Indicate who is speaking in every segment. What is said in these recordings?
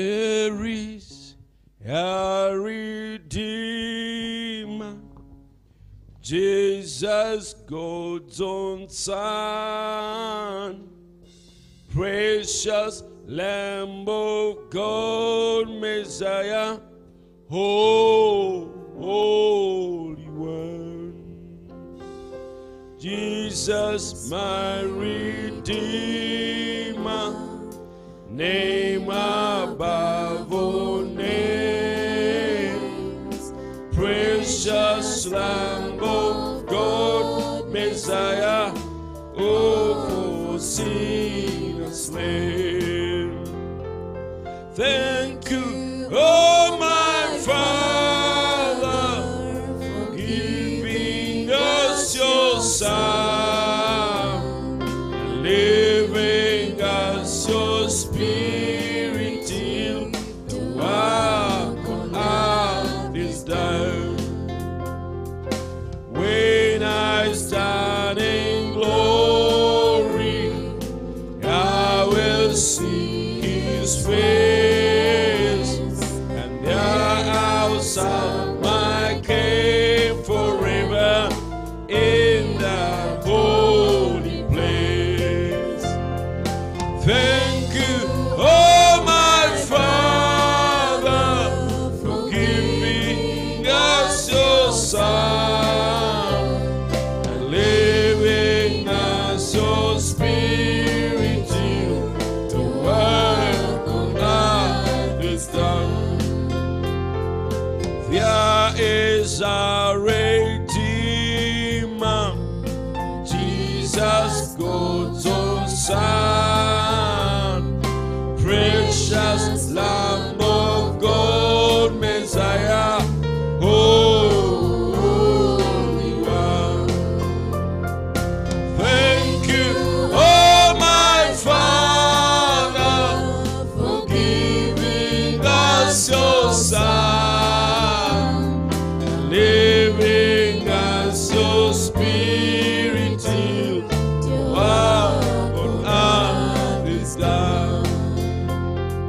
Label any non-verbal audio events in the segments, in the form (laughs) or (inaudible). Speaker 1: There is a Redeemer, Jesus, God's own Son, precious Lamb of God, Messiah, oh, Holy One. Jesus, my Redeemer name above all names, precious Lamb of God, Messiah, oh, for sinners slain. Thank you, oh my Father, for giving us your Son living us your spirit till the work on earth is done. When I stand in glory, I will see his face, and there outside my cave forever in the holy place. Thank you, oh my Father, for giving us your Son and living us your Spirit in to work on earth is done. There is a Redeemer, Jesus, God's own Son, precious Lamb of God, Messiah, Holy One. Thank you, oh my Father for giving us your son, and living us your spirit till work on earth is done.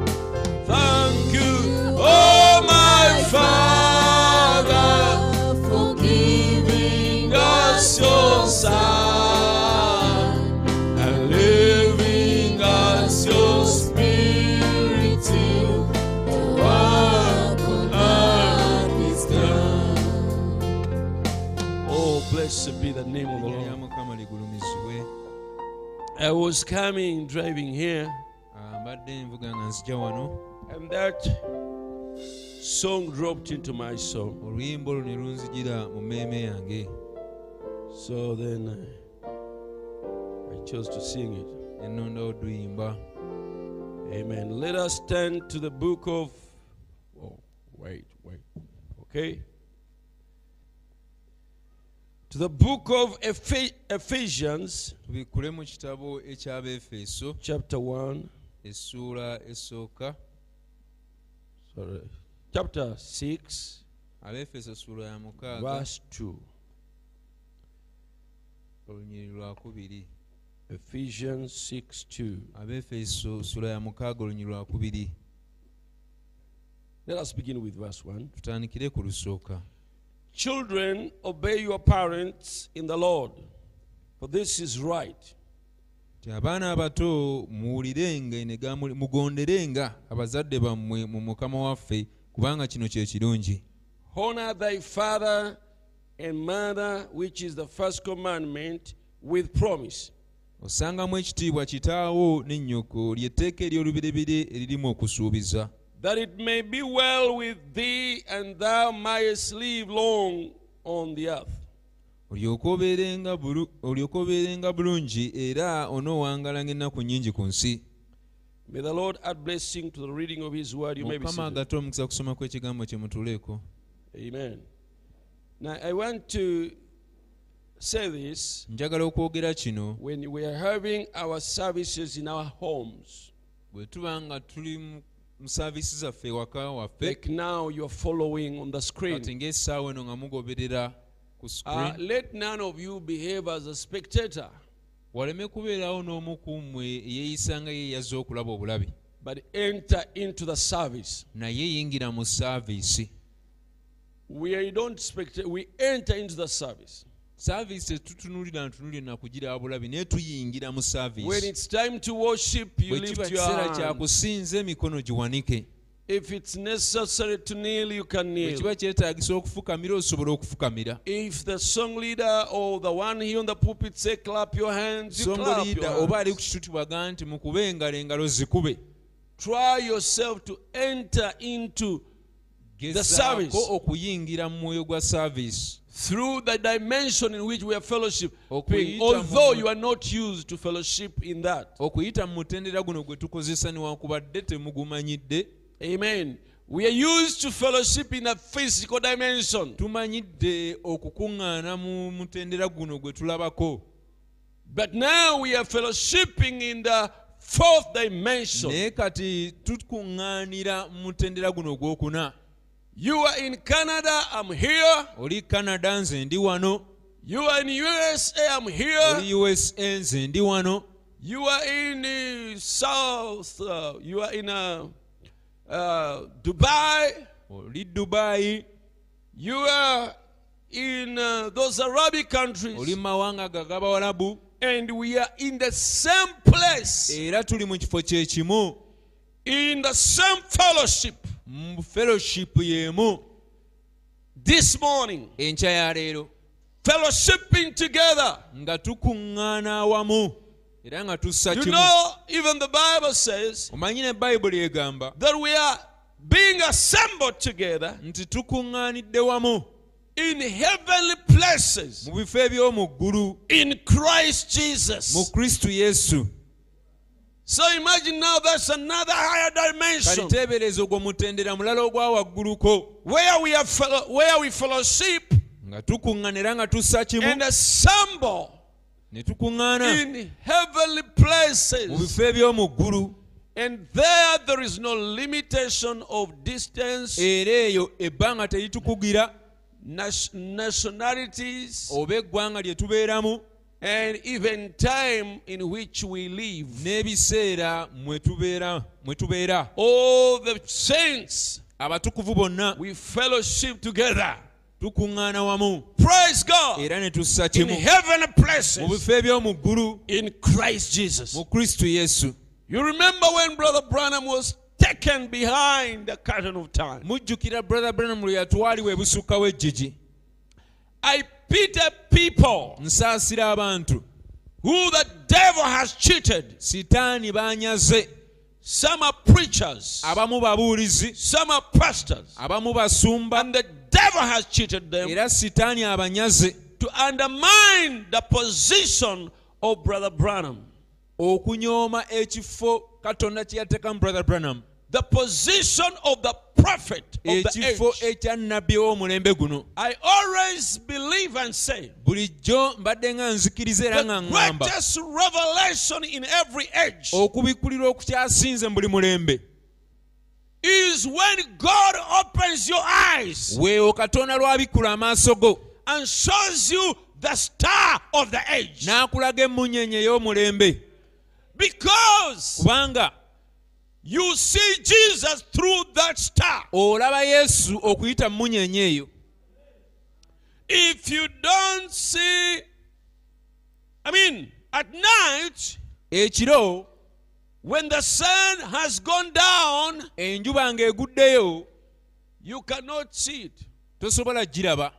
Speaker 1: Thank you, oh my Father, for giving us your son and living us your spirit till the work on earth is done. Oh, blessed be the name of the
Speaker 2: Erinnya lya
Speaker 1: Lord.
Speaker 2: mukama ligulumizibwe
Speaker 1: I was coming driving here,
Speaker 2: Ah, mbadde nvuga nga nzija wano
Speaker 1: and that song dropped into my soul.
Speaker 2: oluyimba olwo ne lunzijira mu mmeeme yange
Speaker 1: So then uh, I, I chose to sing it.
Speaker 2: ne nnondawo duyimba
Speaker 1: Amen. Let us turn to the book of. Oh, wait, wait. Okay. To the book of Ephe- Ephesians,
Speaker 2: tubikkule mu kitabo eky'abeefeso
Speaker 1: chapter 1,
Speaker 2: essuula esooka
Speaker 1: sorry, chapter 6,
Speaker 2: abeefeso ssuula ya mukaaga
Speaker 1: verse 2.
Speaker 2: olunyiriri lwakubiri
Speaker 1: Ephesians 6 2.
Speaker 2: abeefeso ssuula ya mukaaga olunyiriri lwakubiri
Speaker 1: Let us begin with verse 1.
Speaker 2: tutandikire ku lusooka
Speaker 1: Children, obey your parents in the Lord, for this is right.
Speaker 2: ti abaana abato muwulirenga enegamuli mugonderenga abazadde bammwe mu mukama waffe kubanga kino kye kirungi
Speaker 1: Honor thy father and mother, which is the first commandment, with promise,
Speaker 2: osangamu ekitiibwa kitaawo ne nnyoko ly'etteeka ery'olubiribiri eririmu okusuubiza
Speaker 1: that it may be well with thee and thou mayest live long on the earth.
Speaker 2: olyoke obeerenga bulu- olyoke obeerenga bulungi era onoowangalanga ennaku nnyingi ku nsi
Speaker 1: May the Lord add blessing to the reading of his word. You may be
Speaker 2: mukama
Speaker 1: seated.
Speaker 2: agatte omukisa kusoma kw'ekigambo kye mutuleeko
Speaker 1: Amen. Now, I want to say this
Speaker 2: njagala okwogera kino
Speaker 1: when we are having our services in our homes.
Speaker 2: bwe tuba nga tuli mu- mu saaviisi zaffe ewaka waffe
Speaker 1: Like now you're following on the
Speaker 2: kati
Speaker 1: screen.
Speaker 2: ng'essaawa eno nga mugoberera ku
Speaker 1: Uh,
Speaker 2: screen
Speaker 1: let none of you behave as a spectator.
Speaker 2: waleme kubeerawo n'omu ku mmwe eyeeyisa nga yeeyaza okulaba obulabi
Speaker 1: but enter into the service.
Speaker 2: naye yingira mu saaviisi
Speaker 1: We don't spectate, we enter into the service.
Speaker 2: saaviisi tetutunulira ntunulire nakugiraabulabi naye tuyingira mu
Speaker 1: When
Speaker 2: saaviisi
Speaker 1: it's time to worship, you
Speaker 2: bwe
Speaker 1: lift
Speaker 2: kiba
Speaker 1: your
Speaker 2: kiseera
Speaker 1: hand.
Speaker 2: kyakusinza emikono giwanike
Speaker 1: If it's necessary to kneel, you can
Speaker 2: bwe
Speaker 1: kneel.
Speaker 2: kiba kyetaagisa okufukamira osobola okufukamira
Speaker 1: If the song leader or the one here on the pulpit say clap your hands, you clap your
Speaker 2: songoliida oba ali ku
Speaker 1: hands.
Speaker 2: kituti bwaga nti mukube engalo engalo zikube
Speaker 1: Try yourself to enter into service.
Speaker 2: gezaako okuyingira mu mwoyo gwa saaviisi
Speaker 1: through the dimension in which we are fellowship,
Speaker 2: Okuyita mu-
Speaker 1: although you are not used to fellowship in that.
Speaker 2: okuyita mu mutendera guno gwe tukozesa newankubadde temugumanyidde
Speaker 1: Amen. We are used to fellowship in a physical dimension,
Speaker 2: tumanyidde okukuŋŋaana mu mutendera guno gwe tulabako
Speaker 1: but now we are fellowshipping in the fourth dimension.
Speaker 2: naye kati tukuŋŋaanira mu mutendera guno ogwokuna
Speaker 1: You are in Canada, I'm here.
Speaker 2: oli canada nze ndi wano
Speaker 1: You are in USA, I'm here.
Speaker 2: oli usa nze ndi wano
Speaker 1: You are in uh, South, uh, you are in uh, uh, Dubai.
Speaker 2: oli dubayi
Speaker 1: You are in uh, those Arabic
Speaker 2: oli
Speaker 1: countries,
Speaker 2: mu mawanga gagabawalabu
Speaker 1: and we are in the same place,
Speaker 2: era tuli mu kifo kye kimu
Speaker 1: in the same fellowship
Speaker 2: mu fellowship y'emu
Speaker 1: this morning,
Speaker 2: enkya ya leero
Speaker 1: fellowshipping together.
Speaker 2: nga tukuŋŋaana awamu era nga tussa
Speaker 1: You
Speaker 2: kimu
Speaker 1: know, even the Bible says
Speaker 2: omanyi ne bayibuli egamba
Speaker 1: that we are being assembled together
Speaker 2: nti tukuŋŋaanidde wamu
Speaker 1: in heavenly places
Speaker 2: mu bifo eby'omu ggulu
Speaker 1: in Christ
Speaker 2: mu
Speaker 1: Jesus.
Speaker 2: kristu yesu
Speaker 1: So imagine now that's another higher dimension
Speaker 2: kaliteebereza ogwo mutendera mulala ogwa wagguluko
Speaker 1: where we are fellow, where we fellowship
Speaker 2: nga tukuŋŋaana era nga tussa
Speaker 1: and
Speaker 2: kimu
Speaker 1: assemble
Speaker 2: ne tukuŋŋaana
Speaker 1: in heavenly
Speaker 2: mu
Speaker 1: places.
Speaker 2: bifo eby'omu ggulu
Speaker 1: And there, there is no limitation of distance,
Speaker 2: era eyo ebbanga teritukugira
Speaker 1: nas- nationalities,
Speaker 2: oba eggwanga lye tubeeramu
Speaker 1: and even time in which we live.
Speaker 2: n'ebiseera mwe tubeera- mwe tubeera
Speaker 1: All the saints,
Speaker 2: abatukuvu bonna
Speaker 1: we fellowship together.
Speaker 2: tukuŋŋaana wamu
Speaker 1: Praise God.
Speaker 2: era ne tussa
Speaker 1: In
Speaker 2: kimu
Speaker 1: heavenly
Speaker 2: mu
Speaker 1: places,
Speaker 2: bifo eby'omu ggulu
Speaker 1: in Christ Jesus.
Speaker 2: mu kristu yesu
Speaker 1: You remember when Brother Branham was taken behind the curtain of time.
Speaker 2: mujjukira brother branham lwe yatwalibwa ebusukkawo ejjigi
Speaker 1: I pity people
Speaker 2: nsaasira abantu
Speaker 1: who the devil has cheated.
Speaker 2: sitaani baanyaze
Speaker 1: Some are preachers.
Speaker 2: abamu babuulizi
Speaker 1: Some are pastors.
Speaker 2: abamu basumba
Speaker 1: And the devil has cheated them
Speaker 2: era sitaani abanyaze
Speaker 1: to undermine the position of Brother Branham.
Speaker 2: okunyooma ekifo katonda kye yateekamu brother branham
Speaker 1: The position of the prophet of
Speaker 2: ekifo
Speaker 1: the age.
Speaker 2: ekya nnabbi w'omulembe guno
Speaker 1: I always believe and say
Speaker 2: bulijjo mbadde nga nzikiriza era nga
Speaker 1: the
Speaker 2: ŋŋamba
Speaker 1: greatest revelation in every age
Speaker 2: Oh. okubikulirwa okukyasinze mu buli mulembe
Speaker 1: is when God opens your eyes
Speaker 2: weewo katonda lw'abikkula amaaso go
Speaker 1: and shows you the star of the age.
Speaker 2: n'akulaga emmunyeenye ey'omulembe
Speaker 1: Because
Speaker 2: kubanga
Speaker 1: you see Jesus through that star.
Speaker 2: olaba yesu okuyita mu munyeenye eyo
Speaker 1: If you don't see, I mean, at night,
Speaker 2: ekiro
Speaker 1: when the sun has gone down,
Speaker 2: enjuba ng'eguddeyo
Speaker 1: you cannot see it.
Speaker 2: tosobola giraba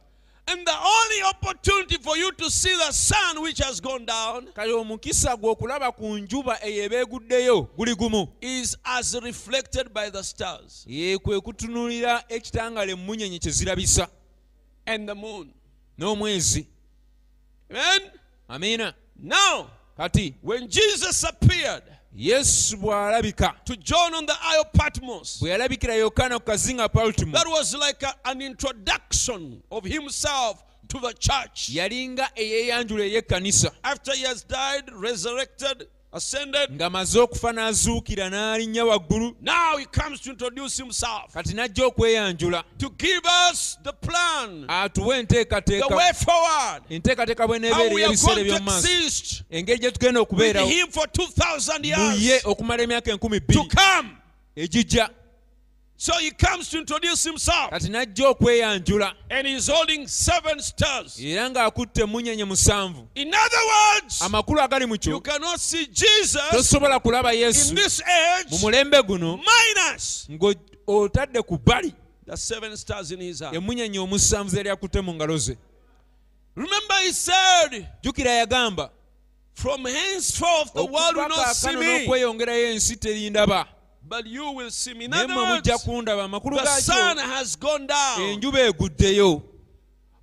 Speaker 1: And the only opportunity for you to see the sun which has gone down
Speaker 2: kale omukisa gwe okulaba ku njuba eyo eba eguddeyo guli gumu
Speaker 1: is as reflected by the stars
Speaker 2: ye kwe kutunuulira ekitangala emmunyeenye kye zirabisa
Speaker 1: and the moon.
Speaker 2: n'omwezi
Speaker 1: Amen?
Speaker 2: amiina
Speaker 1: Now,
Speaker 2: kati
Speaker 1: when Jesus appeared
Speaker 2: yesu bw'alabika
Speaker 1: to John on the Isle of Patmos,
Speaker 2: bwe yalabikira yokaana ku kazinga paltimu
Speaker 1: that was like a- an introduction of himself to the church.
Speaker 2: yalinga eyeeyanjula ey'ekkanisa
Speaker 1: after he has died, resurrected, ascended.
Speaker 2: ng'amaze okufa n'azuukira n'alinnya waggulu
Speaker 1: Now he comes to introduce himself
Speaker 2: kati n'ajja okweyanjula
Speaker 1: to give us the plan,
Speaker 2: atuwa
Speaker 1: the
Speaker 2: enteekateeka
Speaker 1: way forward,
Speaker 2: enteekateeka
Speaker 1: how
Speaker 2: bw'eneebeera
Speaker 1: we are
Speaker 2: ey'ebiseera
Speaker 1: going to
Speaker 2: eby'omu maaso
Speaker 1: exist
Speaker 2: engeri gye tugenda
Speaker 1: with
Speaker 2: okubeerawo
Speaker 1: him for 2,000
Speaker 2: mu ye
Speaker 1: years
Speaker 2: okumala emyaka enkumi
Speaker 1: to
Speaker 2: bbiri
Speaker 1: come.
Speaker 2: egijja
Speaker 1: So he comes to introduce himself
Speaker 2: kati n'ajja okweyanjula
Speaker 1: and he's holding seven stars.
Speaker 2: era ng'akutte emunyenye musanvu
Speaker 1: In other words,
Speaker 2: amakulu agali mu
Speaker 1: you
Speaker 2: kyo
Speaker 1: cannot see Jesus
Speaker 2: tosobola kulaba
Speaker 1: in
Speaker 2: yesu
Speaker 1: this Mm.
Speaker 2: mu
Speaker 1: age
Speaker 2: mulembe guno
Speaker 1: minus
Speaker 2: ng'otadde ku bbali
Speaker 1: the seven stars in his hand.
Speaker 2: emunyenye omusanvu zeri akutte mu ngalo ze
Speaker 1: Remember, he said,
Speaker 2: jjukira yagamba
Speaker 1: From henceforth the world will not see
Speaker 2: okubakaakano
Speaker 1: me,
Speaker 2: n'okweyongerayo ensi terindaba
Speaker 1: but you will see me. In
Speaker 2: naye
Speaker 1: other
Speaker 2: mwe mujja
Speaker 1: words,
Speaker 2: kundaba amakulu
Speaker 1: the sun
Speaker 2: gaakyo
Speaker 1: has gone down.
Speaker 2: enjuba eguddeyo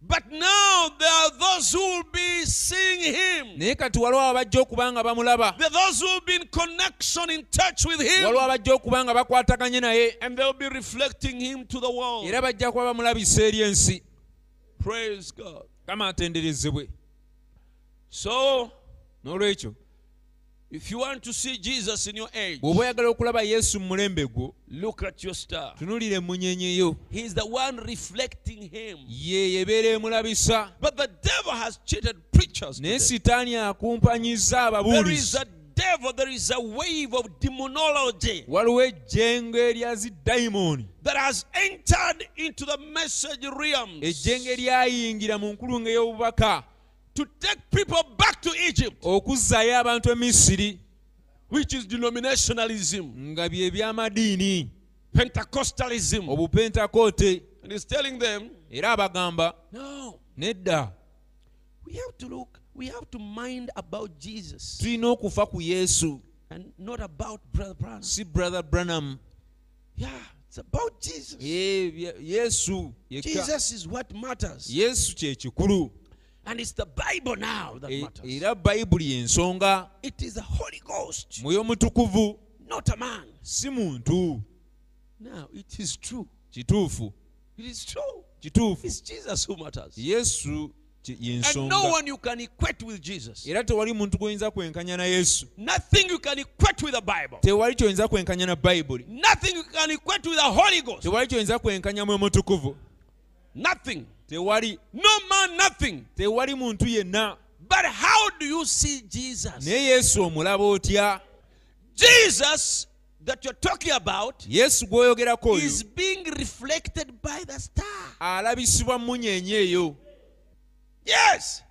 Speaker 1: But now there are those who will be seeing him.
Speaker 2: naye kati waliwo abajja okuba nga bamulaba
Speaker 1: There are those who will be in connection, in touch with
Speaker 2: waliwo
Speaker 1: him.
Speaker 2: abajja okuba nga bakwataganye naye
Speaker 1: And they will be reflecting him to the world.
Speaker 2: era bajja kuba bamulabisa eri ensi
Speaker 1: Praise God.
Speaker 2: kama atenderezebwe
Speaker 1: So,
Speaker 2: n'olwekyo
Speaker 1: if you want to see Jesus in your age,
Speaker 2: bw'oba oyagala okulaba yesu mu mulembe gwo
Speaker 1: look at your star.
Speaker 2: tunulira emunyenye yo
Speaker 1: He's the one reflecting him.
Speaker 2: ye yebeera emulabisa
Speaker 1: But the devil has cheated preachers.
Speaker 2: naye
Speaker 1: today.
Speaker 2: sitaani akumpanyiza
Speaker 1: There is
Speaker 2: ababuulizi
Speaker 1: a devil, there is a wave of demonology
Speaker 2: waliwo ejjengo erya zidayimooni
Speaker 1: that has entered into the message realms
Speaker 2: ejjengo eryayingira mu nkulunga ey'obubaka
Speaker 1: to take people back to Egypt,
Speaker 2: okuzzaayo abantu e emisiri
Speaker 1: which is denominationalism,
Speaker 2: nga bye by'amadiini
Speaker 1: Pentecostalism.
Speaker 2: Oh. obupentakoote
Speaker 1: And he's telling them,
Speaker 2: era abagamba
Speaker 1: no,
Speaker 2: nedda
Speaker 1: we have to look, we have to mind about Jesus
Speaker 2: tulina okufa ku yesu
Speaker 1: and not about Brother Brown.
Speaker 2: si brother branham
Speaker 1: Yeah, it's about Jesus.
Speaker 2: Ye- bye- yesu yekka
Speaker 1: Jesus is what matters.
Speaker 2: yesu kye kikulu
Speaker 1: And it's the Bible now that
Speaker 2: E-
Speaker 1: matters.
Speaker 2: era bayibuli y'ensonga
Speaker 1: It is the Holy Ghost,
Speaker 2: mwoyo mutukuvu
Speaker 1: not a man.
Speaker 2: si muntu
Speaker 1: Now, it is true.
Speaker 2: kituufu
Speaker 1: It is true.
Speaker 2: kituufu
Speaker 1: It's Jesus who matters.
Speaker 2: yesu kye-
Speaker 1: And no
Speaker 2: y'ensonga
Speaker 1: one you can equate with Jesus.
Speaker 2: era tewali muntu gwoyinza kwenkanya na yesu
Speaker 1: Nothing you can equate with the Bible.
Speaker 2: tewali kyoyinza kwenkanya na bayibuli
Speaker 1: Nothing you can equate with the Holy Ghost.
Speaker 2: tewali kyoyinza kwenkanya mwoyo mutukuvu
Speaker 1: Nothing.
Speaker 2: tewali
Speaker 1: No man, nothing.
Speaker 2: tewali muntu yenna
Speaker 1: But how do you see Jesus?
Speaker 2: naye yesu omulaba otya
Speaker 1: Jesus that you're talking about
Speaker 2: yesu gw'oyogerako oyo
Speaker 1: is being reflected by the star.
Speaker 2: alabisibwa munyenye eyo
Speaker 1: Yes.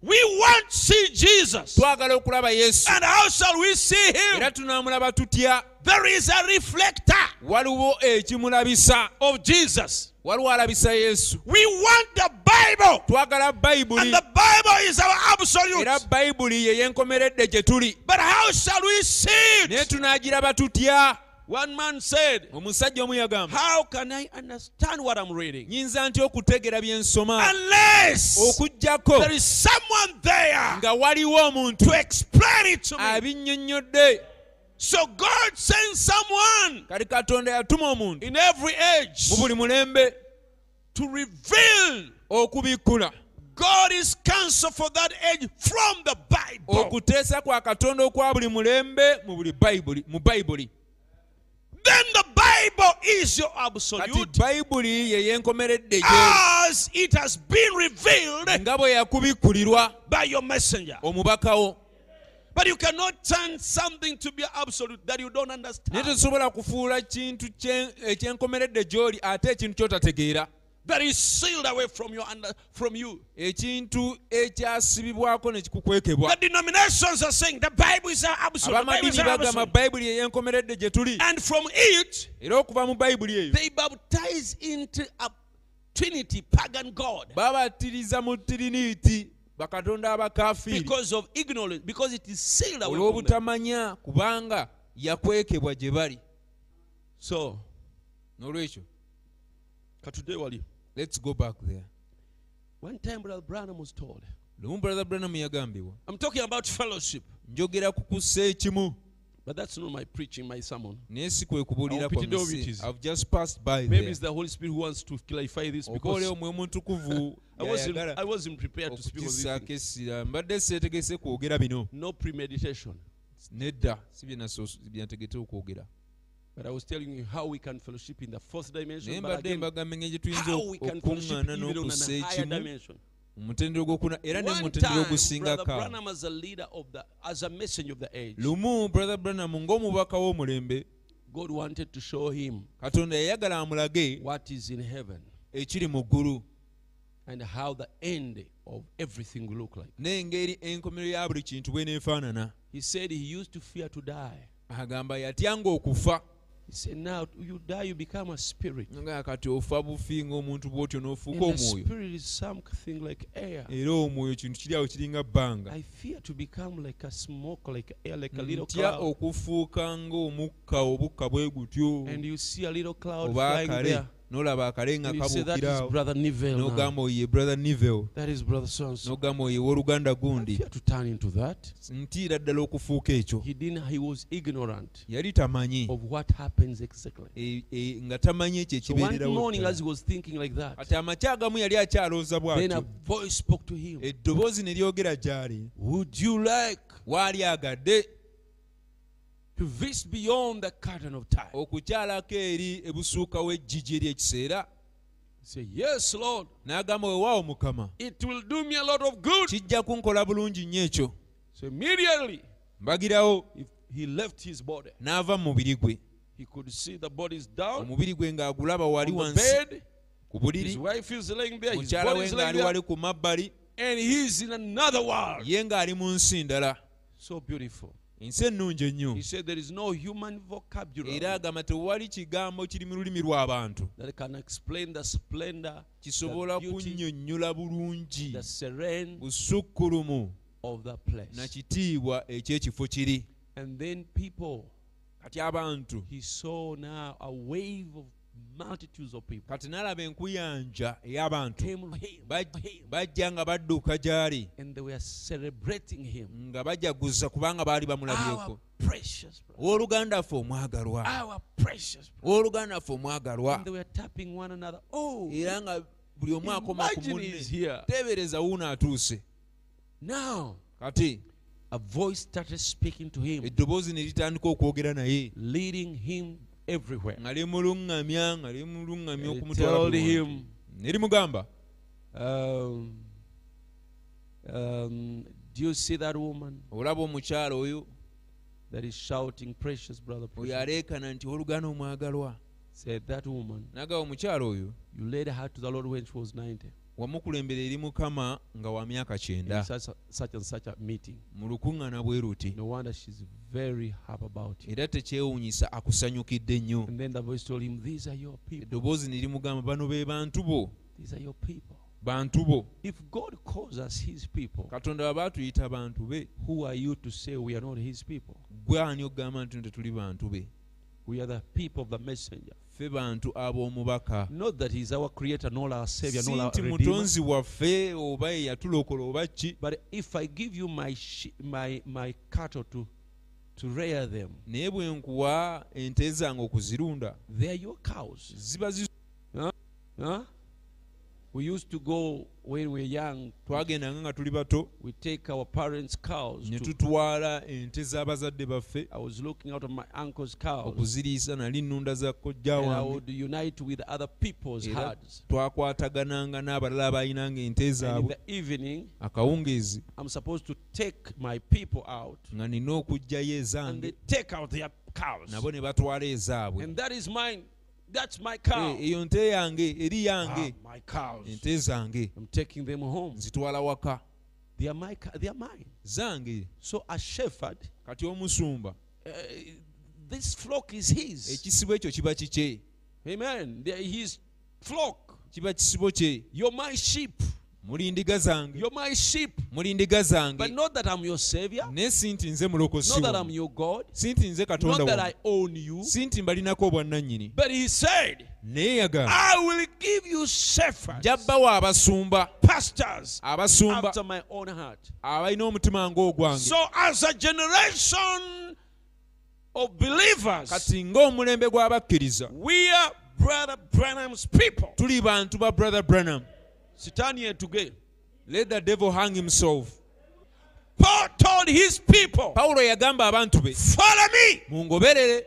Speaker 1: We want to see Jesus.
Speaker 2: twagala okulaba yesu
Speaker 1: And how shall we see him?
Speaker 2: era tunaamulaba tutya
Speaker 1: There is a reflector
Speaker 2: waliwo ekimulabisa
Speaker 1: of Jesus.
Speaker 2: waliwo alabisa yesu
Speaker 1: We want the Bible.
Speaker 2: twagala
Speaker 1: And
Speaker 2: bayibuli
Speaker 1: the Bible is our absolute.
Speaker 2: era bayibuli ye yenkomeredde gye tuli
Speaker 1: But how shall we see
Speaker 2: naye
Speaker 1: it?
Speaker 2: tunaagiraba tutya
Speaker 1: One man said,
Speaker 2: omusajja omu yagamba
Speaker 1: How can I understand what I'm reading?
Speaker 2: nyinza nti okutegeera bye nsoma
Speaker 1: Unless
Speaker 2: okugjako
Speaker 1: there is someone there
Speaker 2: nga waliwo omuntu
Speaker 1: to explain it to me.
Speaker 2: abinnyonnyodde
Speaker 1: So God sends someone
Speaker 2: kati katonda yatuma omuntu
Speaker 1: in every age
Speaker 2: mu buli mulembe
Speaker 1: to reveal
Speaker 2: okubikkula
Speaker 1: God is counsel for that age from the Bible.
Speaker 2: okuteesa kwa katonda okwa buli mulembe mu buli bayibuli mu bayibuli
Speaker 1: Then the Bible is your
Speaker 2: kati
Speaker 1: absolute
Speaker 2: bayibuli ye yenkomeredde
Speaker 1: Ah!
Speaker 2: gye
Speaker 1: as it has been revealed
Speaker 2: nga bwe yakubikkulirwa
Speaker 1: by your messenger.
Speaker 2: omubakawo
Speaker 1: But you cannot turn something to be absolute that you don't
Speaker 2: naye
Speaker 1: understand.
Speaker 2: tosobola kufuula kintu kye- ekyenkomeredde gy'oli ate ekintu ky'otategeera
Speaker 1: That is sealed away from your under, from you.
Speaker 2: ekintu ekyasibibwako ne kikukwekebwa
Speaker 1: The denominations are saying the Bible is our absolute. The Bible Ah. is
Speaker 2: abamadiini
Speaker 1: our
Speaker 2: bagamba
Speaker 1: absolute.
Speaker 2: bayibuli ye yenkomeredde gye tuli
Speaker 1: And from it,
Speaker 2: era okuva mu bayibuli eyo
Speaker 1: they baptize into a Trinity, pagan God,
Speaker 2: babatiriza mu tiriniiti bakatonda abakafiiri
Speaker 1: because of ignorance, because it is sealed away from them.
Speaker 2: olw'obutamanya kubanga yakwekebwa gye bali
Speaker 1: So,
Speaker 2: n'olwekyo
Speaker 1: katude wali.
Speaker 2: let's go back there
Speaker 1: one time Brother Branham was told,
Speaker 2: lumu brother branham yagambibwa
Speaker 1: I'm talking about fellowship,
Speaker 2: njogera ku kussa ekimu
Speaker 1: but that's not my preaching, my sermon.
Speaker 2: naye si kwe kubuulira
Speaker 1: I'll
Speaker 2: kwa
Speaker 1: pity though
Speaker 2: nsi.
Speaker 1: it is.
Speaker 2: I've just passed by
Speaker 1: Maybe
Speaker 2: there.
Speaker 1: it's the Holy Spirit who wants to clarify this
Speaker 2: oba oli
Speaker 1: because
Speaker 2: omwe mutukuvu
Speaker 1: (laughs) I wasn't, I
Speaker 2: yayagala
Speaker 1: wasn't prepared to speak on this.
Speaker 2: okukisaako
Speaker 1: thing.
Speaker 2: essira mbadde seetegese kwogera bino
Speaker 1: No premeditation.
Speaker 2: nedda si bye nasoos- bye nategete okwogera
Speaker 1: But I was telling you how we can fellowship in the fourth
Speaker 2: naye
Speaker 1: dimension, but
Speaker 2: mbadde
Speaker 1: again,
Speaker 2: mbagamba engeri gye tuyinza
Speaker 1: how we can fellowship
Speaker 2: okukuŋŋaana
Speaker 1: even on
Speaker 2: n'okussa
Speaker 1: a higher
Speaker 2: ekimu
Speaker 1: dimension.
Speaker 2: omutendero gwokuna era ne
Speaker 1: One
Speaker 2: mutendero
Speaker 1: time, Brother
Speaker 2: ogusingako awo.
Speaker 1: Branham as a leader of the, as a messenger of the age,
Speaker 2: lumu brother branham ng'omubaka w'omulembe
Speaker 1: God wanted to show him
Speaker 2: katonda yayagala amulage
Speaker 1: what is in heaven
Speaker 2: ekiri mu ggulu
Speaker 1: and how the end of everything will look like.
Speaker 2: n'engeri enkomero ya buli kintu bweneefaanana
Speaker 1: He said he used to fear to die.
Speaker 2: agamba yatyanga okufa
Speaker 1: He said, now you die, you become a spirit.
Speaker 2: nga kati ofa bufi ng'omuntu bw'otyo
Speaker 1: And
Speaker 2: n'ofuuka
Speaker 1: the
Speaker 2: omwoyo
Speaker 1: spirit is something like air.
Speaker 2: era omwoyo kintu kiri awo kiringa bbanga
Speaker 1: I fear to become like a smoke, like air, like a little
Speaker 2: ntya
Speaker 1: cloud.
Speaker 2: okufuuka ng'omukka obukka bwe gutyo
Speaker 1: And you see a little cloud
Speaker 2: oba
Speaker 1: flying
Speaker 2: akale
Speaker 1: there.
Speaker 2: n'olaba akale nga
Speaker 1: And you say, that
Speaker 2: kabuukira
Speaker 1: is
Speaker 2: awo
Speaker 1: brother Nivel. now.
Speaker 2: n'ogamba oye brother nivel
Speaker 1: That is brother Sons.
Speaker 2: n'ogamba oye w'oluganda gundi
Speaker 1: Fear to turn into that.
Speaker 2: ntiira ddala okufuuka ekyo
Speaker 1: He didn't. He was ignorant
Speaker 2: yali tamanyi
Speaker 1: of what happens exactly.
Speaker 2: E- e- nga tamanyi ekyo
Speaker 1: Oh. So one morning, as
Speaker 2: ekibeererawo
Speaker 1: he was thinking like that,
Speaker 2: kati amakya agamu yali akyalooza
Speaker 1: then a
Speaker 2: bwatyo
Speaker 1: voice spoke to him.
Speaker 2: eddoboozi ne lyogera gy'ali
Speaker 1: Would you like
Speaker 2: waali agadde
Speaker 1: to visit beyond the curtain of time?
Speaker 2: Oh. okukyalako eri ebusuukawo ejjigi ery'ekiseera
Speaker 1: Say yes, Lord.
Speaker 2: n'agamba weewaawo mukama
Speaker 1: It will do me a lot of good.
Speaker 2: kijja kunkola bulungi nnyo ekyo
Speaker 1: So immediately,
Speaker 2: mbagirawo
Speaker 1: if he left his body.
Speaker 2: n'ava mu mubiri gwe
Speaker 1: He could see the bodies down
Speaker 2: omubiri gwe ng'agulaba wali
Speaker 1: on the
Speaker 2: wansi
Speaker 1: bed.
Speaker 2: ku buliri
Speaker 1: His wife is laying there. His
Speaker 2: mukyala
Speaker 1: body
Speaker 2: we
Speaker 1: is laying
Speaker 2: ng'ali wali
Speaker 1: there.
Speaker 2: ku mabbali
Speaker 1: And he's in another world.
Speaker 2: ye ng'ali mu nsi ndala
Speaker 1: So beautiful.
Speaker 2: ensi ennungi ennyo
Speaker 1: He said there is no human vocabulary
Speaker 2: era agamba tewali kigambo kiri mu lulimi lw'abantu
Speaker 1: that can explain the splendor,
Speaker 2: kisobola
Speaker 1: the beauty,
Speaker 2: kunnyonnyola bulungi
Speaker 1: the serene
Speaker 2: busukkulumu
Speaker 1: of the place.
Speaker 2: nakitiibwa ekyekifo kiri
Speaker 1: And then people,
Speaker 2: kati abantu
Speaker 1: he saw now a wave of multitudes of people
Speaker 2: kati n'alaba enkuyanja ey'abantu
Speaker 1: came to him,
Speaker 2: Baj-
Speaker 1: him,
Speaker 2: bajja nga badduuka gy'ali
Speaker 1: and they were celebrating him.
Speaker 2: nga bajaguza kubanga baali bamulabyeko
Speaker 1: Our precious brother,
Speaker 2: owooluganda ffe omwagalwa
Speaker 1: our precious
Speaker 2: owooluganda ffe omwagalwa
Speaker 1: And they were tapping one another. Oh,
Speaker 2: era nga buli omu akoma ku
Speaker 1: imagine
Speaker 2: munne
Speaker 1: he's here.
Speaker 2: teebereza wuuno atuuse
Speaker 1: Now,
Speaker 2: kati
Speaker 1: a voice started speaking to him,
Speaker 2: eddoboozi ne litandika okwogera naye
Speaker 1: leading him everywhere.
Speaker 2: nga limuluŋŋamya nga limuluŋŋamya
Speaker 1: And It
Speaker 2: okumutwala
Speaker 1: told
Speaker 2: mu bantu.
Speaker 1: him,
Speaker 2: ne limugamba
Speaker 1: um, um, Do you see that woman
Speaker 2: olaba omukyala oyo
Speaker 1: that is shouting, Precious brother?
Speaker 2: oyo
Speaker 1: Precious?
Speaker 2: aleekana nti olugana omwagalwa
Speaker 1: Said that woman,
Speaker 2: nagaba omukyala oyo
Speaker 1: you led her to the Lord when she was 90
Speaker 2: wamukulembera eri mukama nga wa myaka kyenda
Speaker 1: in such, a- such and such a meeting.
Speaker 2: mu lukuŋŋaana bwe luti
Speaker 1: No wonder she's very happy about it.
Speaker 2: era tekyewuunyisa akusanyukidde nnyo
Speaker 1: And then the voice told him, These are your people.
Speaker 2: eddoboozi ne limugamba bano be bantu bo
Speaker 1: These are your people.
Speaker 2: bantu bo
Speaker 1: If God calls us his people,
Speaker 2: katonda baba atuyita bantu be
Speaker 1: who are you to say we are not his people?
Speaker 2: gwe ani okugamba nti no tetuli bantu be
Speaker 1: We are the people of the messenger.
Speaker 2: ffe bantu ab'omubaka
Speaker 1: Not that he's our creator, nor our savior,
Speaker 2: si
Speaker 1: nor our
Speaker 2: nti
Speaker 1: redeemer.
Speaker 2: mutonzi waffe oba ye yatulokola oba ki
Speaker 1: But if I give you my she- my my cattle to to rear them,
Speaker 2: naye bwe nkuwa ente zange okuzirunda
Speaker 1: they are your cows.
Speaker 2: ziba zi-
Speaker 1: Huh? We used to go when we were young.
Speaker 2: twagendanga nga tuli bato
Speaker 1: We take our parents' cows.
Speaker 2: ne
Speaker 1: To,
Speaker 2: tutwala ente z'abazadde baffe
Speaker 1: I was looking out of my uncle's cows,
Speaker 2: okuziriisa nali nnunda za kojja
Speaker 1: and I
Speaker 2: wange
Speaker 1: would unite with other people's
Speaker 2: Era
Speaker 1: herds.
Speaker 2: twakwatagananga n'abalala abalinanga
Speaker 1: And
Speaker 2: ente
Speaker 1: in
Speaker 2: zaabwe
Speaker 1: the evening,
Speaker 2: akawungeezi
Speaker 1: I'm supposed to take my people out,
Speaker 2: nga nina okugjayo
Speaker 1: and
Speaker 2: ezange
Speaker 1: they take out their cows.
Speaker 2: nabo ne batwala ezaabwe
Speaker 1: And that is mine. That's my
Speaker 2: E-
Speaker 1: cow.
Speaker 2: eyo nte yange eri
Speaker 1: Ah,
Speaker 2: yange
Speaker 1: my cows.
Speaker 2: ente zange
Speaker 1: I'm taking them home.
Speaker 2: nzitwala waka
Speaker 1: They are my. ca- They are mine.
Speaker 2: zange
Speaker 1: So a shepherd,
Speaker 2: kati omusumba
Speaker 1: uh, this flock is his.
Speaker 2: ekisibo ekyo kiba kike
Speaker 1: Amen. They are his flock.
Speaker 2: kiba kisibo kye
Speaker 1: You're my sheep.
Speaker 2: muli ndiga zange
Speaker 1: You're my sheep.
Speaker 2: muli ndiga
Speaker 1: But
Speaker 2: zange
Speaker 1: not that I'm your savior.
Speaker 2: naye si nti nze mulokosi
Speaker 1: Not that I'm
Speaker 2: wammwe.
Speaker 1: your God.
Speaker 2: si nti nze katonda
Speaker 1: Not that
Speaker 2: wammwe.
Speaker 1: I own you.
Speaker 2: si nti mbalinako obwannannyini
Speaker 1: But he said,
Speaker 2: naye yagamba
Speaker 1: I will give you shepherds,
Speaker 2: jabbawo abasumba
Speaker 1: pastors
Speaker 2: abasumba
Speaker 1: after my own heart.
Speaker 2: abalina omutima ng'ogwange
Speaker 1: So as a generation of believers,
Speaker 2: kati ng'omulembe gw'abakkiriza
Speaker 1: we are Brother Branham's people.
Speaker 2: tuli bantu ba brother branham
Speaker 1: Sitani yetuge.
Speaker 2: let the devil hang himself
Speaker 1: Paul told his people,
Speaker 2: pawulo yagamba abantu be
Speaker 1: Follow me
Speaker 2: mungoberere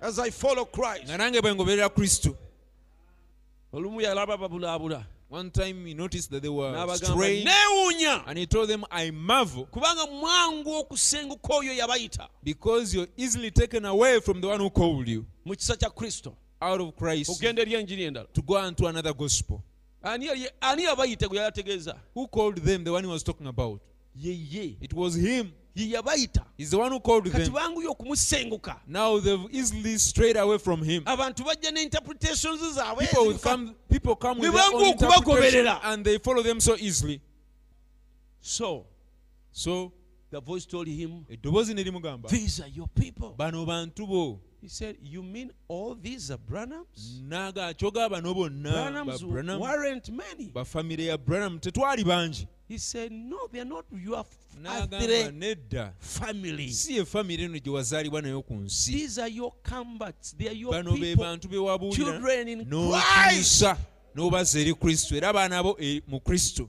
Speaker 1: as I follow Christ.
Speaker 2: nga nange bwe ngoberera kristo
Speaker 1: Olumu yalaba babulaabula.
Speaker 2: one time he noticed that they
Speaker 1: Uh,
Speaker 2: were
Speaker 1: N'abagamba,
Speaker 2: straying
Speaker 1: Neewuunya
Speaker 2: and he told them i marvel
Speaker 1: kubanga mwangu okusenguka oyo yabayita
Speaker 2: because you're easily taken away from the one who called you
Speaker 1: mu kisa kya Kristo.
Speaker 2: out of christ
Speaker 1: Ogenda eri enjiri endala.
Speaker 2: to go unto another gospel
Speaker 1: Ani yali- ani yabayita gwe yayategeeza?
Speaker 2: who called them the one he was talking about
Speaker 1: Yeye.
Speaker 2: it was him
Speaker 1: Ye yabayita.
Speaker 2: he's the one who called
Speaker 1: Kati
Speaker 2: them
Speaker 1: banguye okumusenguka.
Speaker 2: now they've easily strayed away from him
Speaker 1: Abantu bajja ne interpretations zaabwe.
Speaker 2: people will come people come with
Speaker 1: Ne
Speaker 2: their own
Speaker 1: bangu
Speaker 2: interpretation
Speaker 1: okubagoberera.
Speaker 2: and they follow them so easily
Speaker 1: So
Speaker 2: so
Speaker 1: the voice told him,
Speaker 2: eddoboozi ne limugamba
Speaker 1: These are your people.
Speaker 2: bano bantu bo
Speaker 1: He said, You mean all these are Branhams?
Speaker 2: n'agaakyoga bano bonna ba
Speaker 1: Branhams
Speaker 2: Branham,
Speaker 1: weren't many.
Speaker 2: bafamire ya branam tetwali bangi
Speaker 1: He said, No, they are not your f-
Speaker 2: n'agamba
Speaker 1: earthly
Speaker 2: nedda
Speaker 1: family.
Speaker 2: si ye famire eno gye wazaalibwa nayo ku nsi
Speaker 1: These are your combats. They are your
Speaker 2: bano be
Speaker 1: people.
Speaker 2: bantu bewabuulira
Speaker 1: Children in Christ.
Speaker 2: n'okiyisa n'obazza eri kristo era abaana bo eri- mu kristo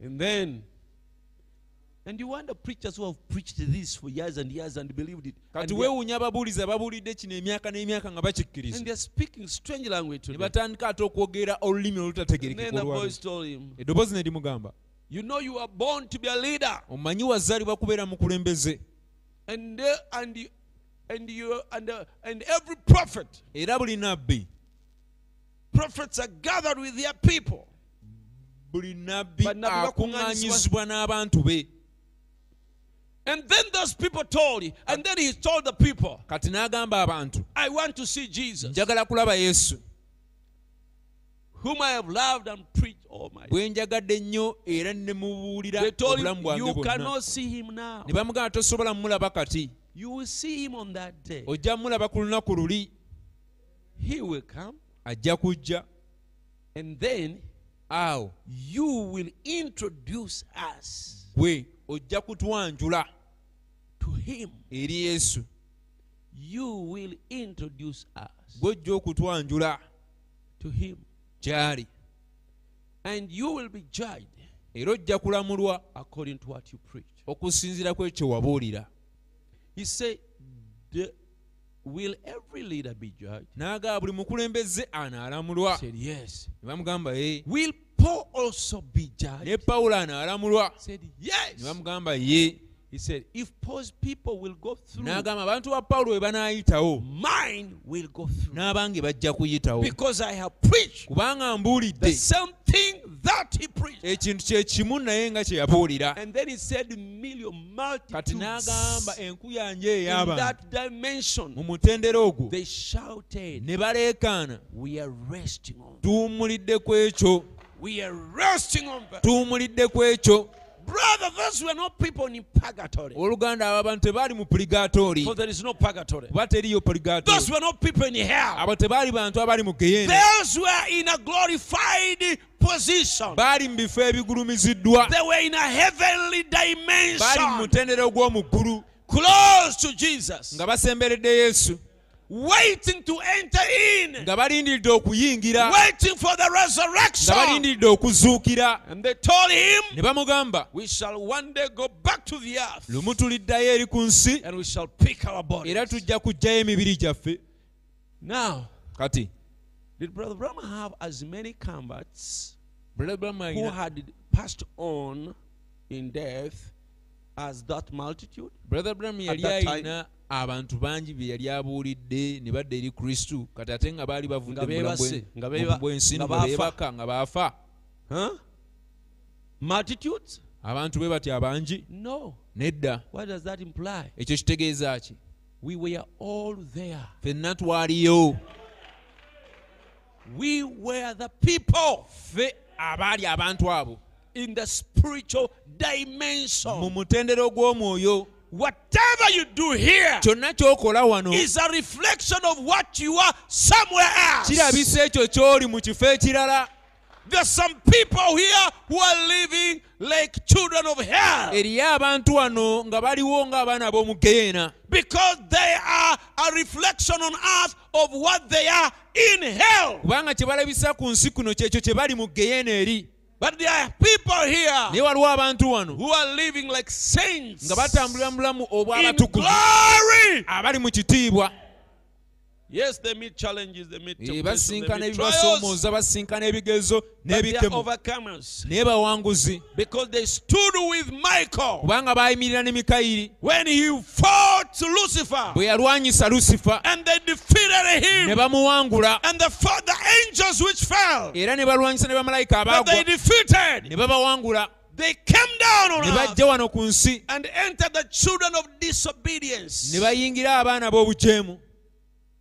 Speaker 1: And then, and you wonder preachers who have preached this for years and years and believed it. And
Speaker 2: kati
Speaker 1: they, are-
Speaker 2: weewuunya ababuulizi ababuulidde kino emyaka n'emyaka nga bakikkiriza
Speaker 1: and they are speaking strange language to
Speaker 2: ne
Speaker 1: them.
Speaker 2: batandika ate okwogera olulimi
Speaker 1: And then the
Speaker 2: olutategerekeka olwalo.
Speaker 1: voice told him,
Speaker 2: eddoboozi ne limugamba
Speaker 1: You know, you are born to be a leader.
Speaker 2: omanyi wazaalibwa kubeera mukulembeze
Speaker 1: And, they, and, you, and, you, and, uh, and every prophet,
Speaker 2: era buli nabbi
Speaker 1: prophets are gathered with their people.
Speaker 2: buli nabbi
Speaker 1: Bannabbi
Speaker 2: akuŋŋaanyizibwa n'abantu be
Speaker 1: And then those people told him, and then he told the people,
Speaker 2: kati n'agamba abantu
Speaker 1: I want to see Jesus,
Speaker 2: njagala kulaba yesu
Speaker 1: whom I have loved and preached all my
Speaker 2: bwe njagadde ennyo era ne mubuulira
Speaker 1: They told him,
Speaker 2: obulamu bwange
Speaker 1: You
Speaker 2: bwonna
Speaker 1: cannot see him now.
Speaker 2: ne bamugamba tosobola mulaba kati
Speaker 1: You will see him on that day.
Speaker 2: ojja mulaba ku lunaku luli
Speaker 1: He will come,
Speaker 2: ajja kujja
Speaker 1: and then
Speaker 2: awo
Speaker 1: you will introduce us
Speaker 2: gwe ojja kutwanjula
Speaker 1: to him.
Speaker 2: eri yesu
Speaker 1: You will introduce us
Speaker 2: gwe ojja okutwanjula
Speaker 1: to him.
Speaker 2: gy'ali
Speaker 1: And you will be judged
Speaker 2: era ojja kulamulwa
Speaker 1: according to what you preach.
Speaker 2: okusinziira ku ekyo wabuulira
Speaker 1: He said, "The- Will every leader be judged?
Speaker 2: n'agaba buli mukulembeze
Speaker 1: He
Speaker 2: anaalamulwa
Speaker 1: said, Yes.
Speaker 2: ne bamugamba ye
Speaker 1: Will Paul also be judged?
Speaker 2: ne pawulo anaalamulwa
Speaker 1: He said,
Speaker 2: ne
Speaker 1: Yes.
Speaker 2: bamugamba ye
Speaker 1: He said, If Paul's people will go through,
Speaker 2: n'agamba abantu ba pawulo bwe banaayitawo
Speaker 1: mine will go through.
Speaker 2: n'abange bajja kuyitawo
Speaker 1: Because I have preached
Speaker 2: kubanga
Speaker 1: the
Speaker 2: mbuulidde
Speaker 1: same thing that he preached.
Speaker 2: ekintu kye kimu naye nga kye yabuulira
Speaker 1: And then he said, million multitudes
Speaker 2: kati n'agamba enku yange
Speaker 1: in
Speaker 2: ey'abantu
Speaker 1: that
Speaker 2: mu
Speaker 1: dimension,
Speaker 2: mutendera ogwo
Speaker 1: they shouted,
Speaker 2: ne baleekaana
Speaker 1: We are resting on.
Speaker 2: tuwummulidde ku ekyo
Speaker 1: We are resting on. that."
Speaker 2: tuwummulidde ku ekyo
Speaker 1: Brother, those were not people in purgatory.
Speaker 2: oluganda abo abantu tebaali mu puligatoori
Speaker 1: For there is no purgatory.
Speaker 2: kuba teriyo puligatoori
Speaker 1: Those were not people in hell.
Speaker 2: abo tebaali bantu abali mu geyene
Speaker 1: Those were in a glorified position.
Speaker 2: baali mu bifo ebigulumiziddwa
Speaker 1: They were in a heavenly
Speaker 2: baali mu
Speaker 1: dimension,
Speaker 2: mutendera gw'omu ggulu
Speaker 1: close to Jesus,
Speaker 2: nga basemberedde yesu
Speaker 1: waiting to enter in,
Speaker 2: nga balindiridde okuyingira
Speaker 1: waiting for the
Speaker 2: nga
Speaker 1: resurrection.
Speaker 2: balindiridde okuzuukira
Speaker 1: And they told him,
Speaker 2: ne bamugamba
Speaker 1: We shall one day go back to the earth
Speaker 2: lumu tuliddayo eri ku nsi
Speaker 1: and we shall pick our
Speaker 2: era
Speaker 1: bodies.
Speaker 2: tujja kuggyayo emibiri gyaffe
Speaker 1: Now,
Speaker 2: kati
Speaker 1: did Brother Brahma have as many combats
Speaker 2: Brother Branham
Speaker 1: who
Speaker 2: alina-
Speaker 1: had passed on in death as that multitude?
Speaker 2: Brother Branham yali
Speaker 1: that time-
Speaker 2: alina abantu bangi be yali abuulidde ne badda eri kristu kati ate nga baali bavudde
Speaker 1: Nga
Speaker 2: mu bulamu
Speaker 1: beebase,
Speaker 2: bwe-
Speaker 1: nga beeba-
Speaker 2: bw'ensi
Speaker 1: nga
Speaker 2: nga
Speaker 1: baafa.
Speaker 2: beebaka nga baafa
Speaker 1: Huh? Multitudes?
Speaker 2: abantu be batya abangi
Speaker 1: No.
Speaker 2: nedda
Speaker 1: What does that imply?
Speaker 2: ekyo kitegeeza ki
Speaker 1: We were all there.
Speaker 2: ffenna twaliyo
Speaker 1: We were the people
Speaker 2: ffe abaali abantu abo
Speaker 1: in the spiritual
Speaker 2: mu
Speaker 1: dimension.
Speaker 2: mutendero gw'omwoyo
Speaker 1: Whatever you do here
Speaker 2: kyonna ky'okola wano
Speaker 1: is a reflection of what you are somewhere else.
Speaker 2: kirabisa ekyo ky'oli mu kifo ekirala
Speaker 1: There's some people here who are living like children of hell
Speaker 2: eriyo abantu wano nga baliwo ng'abaana ab'omu geyeena
Speaker 1: because they are a reflection on earth of what they are in hell.
Speaker 2: kubanga kye balabisa ku nsi kuno kyekyo kye bali mu geyeena eri
Speaker 1: But there are people
Speaker 2: naye
Speaker 1: here
Speaker 2: waliwo abantu wano
Speaker 1: who are living like saints
Speaker 2: nga batambulira mu bulamu
Speaker 1: in
Speaker 2: obw'abatukuvu
Speaker 1: glory.
Speaker 2: abali mu kitiibwa
Speaker 1: Yes, they meet challenges, they meet
Speaker 2: Eh,
Speaker 1: temptations, they
Speaker 2: basinkana
Speaker 1: meet trials,
Speaker 2: ebibasoomooza basinkana ebigezo
Speaker 1: but they are
Speaker 2: n'ebikemo
Speaker 1: overcomers
Speaker 2: naye bawanguzi
Speaker 1: because they stood with Michael
Speaker 2: kubanga bayimirira ne mikayiri
Speaker 1: when he fought Lucifer
Speaker 2: bwe yalwanyisa lusifa
Speaker 1: and they defeated
Speaker 2: ne
Speaker 1: him
Speaker 2: bamuwangula
Speaker 1: and they fought the angels which fell.
Speaker 2: era ne balwanyisa ne bamalayika
Speaker 1: But
Speaker 2: abaagwa
Speaker 1: they defeated.
Speaker 2: ne babawangula
Speaker 1: They came down
Speaker 2: ne
Speaker 1: on earth
Speaker 2: bajja wano ku nsi
Speaker 1: and entered the children of disobedience.
Speaker 2: ne bayingira abaana b'obujeemu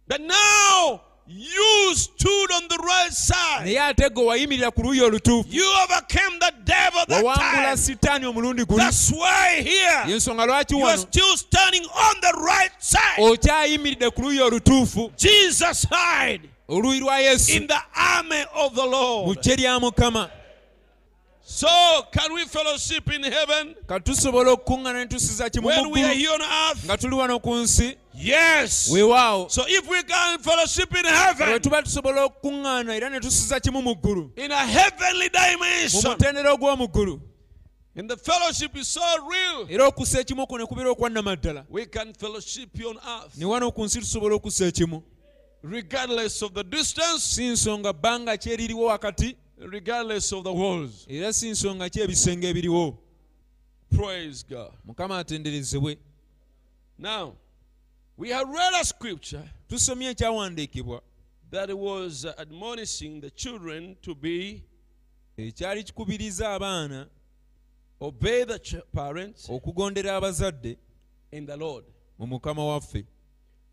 Speaker 1: But now you stood on the right side.
Speaker 2: naye ate gwe wayimirira ku luuyi olutuufu
Speaker 1: You overcame the devil that
Speaker 2: wawangula
Speaker 1: time.
Speaker 2: sitaani omulundi guli
Speaker 1: That's why here
Speaker 2: yensonga lwaki
Speaker 1: you are
Speaker 2: wano
Speaker 1: still standing on the right side.
Speaker 2: Oh. okyayimiridde ku luuyi olutuufu
Speaker 1: Jesus died
Speaker 2: oluuyi lwa yesu
Speaker 1: in the army of the
Speaker 2: mu
Speaker 1: Lord.
Speaker 2: ggye lya mukama
Speaker 1: So can we fellowship in heaven
Speaker 2: ka tusobola okukuŋŋana ne tusiza kimu mu
Speaker 1: when we are
Speaker 2: ggulu
Speaker 1: here on earth?
Speaker 2: nga tuli wano ku nsi
Speaker 1: Yes.
Speaker 2: weewaawo
Speaker 1: So if we can fellowship in
Speaker 2: bwe
Speaker 1: heaven,
Speaker 2: tuba tusobola okukuŋŋaana era ne tusiza kimu mu ggulu
Speaker 1: in a heavenly
Speaker 2: mu
Speaker 1: dimension,
Speaker 2: mutendera ogw'omu ggulu
Speaker 1: and the fellowship is so real,
Speaker 2: era okusa ekimu kuno kubeera okwannamaddala
Speaker 1: we can fellowship here on earth.
Speaker 2: ne wano ku nsi tusobola okusa ekimu
Speaker 1: regardless of the distance,
Speaker 2: si nsonga bbanga kyeririwo wakati
Speaker 1: regardless of the walls.
Speaker 2: era si nsonga ki ebisenge ebiriwo
Speaker 1: Praise God.
Speaker 2: mukama atenderezebwe
Speaker 1: Now, we have read a scripture
Speaker 2: tusomye ekyawandiikibwa
Speaker 1: that was admonishing the children to be
Speaker 2: ekyali kikubiriza abaana
Speaker 1: obey the ch- parents
Speaker 2: okugondera abazadde
Speaker 1: in the Lord.
Speaker 2: mu mukama waffe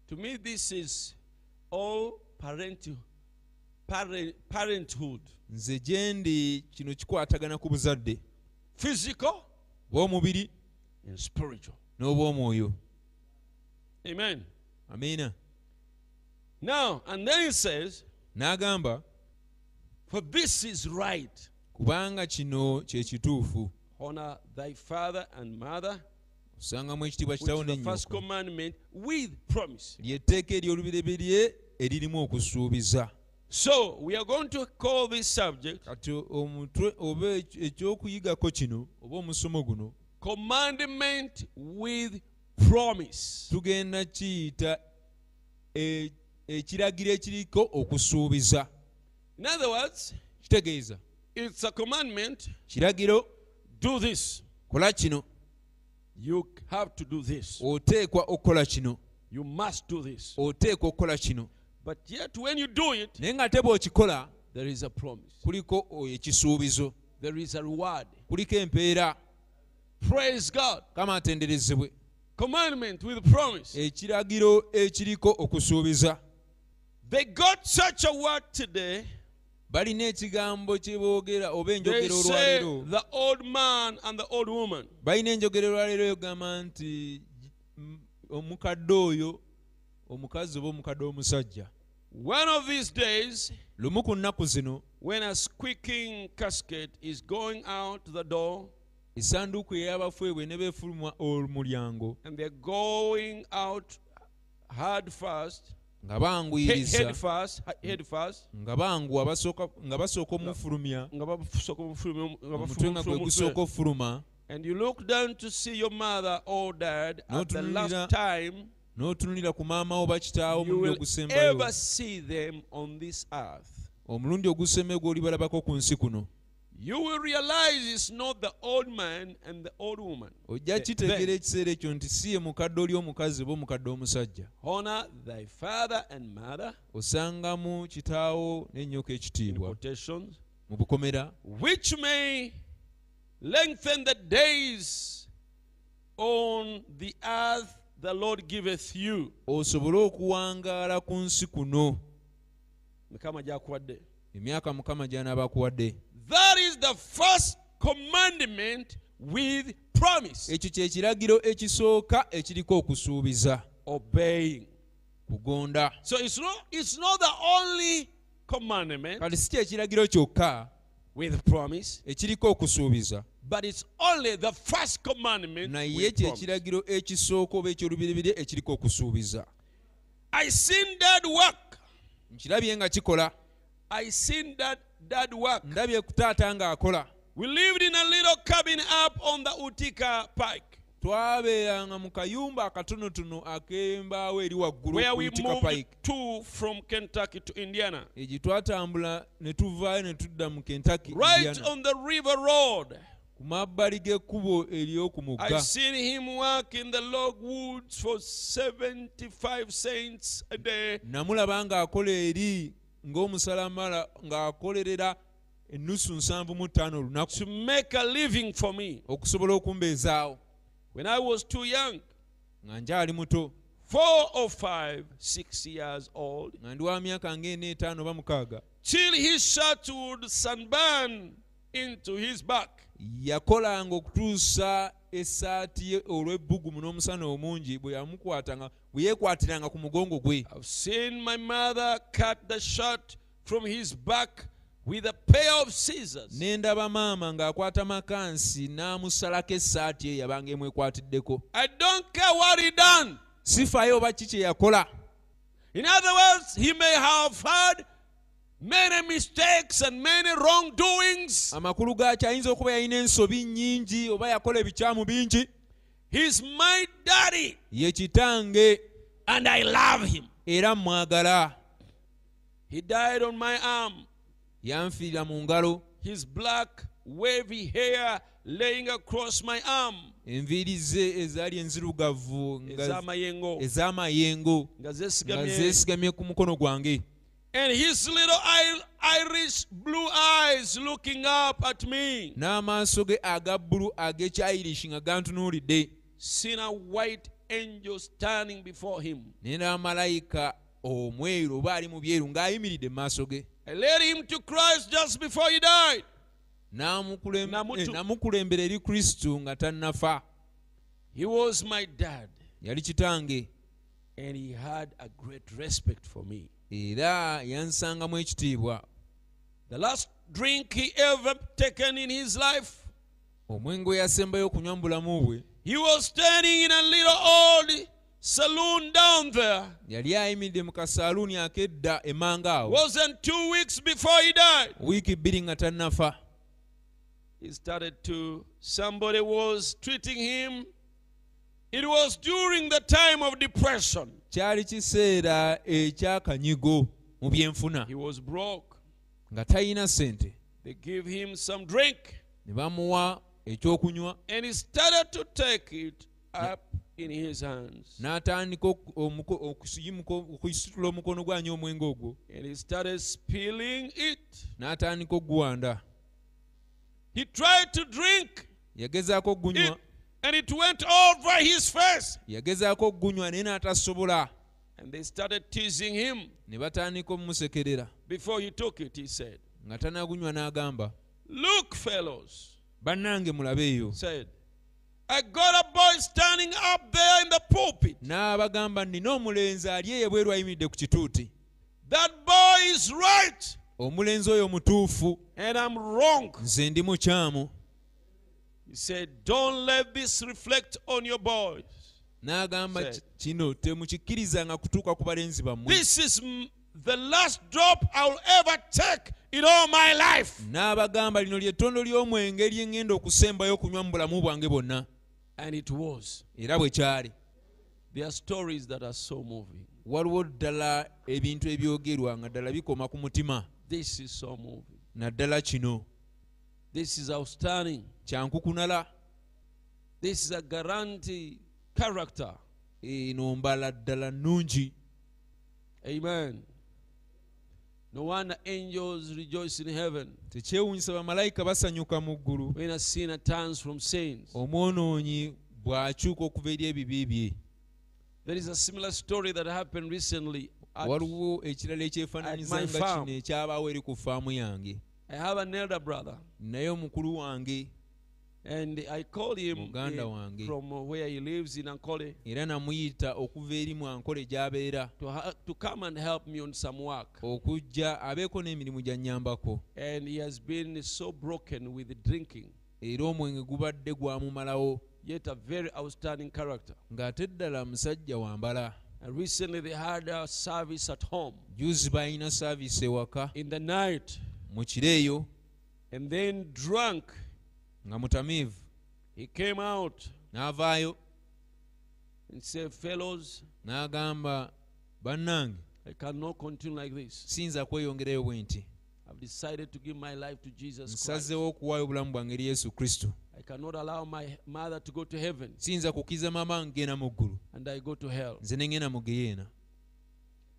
Speaker 1: To me, this is all parent, parent, parenthood
Speaker 2: nze gye ndi kino kikwatagana ku buzadde
Speaker 1: physical
Speaker 2: bw'omubiri
Speaker 1: and spiritual.
Speaker 2: n'obw'omwoyo
Speaker 1: Amen.
Speaker 2: amiina
Speaker 1: Now, and then it says,
Speaker 2: n'agamba
Speaker 1: For this is right.
Speaker 2: kubanga kino kye kituufu
Speaker 1: Honor thy father and mother,
Speaker 2: osangamu ekitiibwa
Speaker 1: which
Speaker 2: kitawo
Speaker 1: is the first
Speaker 2: nennyoko
Speaker 1: commandment with promise.
Speaker 2: lyetteeka eryolubireberye eririmu okusuubiza
Speaker 1: So we are going to call this subject
Speaker 2: kati omutwe oba ek- ekyokuyigako kino oba omusomo guno
Speaker 1: commandment with promise.
Speaker 2: tugenda kiyita e- ekiragiro ekiriko okusuubiza
Speaker 1: In other words,
Speaker 2: kitegeeza
Speaker 1: it's a commandment
Speaker 2: kiragiro
Speaker 1: do this.
Speaker 2: kola kino
Speaker 1: You have to do this.
Speaker 2: oteekwa okukola kino
Speaker 1: You must do this.
Speaker 2: oteekwa okukola kino
Speaker 1: But yet, when you do it,
Speaker 2: naye nga ate bw'okikola
Speaker 1: there is a promise,
Speaker 2: kuliko o- ekisuubizo
Speaker 1: there is a reward.
Speaker 2: kuliko empeera
Speaker 1: Praise God.
Speaker 2: kama atenderezebwe
Speaker 1: Commandment with promise.
Speaker 2: Eh. ekiragiro ekiriko okusuubiza
Speaker 1: They got such a word today.
Speaker 2: balina ekigambo kye boogera oba
Speaker 1: They
Speaker 2: enjogero
Speaker 1: say
Speaker 2: olwaleero
Speaker 1: the old man and the old woman.
Speaker 2: balina enjogero olwaleero egamba nti mm, omukadde oyo omukazi oba omukadde omusajja
Speaker 1: One of these days,
Speaker 2: lumu ku nnaku zino
Speaker 1: when a squeaking casket is going out the door
Speaker 2: essanduuku ey'abafeebwe ne beefuluma omulyango
Speaker 1: and they're going out hard fast,
Speaker 2: nga
Speaker 1: head,
Speaker 2: banguyiriza
Speaker 1: head fast, he- head fast.
Speaker 2: nga banguwa basooka- nga basooka omufulumya
Speaker 1: nga bafusooka omufulumu- nga
Speaker 2: omutwe nga gwe gusooka
Speaker 1: bafulumufulumu.
Speaker 2: ofuluma
Speaker 1: And you look down to see your mother or dad at the
Speaker 2: N'otunuulira
Speaker 1: last time
Speaker 2: n'otunulira ku maama wo bakitaawo
Speaker 1: you
Speaker 2: omulundi
Speaker 1: will
Speaker 2: ogusembayo
Speaker 1: ever see them on this earth.
Speaker 2: omulundi ogusembayo gwe olibalabako ku nsi kuno
Speaker 1: You will realize it's not the old man and the old woman.
Speaker 2: ojja
Speaker 1: Th-
Speaker 2: kitegeera
Speaker 1: then,
Speaker 2: ekiseera ekyo nti si ye mukadde oli omukazi oba omukadde omusajja
Speaker 1: honor thy father and mother,
Speaker 2: osangamu kitaawo n'ennyoko
Speaker 1: in
Speaker 2: ekitiibwa
Speaker 1: quotations,
Speaker 2: mu bukomera
Speaker 1: which may lengthen the days on the earth the Lord giveth you.
Speaker 2: osobole okuwangaala ku nsi kuno
Speaker 1: Mukama gy'akuwadde.
Speaker 2: emyaka mukama gy'anaaba akuwadde
Speaker 1: That is the first commandment with promise.
Speaker 2: ekyo kye kiragiro ekisooka ekiriko okusuubiza
Speaker 1: Obeying.
Speaker 2: kugonda
Speaker 1: So it's not, it's not the only commandment
Speaker 2: kati si kyekiragiro kyokka
Speaker 1: with promise,
Speaker 2: ekiriko okusuubiza
Speaker 1: but it's only the first commandment.
Speaker 2: naye
Speaker 1: with promise.
Speaker 2: kyekiragiro ekisooka oba ekyolubiribiri ekiriko okusuubiza
Speaker 1: I seen that work.
Speaker 2: nkirabye nga kikola
Speaker 1: I seen that dad work.
Speaker 2: ndabye ku taata ng'akola
Speaker 1: We lived in a little cabin up on the Utica Pike
Speaker 2: twabeeranga mu kayumba akatonotono ak'embaawo eri waggulu
Speaker 1: where
Speaker 2: ku
Speaker 1: we
Speaker 2: Utica
Speaker 1: moved
Speaker 2: Pike.
Speaker 1: to from Kentucky to Indiana.
Speaker 2: egye twatambula ne tuvaayo ne tudda mu kentaki
Speaker 1: Right on the river road,
Speaker 2: ku mabbali g'ekkubo ery'oku
Speaker 1: I
Speaker 2: mugga
Speaker 1: seen him work in the log woods for 75 cents a day.
Speaker 2: namulaba ng'akola eri ng'omusalamala ng'akolerera ennusu nsanvu mu ttaano olunaku
Speaker 1: to make a living for me
Speaker 2: okusobola okumbeezaawo
Speaker 1: when I was too young,
Speaker 2: nga nkyali muto
Speaker 1: four or five, six years old.
Speaker 2: nga ndi wa myaka ng'ena etaano oba mukaaga
Speaker 1: Till his shirt would sunburn into his back.
Speaker 2: yakolanga okutuusa essaati ye olw'ebbugumu n'omusana omungi bwe yamukwatanga bwe yeekwatiranga ku mugongo gwe
Speaker 1: I've seen my mother cut the shirt from his back with a pair of scissors.
Speaker 2: ne ndaba maama ng'akwata makansi n'amusalako essaati ye yabanga emwekwatiddeko
Speaker 1: I don't care what he done.
Speaker 2: sifayo oba ki kye yakola
Speaker 1: In other words, he may have had many mistakes and many wrongdoings.
Speaker 2: amakulu gaaki ayinza okuba yalina ensobi nnyingi oba yakola ebikyamu bingi
Speaker 1: He's my daddy,
Speaker 2: ye kitange
Speaker 1: and I love him.
Speaker 2: era mwagala
Speaker 1: He died on my arm.
Speaker 2: yanfiira mu ngalo
Speaker 1: his black wavy hair laying across my arm
Speaker 2: enviiri ze ezaali enzirugavu nga-
Speaker 1: ez'amayengo
Speaker 2: ez'amayengo
Speaker 1: nga
Speaker 2: nga
Speaker 1: zeesigamye
Speaker 2: zeesigamye ku mukono gwange
Speaker 1: and his little I- irish blue eyes looking up at me
Speaker 2: n'amaaso ge aga bbulu ag'ekyirish nga gantunuulidde
Speaker 1: seen a white angel standing before him
Speaker 2: naye ndaba malayika omweru oba ali mu byeru ng'ayimiridde mu maaso ge
Speaker 1: i led him to christ just before he died
Speaker 2: N'amukulem-
Speaker 1: Namutu-
Speaker 2: eh, n'amukulembera eri kristo nga tannafa
Speaker 1: he was my dad
Speaker 2: yali kitange
Speaker 1: and he had a great respect for me
Speaker 2: era yansangamu ekitiibwa
Speaker 1: the last drink he ever taken in his life
Speaker 2: omwenge eyasembayo okunywa mu bulamu bwe
Speaker 1: he was standing in a little old saloon down there
Speaker 2: yali ayimiridde mu kasaaluuni ak'edda e emanga awo
Speaker 1: wasn't two weeks before he died.
Speaker 2: wiiki bbiri nga tannafa
Speaker 1: He started to, somebody was treating him. It was during the time of depression.
Speaker 2: kyali kiseera ekyakanyigo mu byenfuna
Speaker 1: He was broke.
Speaker 2: nga talina ssente
Speaker 1: They gave him some drink
Speaker 2: ne bamuwa ekyokunywa
Speaker 1: and he started to take it up in his hands.
Speaker 2: n'atandika oku- omuko- okusiyimuka- okuyisitula omukono gwanyi omwenge ogwo
Speaker 1: And he started spilling it.
Speaker 2: n'atandika oguwanda
Speaker 1: He tried to drink
Speaker 2: yagezaako
Speaker 1: it
Speaker 2: okugunywa
Speaker 1: and it went over his face.
Speaker 2: yagezaako okugunywa naye n'atasobola
Speaker 1: And they started teasing him.
Speaker 2: ne batandika omumusekerera
Speaker 1: Before he took it, he said,
Speaker 2: nga tanagunywa n'agamba
Speaker 1: Look, fellows.
Speaker 2: bannange mulabe eyo
Speaker 1: said, I got a boy standing up there in the pulpit.
Speaker 2: n'abagamba nina omulenzi ali eyebweru ayimiridde ku kituuti
Speaker 1: That boy is right
Speaker 2: omulenzi oyo mutuufu
Speaker 1: and I'm wrong.
Speaker 2: nze ndi mukyamu
Speaker 1: He said, Don't let this reflect on your boys.
Speaker 2: n'agamba
Speaker 1: Said.
Speaker 2: "Ki- kino temukikkirizanga kutuuka ku balenzi bammwe
Speaker 1: This is m- the last drop I'll ever take in all my life.
Speaker 2: n'abagamba lino lyettondo ly'omwenge eryengenda okusembayo okunywa mu bulamu bwange bwonna
Speaker 1: And it was.
Speaker 2: era bwe kyali
Speaker 1: There are stories that are so moving.
Speaker 2: waliwo ddala ebintu ebyogerwa nga ddala bikoma ku mutima
Speaker 1: This is so moving.
Speaker 2: naddala kino
Speaker 1: This is outstanding.
Speaker 2: kyankukunala
Speaker 1: This is a guarantee character.
Speaker 2: eno mbala ddala nnungi
Speaker 1: Amen. No wonder angels rejoice in heaven.
Speaker 2: tekyewunyisa bamalayika basanyuka mu ggulu
Speaker 1: when a sinner turns from sins.
Speaker 2: omwonoonyi bw'akyuka okuva eri ebibi bye
Speaker 1: There is a similar story that happened recently. At-
Speaker 2: waliwo ekirala
Speaker 1: at my
Speaker 2: ekyefaananyizanga
Speaker 1: farm.
Speaker 2: kino ekyabaawo eri ku faamu yange
Speaker 1: I have an elder brother,
Speaker 2: naye omukulu wange
Speaker 1: and I call him
Speaker 2: Muganda
Speaker 1: eh,
Speaker 2: wange.
Speaker 1: from uh, where he lives in Ankole
Speaker 2: era namuyita okuva eri mwankole gy'abeera
Speaker 1: to, ha- to come and help me on some work.
Speaker 2: Oh. okujja abeeko n'emirimu gy'annyambako
Speaker 1: And he has been so broken with drinking,
Speaker 2: era omwenge gubadde gwamumalawo
Speaker 1: yet a very outstanding character.
Speaker 2: ng'ate ddala musajja wambala
Speaker 1: And recently they had a service at home
Speaker 2: juzi baalina saaviisi ewaka
Speaker 1: in the night.
Speaker 2: mukireeyo
Speaker 1: and then drunk.
Speaker 2: nga mutamiivu
Speaker 1: He came out
Speaker 2: n'avaayo
Speaker 1: and said, Fellows,
Speaker 2: n'agamba bannange
Speaker 1: I cannot continue like this.
Speaker 2: siyinza kweyongerayo bwe nti
Speaker 1: I've decided to give my life to Jesus Christ.
Speaker 2: nsazeewo okuwaayo obulamu bwange eri yesu kristo
Speaker 1: I cannot allow my mother to go to heaven
Speaker 2: siyinza kukkiriza maama ngenda mu ggulu
Speaker 1: and I go to hell.
Speaker 2: nze nengenda mu geyeena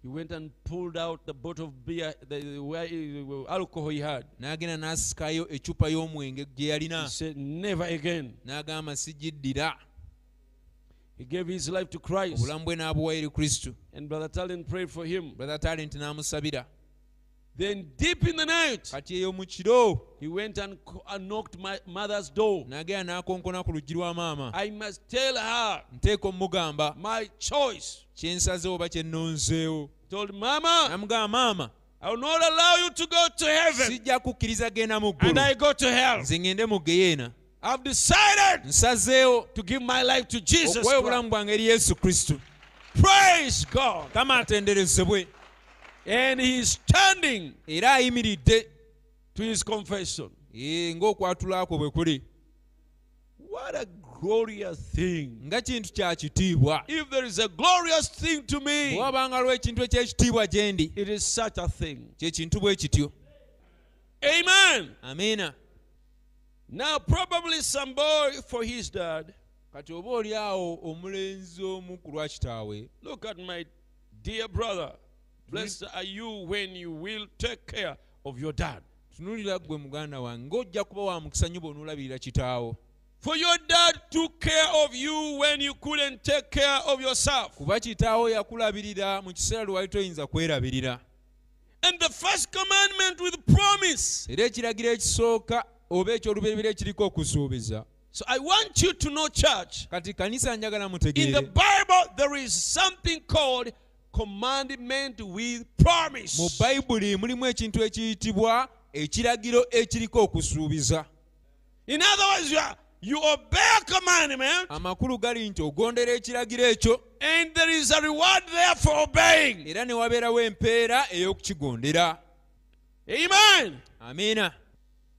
Speaker 1: He went and pulled out the bottle of beer, the, the, where he- the alcohol he had.
Speaker 2: n'agenda n'asikayo eccupa y'omwenge gye yalina
Speaker 1: He said, Never again.
Speaker 2: n'agamba sigiddira
Speaker 1: He gave his life to Christ.
Speaker 2: obulamu bwe n'abuwa eri kristo
Speaker 1: And Brother Talent prayed for him.
Speaker 2: brother talent n'amusabira
Speaker 1: Then, deep in the night,
Speaker 2: kati eyo mu kiro
Speaker 1: he went and, co- and knocked my mother's door.
Speaker 2: n'agenda n'akonkona ku luggi lwa maama
Speaker 1: I must tell her
Speaker 2: nteeka omugamba
Speaker 1: my choice.
Speaker 2: kye nsazeewo oba kye nnonzeewo
Speaker 1: Told Mama,
Speaker 2: n'amugamba maama
Speaker 1: I will not allow you to go to heaven
Speaker 2: sijja kukkiriza genda mu ggulu
Speaker 1: and I go to hell.
Speaker 2: nze ngende mu geyeena
Speaker 1: I've decided
Speaker 2: nsazeewo
Speaker 1: to give my life to Jesus.
Speaker 2: okuwayo
Speaker 1: Christ.
Speaker 2: obulamu bwange eri yesu kristo
Speaker 1: Praise God.
Speaker 2: kama atenderezebwe
Speaker 1: And he's standing
Speaker 2: era ayimiridde
Speaker 1: to his confession.
Speaker 2: Eh, ng'okwatula kwe bwe kuli
Speaker 1: What a glorious thing.
Speaker 2: nga kintu kya kitiibwa
Speaker 1: If there is a glorious thing to me,
Speaker 2: bwewabanga lw ekintu ekyekitiibwa gye ndi
Speaker 1: it is such a thing.
Speaker 2: kyekintu bwe kityo
Speaker 1: Amen.
Speaker 2: amiina
Speaker 1: Now, probably some boy for his dad.
Speaker 2: kati oba oli awo omulenzi omu ku lwa kitaawe
Speaker 1: Look at my dear brother. Blessed are you when you will take care of your dad.
Speaker 2: tunulira gwe muganda wange ng'ojja kuba wa mukisa nnyo bw'onoolabirira kitaawo
Speaker 1: For your dad took care of you when you couldn't take care of yourself.
Speaker 2: kuba kitaawo yakulabirira mu kiseera lwe wali toyinza kwerabirira
Speaker 1: And the first commandment with promise.
Speaker 2: era ekiragiro ekisooka oba ekyolubereberye ekiriko okusuubiza
Speaker 1: So I want you to know, church,
Speaker 2: kati kanisa njagala
Speaker 1: in the
Speaker 2: mutegeere
Speaker 1: Bible there is something called commandment with promise.
Speaker 2: mu bayibuli mulimu ekintu ekiyitibwa ekiragiro ekiriko okusuubiza
Speaker 1: In other words, you, are, you obey a commandment
Speaker 2: amakulu gali nti ogondera ekiragiro ekyo
Speaker 1: and there is a reward there for obeying.
Speaker 2: era ne wabeerawo empeera ey'okukigondera
Speaker 1: Amen.
Speaker 2: amiina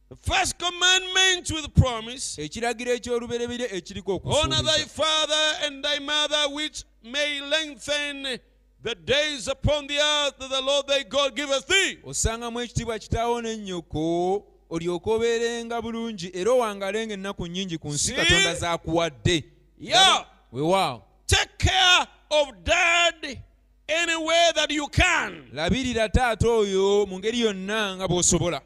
Speaker 1: The first commandment with promise
Speaker 2: ekiragiro eky'olubereberye ekiriko
Speaker 1: honor thy
Speaker 2: okusuubiza
Speaker 1: father and thy mother, which may lengthen the days upon the earth that the Lord thy God giveth thee.
Speaker 2: osangamu ekitiibwa kitaawo ne nnyoko olyoke obeerenga bulungi era owangalenga ennaku nnyingi ku nsi
Speaker 1: See?
Speaker 2: katonda zaakuwadde
Speaker 1: Yeah.
Speaker 2: weewaawo
Speaker 1: Take care of dad any way that you can.
Speaker 2: labirira taata oyo mu ngeri yonna nga bw'osobola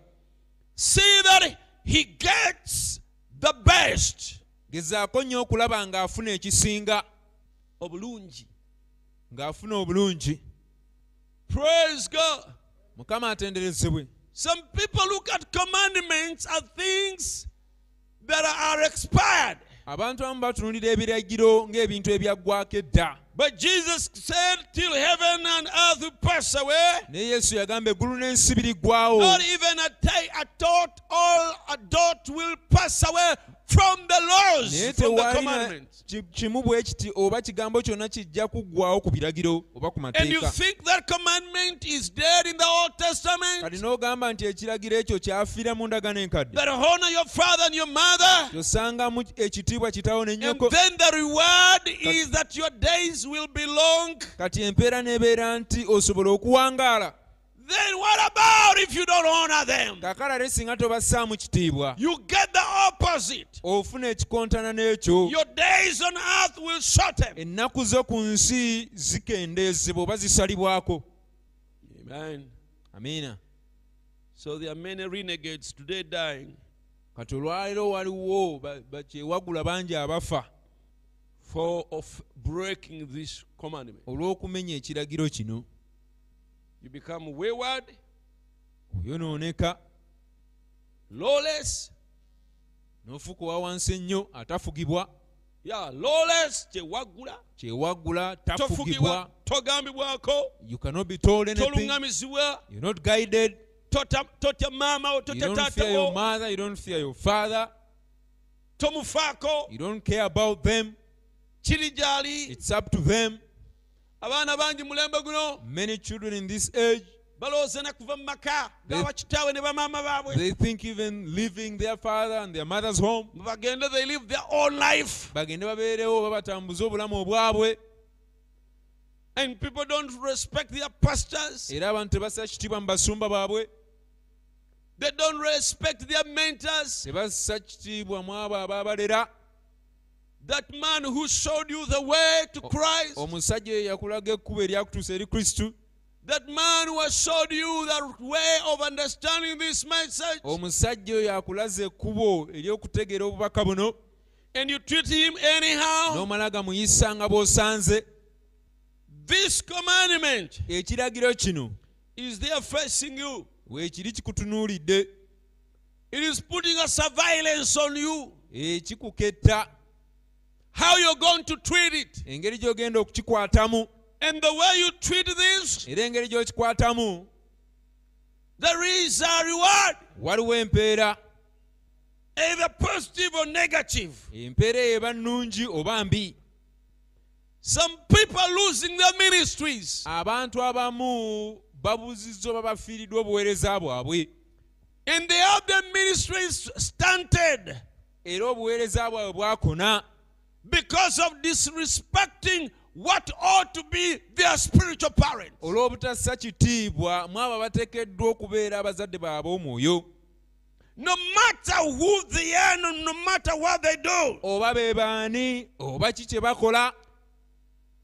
Speaker 1: See that he gets the best.
Speaker 2: gezaako nnyo okulaba ng'afuna ekisinga
Speaker 1: Obulungi.
Speaker 2: ng'afuna obulungi
Speaker 1: Praise God.
Speaker 2: mukama atenderezebwe
Speaker 1: Some people look at commandments as things that are expired.
Speaker 2: abantu abamu batunulira ebiragiro ng'ebintu ebyaggwako edda
Speaker 1: But Jesus said, Till heaven and earth will pass away,
Speaker 2: naye yesu yagamba eggulu n'ensi biriggwawo
Speaker 1: not even a, ti- a thought or a dot will pass away from the
Speaker 2: naye
Speaker 1: laws, from the
Speaker 2: tewali na
Speaker 1: commandments.
Speaker 2: ki- kimu bwe kiti oba kigambo kyonna kijja kuggwawo ku biragiro oba ku
Speaker 1: And you
Speaker 2: mateeka
Speaker 1: think that commandment is dead in the Old Testament?
Speaker 2: kati n'ogamba nti ekiragiro ekyo kyafiira mu ndagano enkadde
Speaker 1: That honor your father and your mother,
Speaker 2: tosangamu ekitiibwa kitaawo ne
Speaker 1: and
Speaker 2: nnyoko
Speaker 1: then the reward is that your days will be long.
Speaker 2: kati empeera n'ebeera nti osobola okuwangaala
Speaker 1: Then what about if you don't honor them?
Speaker 2: kakala le singa tobassaamu kitiibwa
Speaker 1: You get the opposite.
Speaker 2: ofuna ekikontana n'ekyo
Speaker 1: Your days on earth will shorten.
Speaker 2: ennaku zo ku nsi zikendeezebwa oba zisalibwako
Speaker 1: Amen.
Speaker 2: amiina
Speaker 1: So there are many renegades today dying
Speaker 2: kati olwaleero waliwo ba- bakyewagula bangi abafa
Speaker 1: for of breaking this commandment.
Speaker 2: olw'okumenya ekiragiro kino
Speaker 1: You become wayward,
Speaker 2: oyonooneka
Speaker 1: lawless,
Speaker 2: n'ofuuka owa wansi ennyo atafugibwa
Speaker 1: yeah, lawless, kyewagula,
Speaker 2: kyewaggula
Speaker 1: tofugibwa,
Speaker 2: tafugibwa
Speaker 1: togambibwako,
Speaker 2: you cannot be told anything
Speaker 1: tolungamizibwa,
Speaker 2: you're not guided
Speaker 1: tota totya maama wo,
Speaker 2: you
Speaker 1: totya
Speaker 2: don't
Speaker 1: taata
Speaker 2: fear your
Speaker 1: wo,
Speaker 2: mother you don't fear your father
Speaker 1: tomufaako,
Speaker 2: you don't care about them
Speaker 1: kiri gy'ali.
Speaker 2: it's up to them
Speaker 1: Abaana bangi mulembe guno
Speaker 2: many children in this age
Speaker 1: balowooza na kuva mu maka
Speaker 2: They-
Speaker 1: gabakitaawe ne bamaama baabwe
Speaker 2: They think even leaving their father and their mother's home,
Speaker 1: Mwe bagende they live their own life
Speaker 2: bagende babeerewo babatambuze obulamu obwabwe
Speaker 1: and people don't respect their pastors
Speaker 2: era abantu tebassa kitiibwa mu basumba baabwe
Speaker 1: they don't respect their mentors
Speaker 2: tebassa kitiibwa mu abo abaabalera
Speaker 1: that man who showed you the way to
Speaker 2: Oh,
Speaker 1: Christ
Speaker 2: omusajja oyo yakulaga ekkuba eryakutuusa eri kristu
Speaker 1: that man who has showed you the way of understanding this message
Speaker 2: Oh omusajja oyo akulaza ekkubo ery'okutegeera obubaka buno
Speaker 1: and you treat him anyhow
Speaker 2: n'omala gamuyisa nga bw'osanze
Speaker 1: this commandment
Speaker 2: ekiragiro kino
Speaker 1: is there facing you
Speaker 2: weekiri kikutunuulidde
Speaker 1: it is putting a surveillance on you
Speaker 2: ekikuketta
Speaker 1: how you're going to treat it
Speaker 2: engeri gy'ogenda okukikwatamu
Speaker 1: and the way you treat this
Speaker 2: era engeri gy'okikwatamu
Speaker 1: there is a reward
Speaker 2: waliwo empeera
Speaker 1: either positive or negative
Speaker 2: empeera eyo eba nnungi oba mbi
Speaker 1: some people losing their ministries
Speaker 2: abantu abamu babuzizza oba bafiiriddwa obuweereza bwabwe
Speaker 1: and they have their ministries stunted
Speaker 2: era obuweereza bwabwe bwakona
Speaker 1: because of disrespecting what ought to be their spiritual parent.
Speaker 2: olw'obutassa kitiibwa mu abo abateekeddwa okubeera abazadde baabwe omwoyo
Speaker 1: No matter who they are, no no matter what they do,
Speaker 2: oba be baani oba ki kye bakola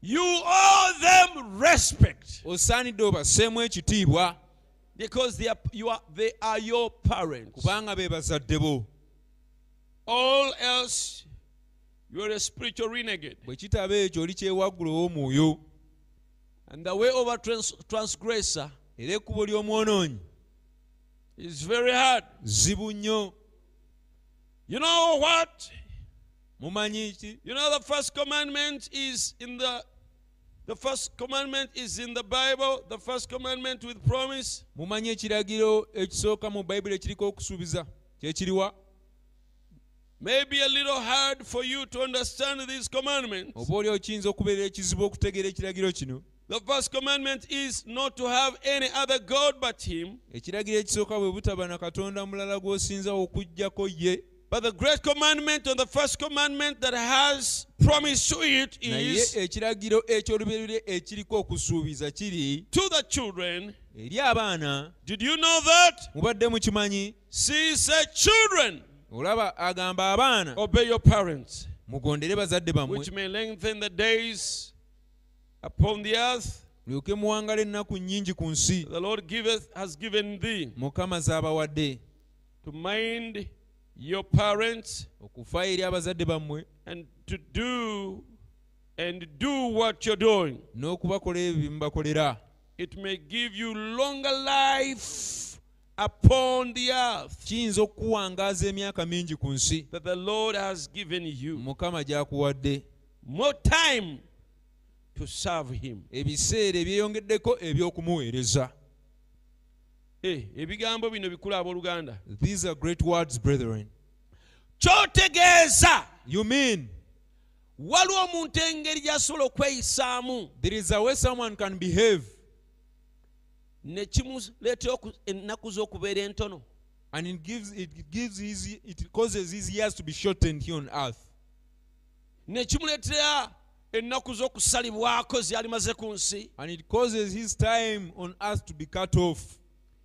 Speaker 1: you owe them respect
Speaker 2: osaanidde obasseemu ekitiibwa
Speaker 1: because they are, you are, they are your parents.
Speaker 2: kubanga be bazadde bo
Speaker 1: All else, you are a spiritual renegade.
Speaker 2: bwe kitaba ekyo oli kyewaggula ow'omwoyo
Speaker 1: And the way of a trans- transgressor
Speaker 2: era ekkubo ly'omwonoonyi
Speaker 1: is very hard.
Speaker 2: zibu nnyo
Speaker 1: You know what?
Speaker 2: mumanyi ki
Speaker 1: You know the first commandment is in the the first commandment is in the Bible, the first commandment with promise.
Speaker 2: mumanyi ekiragiro ekisooka mu bayibuli ekiriko okusuubiza kyekiriwa
Speaker 1: Maybe a little hard for you to understand these commandments.
Speaker 2: oba oli okiyinza okubeera ekizibu okutegeera ekiragiro kino
Speaker 1: The first commandment is not to have any other God but him.
Speaker 2: ekiragiro ekisooka bwe butaba na katonda mulala gw'osinzawo okuggyako ye
Speaker 1: But the great commandment or the first commandment that has promise to it
Speaker 2: naye
Speaker 1: is
Speaker 2: ekiragiro ekyolubeerere ekiriko okusuubiza kiri
Speaker 1: to the children.
Speaker 2: eri abaana
Speaker 1: Did you know that?
Speaker 2: mubadde mukimanyi
Speaker 1: See, said children,
Speaker 2: olaba agamba abaana
Speaker 1: obey your parents,
Speaker 2: mugondere bazadde bammwe
Speaker 1: which may lengthen the days upon the earth.
Speaker 2: mulyoke muwangala ennaku nnyingi ku nsi
Speaker 1: The Lord giveth has given thee
Speaker 2: mukama z'abawadde
Speaker 1: to mind your parents
Speaker 2: okufa eri abazadde bammwe
Speaker 1: and to do and do what you're doing.
Speaker 2: n'okubakola ebyo bye mubakolera
Speaker 1: It may give you longer life upon the earth
Speaker 2: kiyinza okukuwangaaza emyaka mingi ku nsi
Speaker 1: that the Lord has given you.
Speaker 2: mukama gy'akuwadde
Speaker 1: More time to serve him.
Speaker 2: ebiseera ebyeyongeddeko eby'okumuweereza
Speaker 1: Eh, ebigambo bino bikula abooluganda.
Speaker 2: these are great words brethren
Speaker 1: Kyotegeeza
Speaker 2: you mean
Speaker 1: waliwo omuntu engeri gy'asobola okweyisaamu
Speaker 2: there is a way someone can behave
Speaker 1: ne kimuleetera oku- ennaku z'okubeera entono.
Speaker 2: and it gives, it gives his, it causes his years to be shortened here on earth
Speaker 1: nekimuleetera ennaku z'okusalibwako zyalimaze ku nsi
Speaker 2: and it causes his time on earth to be cut off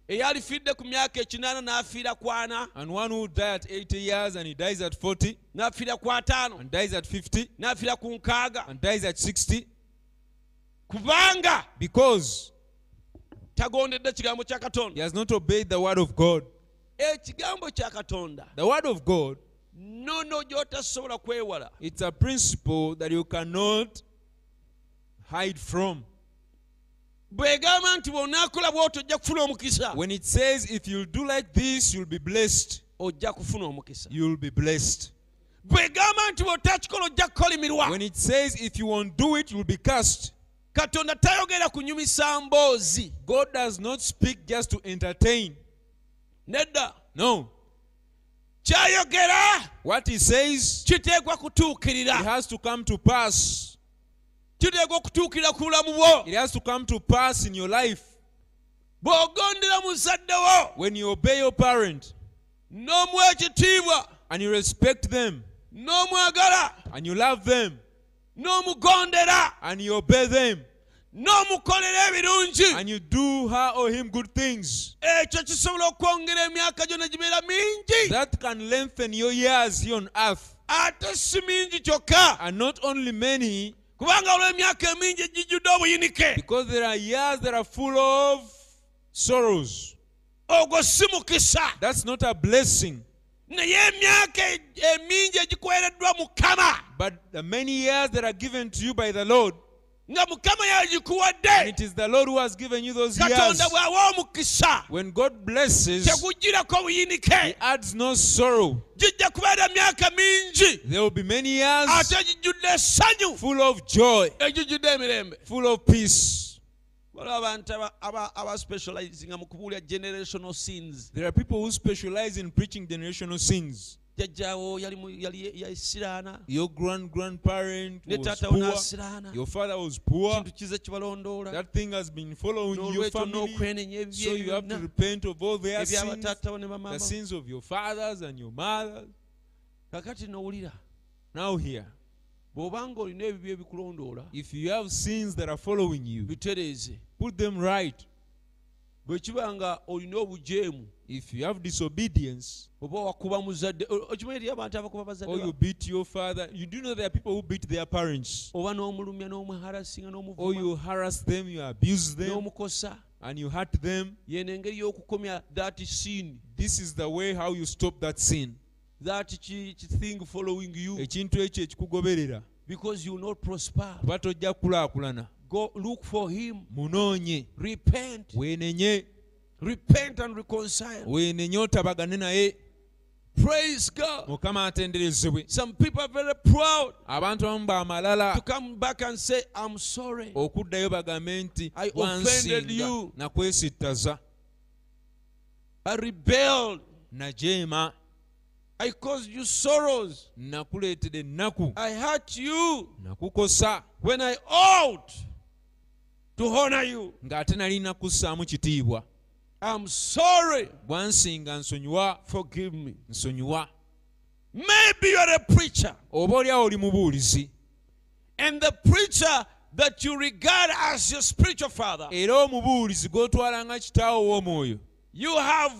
Speaker 1: eyalifidde ku myaka ekinaana n'afiira ku ana
Speaker 2: and one who die at 80 years and he dies at 40
Speaker 1: n'afiira ku ataano
Speaker 2: and dies at 50
Speaker 1: n'afiira ku nkaaga
Speaker 2: and dies at 60
Speaker 1: kubanga
Speaker 2: because
Speaker 1: tagondedde kigambo kya
Speaker 2: he
Speaker 1: katonda
Speaker 2: has not obeyed the word of God.
Speaker 1: ekigambo kya katonda
Speaker 2: The word of God,
Speaker 1: nono gy'otasobola kwewala
Speaker 2: it's a principle that you cannot hide from.
Speaker 1: bwegamba nti bw'onaakola bw'otyo ojja kufuna omukisa
Speaker 2: When it says, if you'll do like this, you'll be blessed,
Speaker 1: ojja kufuna omukisa
Speaker 2: you'll be blessed.
Speaker 1: bwegamba nti bw'otakikola ojja kukolimirwa
Speaker 2: When it says, if you won't do it, you'll be cursed.
Speaker 1: katonda tayogera kunyumisa mboozi
Speaker 2: God does not speak just to entertain.
Speaker 1: nedda
Speaker 2: No.
Speaker 1: kyayogera
Speaker 2: What he says,
Speaker 1: kiteekwa
Speaker 2: it
Speaker 1: kutuukirira
Speaker 2: has to come to pass.
Speaker 1: kiteekwa okutuukirira ku bulamu bwo
Speaker 2: It has to come to pass in your life.
Speaker 1: bw'ogondera muzadde wo
Speaker 2: When you obey your parent
Speaker 1: n'omuwa ekitiibwa
Speaker 2: and you respect them
Speaker 1: n'omwagala
Speaker 2: and you love them
Speaker 1: n'omugondera
Speaker 2: and you obey them
Speaker 1: n'omukolera ebirungi
Speaker 2: and you do her or him good things,
Speaker 1: ekyo kisobola okwongera emyaka gyo ne gibeera mingi
Speaker 2: that can lengthen your years here on earth.
Speaker 1: ate si mingi kyokka
Speaker 2: And not only many,
Speaker 1: kubanga olw'emyaka emingi egijjudde obuyinike
Speaker 2: because there are years that are full of sorrows.
Speaker 1: ogwo si mukisa
Speaker 2: That's not a blessing.
Speaker 1: naye emyaka e- emingi egikwereddwa mukama
Speaker 2: But the many years that are given to you by the Lord,
Speaker 1: nga mukama
Speaker 2: and
Speaker 1: yagikuwadde
Speaker 2: it is the Lord who has given you those years.
Speaker 1: katonda bw'awa omukisa
Speaker 2: When God blesses,
Speaker 1: tegugirako
Speaker 2: He
Speaker 1: buyinike
Speaker 2: adds no sorrow.
Speaker 1: gijja kubeera myaka mingi
Speaker 2: There will be many years
Speaker 1: ate egijjudde essanyu
Speaker 2: full of joy,
Speaker 1: egijjudde emirembe
Speaker 2: full of peace.
Speaker 1: waliwo abantu aba- aba- abaspecializinga mu kubuulira generational sins
Speaker 2: There are people who specialize in preaching generational sins.
Speaker 1: jajjaawo yali mu- yali yasiraana
Speaker 2: Your grand grandparent
Speaker 1: ne
Speaker 2: was
Speaker 1: taatawo
Speaker 2: poor.
Speaker 1: n'asiraana
Speaker 2: Your father was poor.
Speaker 1: kintu kize kibalondoola
Speaker 2: That thing has been following your
Speaker 1: n'olwekyo
Speaker 2: family.
Speaker 1: n'okwenenya
Speaker 2: So you have to
Speaker 1: ebyebyo
Speaker 2: repent of all their sins,
Speaker 1: ebyabataatawo ne
Speaker 2: the
Speaker 1: bamaama
Speaker 2: sins of your fathers and your mothers.
Speaker 1: kakati nowulira
Speaker 2: Now here,
Speaker 1: bw'obanga olina ebibi ebikulondoola
Speaker 2: if you have sins that are following you,
Speaker 1: bitereeze
Speaker 2: put them right.
Speaker 1: bwe kiba nga olina obujeemu
Speaker 2: If you have disobedience,
Speaker 1: oba wakuba muzadde o- okimanyi eri abantu abakuba bazadde
Speaker 2: or you
Speaker 1: baabwe?
Speaker 2: beat your father, you do know there are people who beat their parents,
Speaker 1: oba n'omulumya n'omuharasinga
Speaker 2: or
Speaker 1: n'omuvuma
Speaker 2: you harass them, you abuse them,
Speaker 1: n'omukosa
Speaker 2: and you hurt them.
Speaker 1: yeno engeri y'okukomya that sin
Speaker 2: This is the way how you stop that sin.
Speaker 1: that ki- ki thing following you
Speaker 2: ekintu ekyo ekikugoberera
Speaker 1: because you will not prosper
Speaker 2: kuba tojja kulaakulana
Speaker 1: go look for him
Speaker 2: munoonye
Speaker 1: repent
Speaker 2: weenenye
Speaker 1: repent and reconcile
Speaker 2: weenenye otabagane naye
Speaker 1: praise god
Speaker 2: mukama atenderezebwe
Speaker 1: some people are very proud
Speaker 2: abantu
Speaker 1: to
Speaker 2: abamu baamalala
Speaker 1: come back and say i'm sorry
Speaker 2: okuddayo bagambe nti
Speaker 1: I offended
Speaker 2: wansinga
Speaker 1: you."
Speaker 2: nakwesittaza
Speaker 1: i rebelled
Speaker 2: najeema
Speaker 1: i caused you sorrows
Speaker 2: nakuleetera ennaku
Speaker 1: i hurt you
Speaker 2: nakukosa
Speaker 1: when i ought to honor you
Speaker 2: ng'ate nali nakussaamu kitiibwa
Speaker 1: i'm sorry
Speaker 2: bwansinga nsonyiwa
Speaker 1: forgive me
Speaker 2: nsonyiwa
Speaker 1: maybe you are a preacher
Speaker 2: oba oliawo oli mubuulizi
Speaker 1: and the preacher that you regard as your spiritual father
Speaker 2: era omubuulizi gw'otwalanga kitaawo w'omwoyo
Speaker 1: you have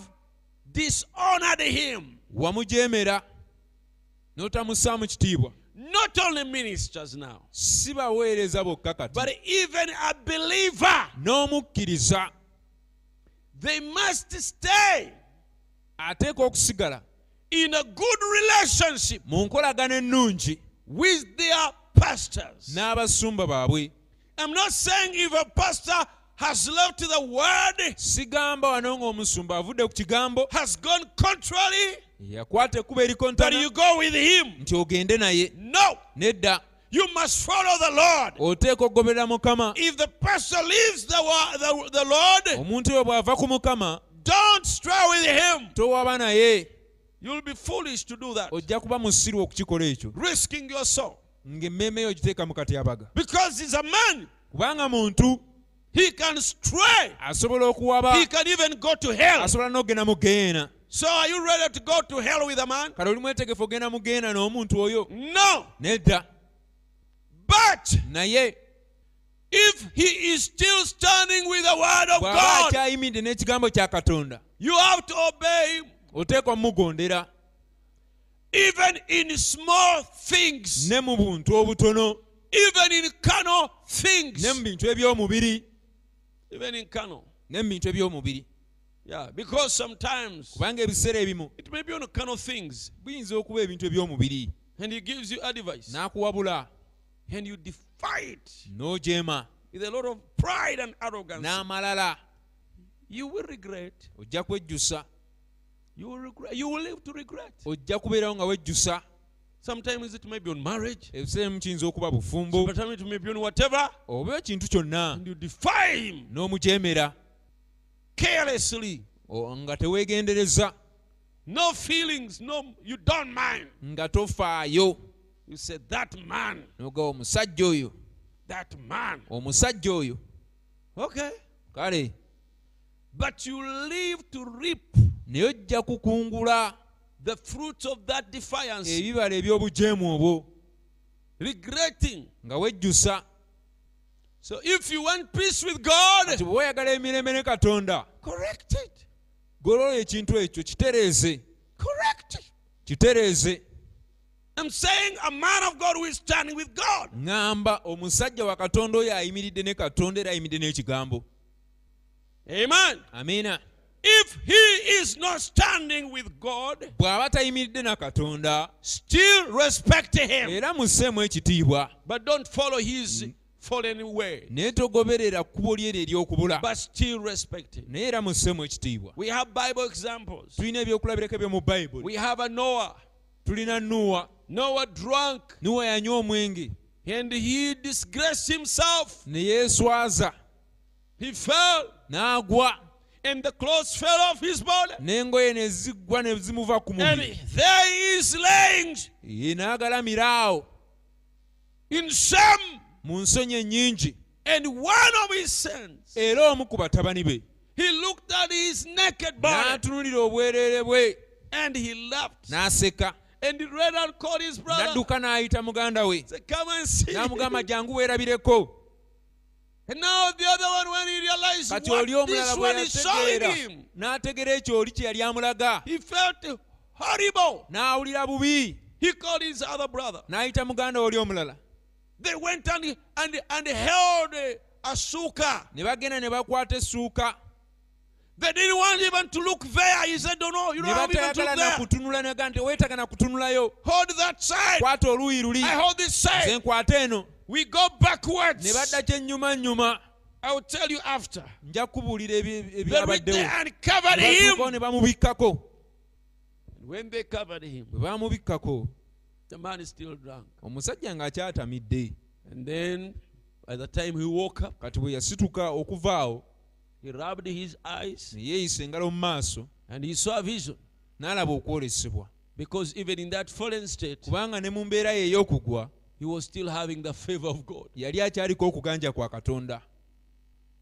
Speaker 1: dishonored him
Speaker 2: wamujeemera n'otamussaamu kitiibwa
Speaker 1: not only ministers now
Speaker 2: si baweereza bokka
Speaker 1: but
Speaker 2: kati
Speaker 1: even a believer
Speaker 2: n'omukkiriza
Speaker 1: they must stay
Speaker 2: ateeka okusigala
Speaker 1: in a good relationship
Speaker 2: mu nkolagano ennungi
Speaker 1: with their pastors
Speaker 2: n'abasumba baabwe
Speaker 1: i'm not saying if a pastor has left the word
Speaker 2: sigamba wano ng'omusumba avudde ku kigambo
Speaker 1: has gone contrary
Speaker 2: yakwata ekkuba
Speaker 1: that you
Speaker 2: erikontana
Speaker 1: go with him
Speaker 2: nti ogende naye
Speaker 1: no
Speaker 2: nedda
Speaker 1: you must follow the lord
Speaker 2: oteeka okugoberera mukama
Speaker 1: if the pastor leaves the, wa- the, the Lord,
Speaker 2: omuntu oyo bw'ava ku mukama
Speaker 1: don't stray with him.
Speaker 2: towaba naye
Speaker 1: You'll be foolish to do that,
Speaker 2: ojja kuba musiru okukikola ekyo
Speaker 1: risking your soul.
Speaker 2: ng'emmeeme yo ogiteeka mu katyabaga
Speaker 1: Because he's a man,
Speaker 2: kubanga muntu
Speaker 1: he can stray,
Speaker 2: asobola okuwaba
Speaker 1: he can even go to hell.
Speaker 2: asobola n'ogenda mugeena
Speaker 1: So, are you ready to go to hell with a man?
Speaker 2: kale oli mwetegefu ogenda mugeena n'omuntu oyo
Speaker 1: No.
Speaker 2: nedda
Speaker 1: But
Speaker 2: naye
Speaker 1: if he is still standing with the word of
Speaker 2: bw'aba
Speaker 1: God,
Speaker 2: akyayimidde n'ekigambo kya katonda
Speaker 1: you have to obey him,
Speaker 2: oteekwa mumugondera
Speaker 1: even in small things,
Speaker 2: ne mu buntu obutono
Speaker 1: even in carnal things,
Speaker 2: ne mu bintu eby'omubiri
Speaker 1: even in carnal.
Speaker 2: ne mu bintu eby'omubiri
Speaker 1: Yeah, because sometimes
Speaker 2: kubanga ebiseera ebimu
Speaker 1: It may be on carnal things.
Speaker 2: biyinza okuba ebintu eby'omubiri
Speaker 1: And he gives you advice.
Speaker 2: n'akuwabula
Speaker 1: And you defy it
Speaker 2: n'ojeema
Speaker 1: with a lot of pride and arrogance.
Speaker 2: n'amalala
Speaker 1: You will regret.
Speaker 2: ojja kwejjusa
Speaker 1: You will regret. You will live to regret.
Speaker 2: ojja kubeerawo nga wejjusa
Speaker 1: Sometimes it may be on marriage.
Speaker 2: ebiseera ebimu kiyinza okuba bufumbo
Speaker 1: Sometimes it may be on whatever.
Speaker 2: oba ekintu kyonna
Speaker 1: And you defy him
Speaker 2: n'omujeemera
Speaker 1: carelessly.
Speaker 2: o- nga teweegendereza
Speaker 1: No feelings. No, you don't mind.
Speaker 2: nga tofaayo
Speaker 1: You say, that man,
Speaker 2: noga omusajja oyo
Speaker 1: that man.
Speaker 2: omusajja oyo
Speaker 1: Okay.
Speaker 2: kale
Speaker 1: but you live to reap
Speaker 2: naye ojja kukungula
Speaker 1: the fruits of that defiance,
Speaker 2: ebibala eby'obujeemu obwo
Speaker 1: regretting.
Speaker 2: nga wejjusa
Speaker 1: So if you want peace with God,
Speaker 2: nti bwe wayagala emirembe ne katonda
Speaker 1: correct it.
Speaker 2: golola ekintu ekyo kitereeze
Speaker 1: Correct it.
Speaker 2: kitereeze
Speaker 1: I'm saying a man of God who is standing with God.
Speaker 2: ŋŋamba omusajja wa katonda oyo ayimiridde ne katonda era ayimiridde n'ekigambo
Speaker 1: Amen.
Speaker 2: amiina
Speaker 1: If he is not standing with God,
Speaker 2: bw'aba tayimiridde na katonda
Speaker 1: still respect him,
Speaker 2: era musseemu ekitiibwa
Speaker 1: but don't follow his fallen way.
Speaker 2: naye togoberera kkubo lyeri ery'okubula
Speaker 1: But still respect him.
Speaker 2: naye era musseemu ekitiibwa
Speaker 1: We have Bible examples.
Speaker 2: tulina ebyokulabirako eby'omu bayibuli
Speaker 1: We have a Noah.
Speaker 2: tulina nuwa
Speaker 1: Noah drunk
Speaker 2: nuwa yanywa omwenge
Speaker 1: and he disgraced himself.
Speaker 2: ne yeeswaza
Speaker 1: He fell
Speaker 2: n'agwa
Speaker 1: and the clothes fell off his body.
Speaker 2: n'engoye ne ziggwa ne zimuva ku
Speaker 1: And
Speaker 2: mubiri
Speaker 1: there he is laying
Speaker 2: ye n'agalamira awo
Speaker 1: in shame.
Speaker 2: mu nsonyi ennyingi
Speaker 1: And one of his sons,
Speaker 2: era omu ku batabani be
Speaker 1: he looked at his naked body
Speaker 2: n'atunuulira obwereere bwe
Speaker 1: and he laughed.
Speaker 2: n'aseka
Speaker 1: And he ran and called his brother.
Speaker 2: n'adduka n'ayita muganda we
Speaker 1: Say, come and see.
Speaker 2: n'amugamba jangu weerabireko
Speaker 1: And now the other one, when he realized
Speaker 2: kati
Speaker 1: what
Speaker 2: oli omulala
Speaker 1: this
Speaker 2: bwe
Speaker 1: one is showing
Speaker 2: yategeera
Speaker 1: him,
Speaker 2: n'ategera ekyo oli kye yali amulaga
Speaker 1: he felt horrible.
Speaker 2: n'awulira bubi
Speaker 1: He called his other brother.
Speaker 2: n'ayita muganda we oli omulala
Speaker 1: They went and, and, and held uh, a suka.
Speaker 2: ne bagenda ne bakwata essuuka
Speaker 1: They didn't want even to look there. He said, don't know. You
Speaker 2: ne
Speaker 1: don't have even to
Speaker 2: batayagala
Speaker 1: look
Speaker 2: na
Speaker 1: there.
Speaker 2: kutunula naga nti weetagana kutunulayo
Speaker 1: Hold that side.
Speaker 2: kwata oluuyi luli
Speaker 1: I hold this
Speaker 2: nze
Speaker 1: side.
Speaker 2: nkwata eno
Speaker 1: We go
Speaker 2: ne
Speaker 1: backwards.
Speaker 2: baddako ennyumannyuma
Speaker 1: I will tell you after.
Speaker 2: nja kubuulira ebi-
Speaker 1: They went
Speaker 2: ebyabaddewo
Speaker 1: there and covered
Speaker 2: batuukawo
Speaker 1: him.
Speaker 2: ne bamubikkako
Speaker 1: When they covered him,
Speaker 2: bwe bamubikkako
Speaker 1: the man is still drunk.
Speaker 2: omusajja ng'akyatamidde
Speaker 1: And then, by the time he woke up,
Speaker 2: kati bwe yasituka okuva awo
Speaker 1: he rubbed his eyes
Speaker 2: ne yeeyisa engalo mu maaso
Speaker 1: and he saw a vision.
Speaker 2: n'alaba okwolesebwa
Speaker 1: Because even in that fallen state,
Speaker 2: kubanga ne mu mbeera ye ey'okugwa
Speaker 1: he was still having the favor of God.
Speaker 2: yali akyaliko okuganja kwa katonda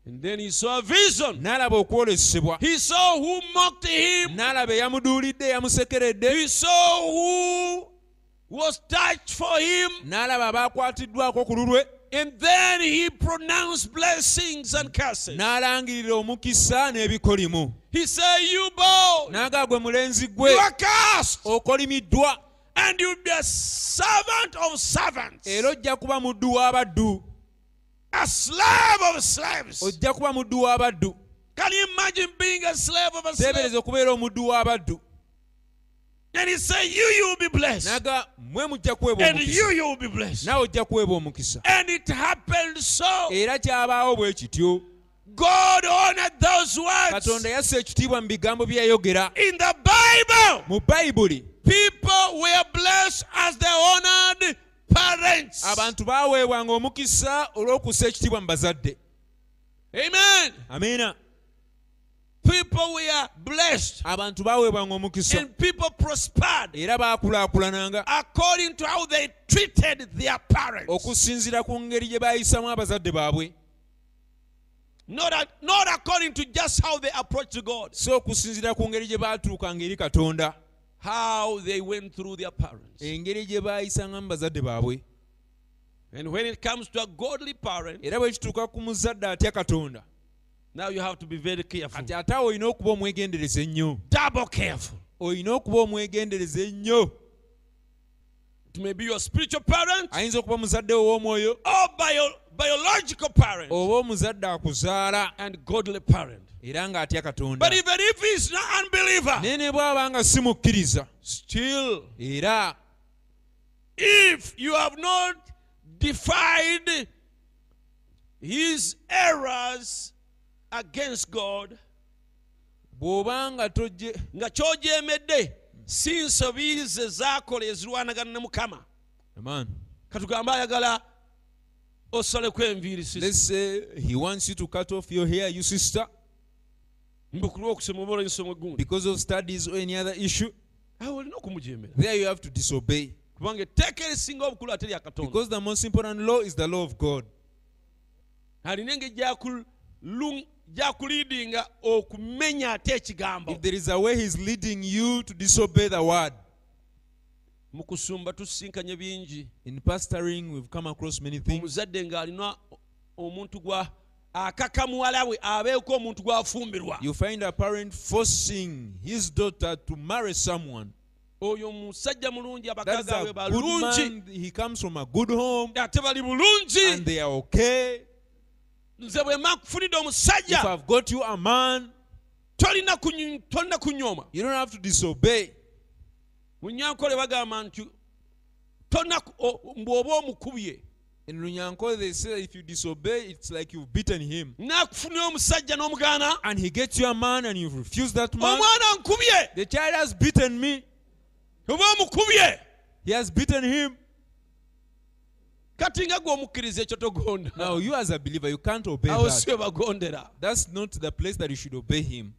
Speaker 1: And then he saw a vision.
Speaker 2: n'alaba okwolesebwa
Speaker 1: He saw who mocked him.
Speaker 2: n'alaba eyamuduulidde eyamusekeredde
Speaker 1: He saw who was touched for him.
Speaker 2: n'alaba abaakwatiddwako ku lulwe
Speaker 1: And then he pronounced blessings and curses.
Speaker 2: n'alangirira omukisa n'ebikolimu
Speaker 1: He said, You bow,
Speaker 2: n'agaa gwe mulenzi
Speaker 1: you
Speaker 2: gwe
Speaker 1: are
Speaker 2: Oh,
Speaker 1: cast,
Speaker 2: okolimiddwa
Speaker 1: and you be a servant of servants,
Speaker 2: era ojja kuba muddu w'abaddu
Speaker 1: a slave of slaves.
Speaker 2: ojja kuba muddu w'abaddu
Speaker 1: Can you imagine being a slave of a slave?
Speaker 2: teebereza okubeera omuddu w'abaddu
Speaker 1: And he said, You, you will be blessed,
Speaker 2: naga mwe mujja kuweebwa
Speaker 1: and you,
Speaker 2: omukisa
Speaker 1: you will be blessed.
Speaker 2: naawe ojja kuweebwa omukisa
Speaker 1: And it happened so.
Speaker 2: era kyabaawo bwe kityo
Speaker 1: God honored those words.
Speaker 2: katonda yassa ekitiibwa mu bigambo bye yayogera
Speaker 1: In the Bible,
Speaker 2: mu bayibuli
Speaker 1: people were blessed as they honored parents.
Speaker 2: abantu baaweebwanga omukisa olw'okussa ekitiibwa mu bazadde
Speaker 1: Amen.
Speaker 2: amiina
Speaker 1: People were blessed
Speaker 2: abantu baaweebwanga omukisa
Speaker 1: and people prospered
Speaker 2: era baakulaakulananga
Speaker 1: according to how they treated their parents.
Speaker 2: okusinziira ku ngeri gye baayisamu abazadde baabwe
Speaker 1: Not, ac- not according to just how they approached God,
Speaker 2: so okusinziira ku ngeri gye baatuukanga eri katonda
Speaker 1: how they went through their parents.
Speaker 2: engeri gye baayisanga mu bazadde baabwe
Speaker 1: And when it comes to a godly parent,
Speaker 2: era bwe kituuka ku muzadde atya katonda
Speaker 1: now you have to be very careful.
Speaker 2: kati ate awo olina okuba omwegendereza ennyo
Speaker 1: Double careful.
Speaker 2: olina okuba omwegendereza ennyo
Speaker 1: It may be your spiritual parent
Speaker 2: ayinza okuba muzadde w'omwoyo
Speaker 1: or bio, biological parent
Speaker 2: oba omuzadde akuzaala
Speaker 1: and godly parent.
Speaker 2: era ng'atya katonda
Speaker 1: But even if he's not unbeliever,
Speaker 2: naye ne bw'aba nga si mukkiriza
Speaker 1: still,
Speaker 2: era
Speaker 1: if you have not defied his errors against God,
Speaker 2: bw'obanga tojje
Speaker 1: nga ky'ojeemedde si nsobi ze zaakola ezirwanagana ne mukama
Speaker 2: Amen.
Speaker 1: katugambe ayagala osaleko enviiri si-
Speaker 2: let's say he wants you to cut off your hair you sister
Speaker 1: mbukulwa okusoma oba olw'ensomo egundi
Speaker 2: because of studies or any other issue
Speaker 1: awe olina okumujeemera
Speaker 2: there you have to disobey
Speaker 1: kubanga etteeka erisinga obukulu ate lya katonda
Speaker 2: because the most important law is the law of god
Speaker 1: alina engeri gy'aku- lu- gyakuliidinga okumenya ate ekigambo
Speaker 2: If there is a way he's leading you to disobey the word,
Speaker 1: mu kusumba tusinkanye bingi
Speaker 2: in pastoring we've come across many things.
Speaker 1: omuzadde ng'alina omuntu gwa akaka muwala we abeeko omuntu gwafumbirwa
Speaker 2: You find a parent forcing his daughter to marry someone.
Speaker 1: oyo musajja mulungi
Speaker 2: That is
Speaker 1: abakazi
Speaker 2: a
Speaker 1: awe
Speaker 2: good
Speaker 1: balungi
Speaker 2: man. He comes from a good home
Speaker 1: ate bali
Speaker 2: and
Speaker 1: bulungi
Speaker 2: they are okay.
Speaker 1: nze bwe mba nkufunidde
Speaker 2: If
Speaker 1: omusajja
Speaker 2: I've got you a man,
Speaker 1: tolina kunyu- tolina kunyooma
Speaker 2: you don't have to disobey.
Speaker 1: mu nyankole bagamba nti tolina ku- o- bw'oba omukubye
Speaker 2: In Runyanko, they say if you disobey, it's like you've beaten him.
Speaker 1: naakufunira omusajja n'omugaana
Speaker 2: And he gets you a man and you refuse that man.
Speaker 1: omwana nkubye
Speaker 2: The child has beaten me.
Speaker 1: oba omukubye
Speaker 2: He has beaten him.
Speaker 1: kati nga gweomukkiriza ekyo togonda
Speaker 2: Now, you as a believer, you can't obey
Speaker 1: awo
Speaker 2: that.
Speaker 1: si we bagondera
Speaker 2: That's not the place that you should obey him.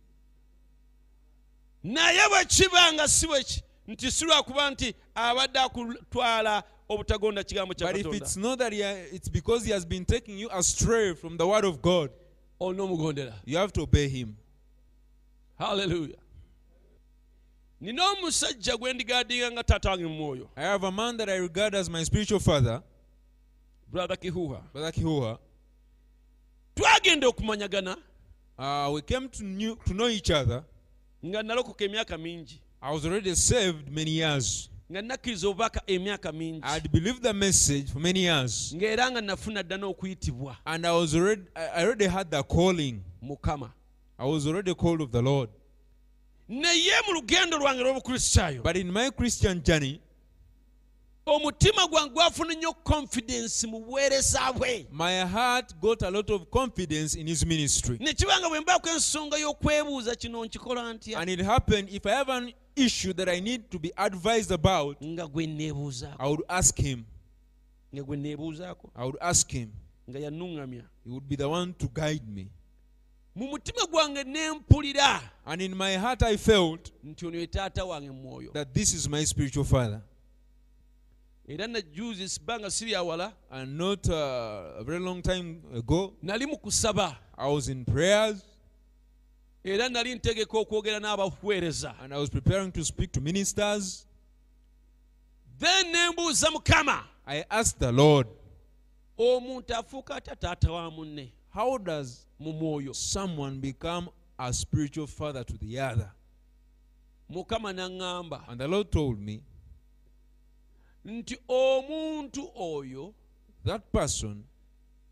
Speaker 1: naye bwe kiba nga si bwe ki- nti si lwakuba nti abadde akutwala obutagonda kigambo kya
Speaker 2: But if it's
Speaker 1: katonda
Speaker 2: not that he, it's because he has been taking you astray from the word of God,
Speaker 1: olina omugondera
Speaker 2: you have to obey him.
Speaker 1: haleluya nina omusajja gwe ndigadinga nga taata wange mu mwoyo
Speaker 2: I have a man that I regard as my spiritual father,
Speaker 1: brother kihuha
Speaker 2: Brother Kihua.
Speaker 1: twagenda okumanyagana
Speaker 2: Uh, we came to, knew, to know each other.
Speaker 1: nga nalokoka emyaka mingi
Speaker 2: I was already saved many years.
Speaker 1: nga nakkiriza obubaka emyaka mingi
Speaker 2: I had believed the message for many years.
Speaker 1: ng'era nga nafuna dda n'okuyitibwa
Speaker 2: And I was already I I already had the calling.
Speaker 1: mukama
Speaker 2: I was already called of the Lord.
Speaker 1: naye mu lugendo lwange lw'obukristaayo
Speaker 2: But in my Christian journey,
Speaker 1: omutima gwange gwafuna nnyo confidence mu buweereza bwe
Speaker 2: my heart got a lot of confidence in his ministry.
Speaker 1: ne kiba nga bwe mbaako ensonga y'okwebuuza kino nkikola ntya
Speaker 2: And it happened if I have an issue that I need to be advised about,
Speaker 1: nga gwe neebuuzaako
Speaker 2: I would ask him.
Speaker 1: nga gwe neebuuzaako
Speaker 2: I would ask him.
Speaker 1: nga yannuŋŋamya
Speaker 2: He would be the one to guide me.
Speaker 1: mu mutima gwange ne mpulira
Speaker 2: And in my heart I felt
Speaker 1: nti ono ye taata wange mu mwoyo
Speaker 2: that this is my spiritual father.
Speaker 1: era najuzi sibanga siri awala
Speaker 2: And not uh, a very long time ago,
Speaker 1: nali mu kusaba
Speaker 2: I was in prayers
Speaker 1: era nali ntegeka okwogera n'abaweereza
Speaker 2: and I was preparing to speak to ministers.
Speaker 1: then ne mbuuza mukama
Speaker 2: I asked the Lord,
Speaker 1: omuntu afuuka atya taata wa munne
Speaker 2: How does
Speaker 1: mu mwoyo
Speaker 2: someone become a spiritual father to the other?
Speaker 1: mukama n'aŋŋamba
Speaker 2: And the Lord told me,
Speaker 1: nti omuntu oyo
Speaker 2: That person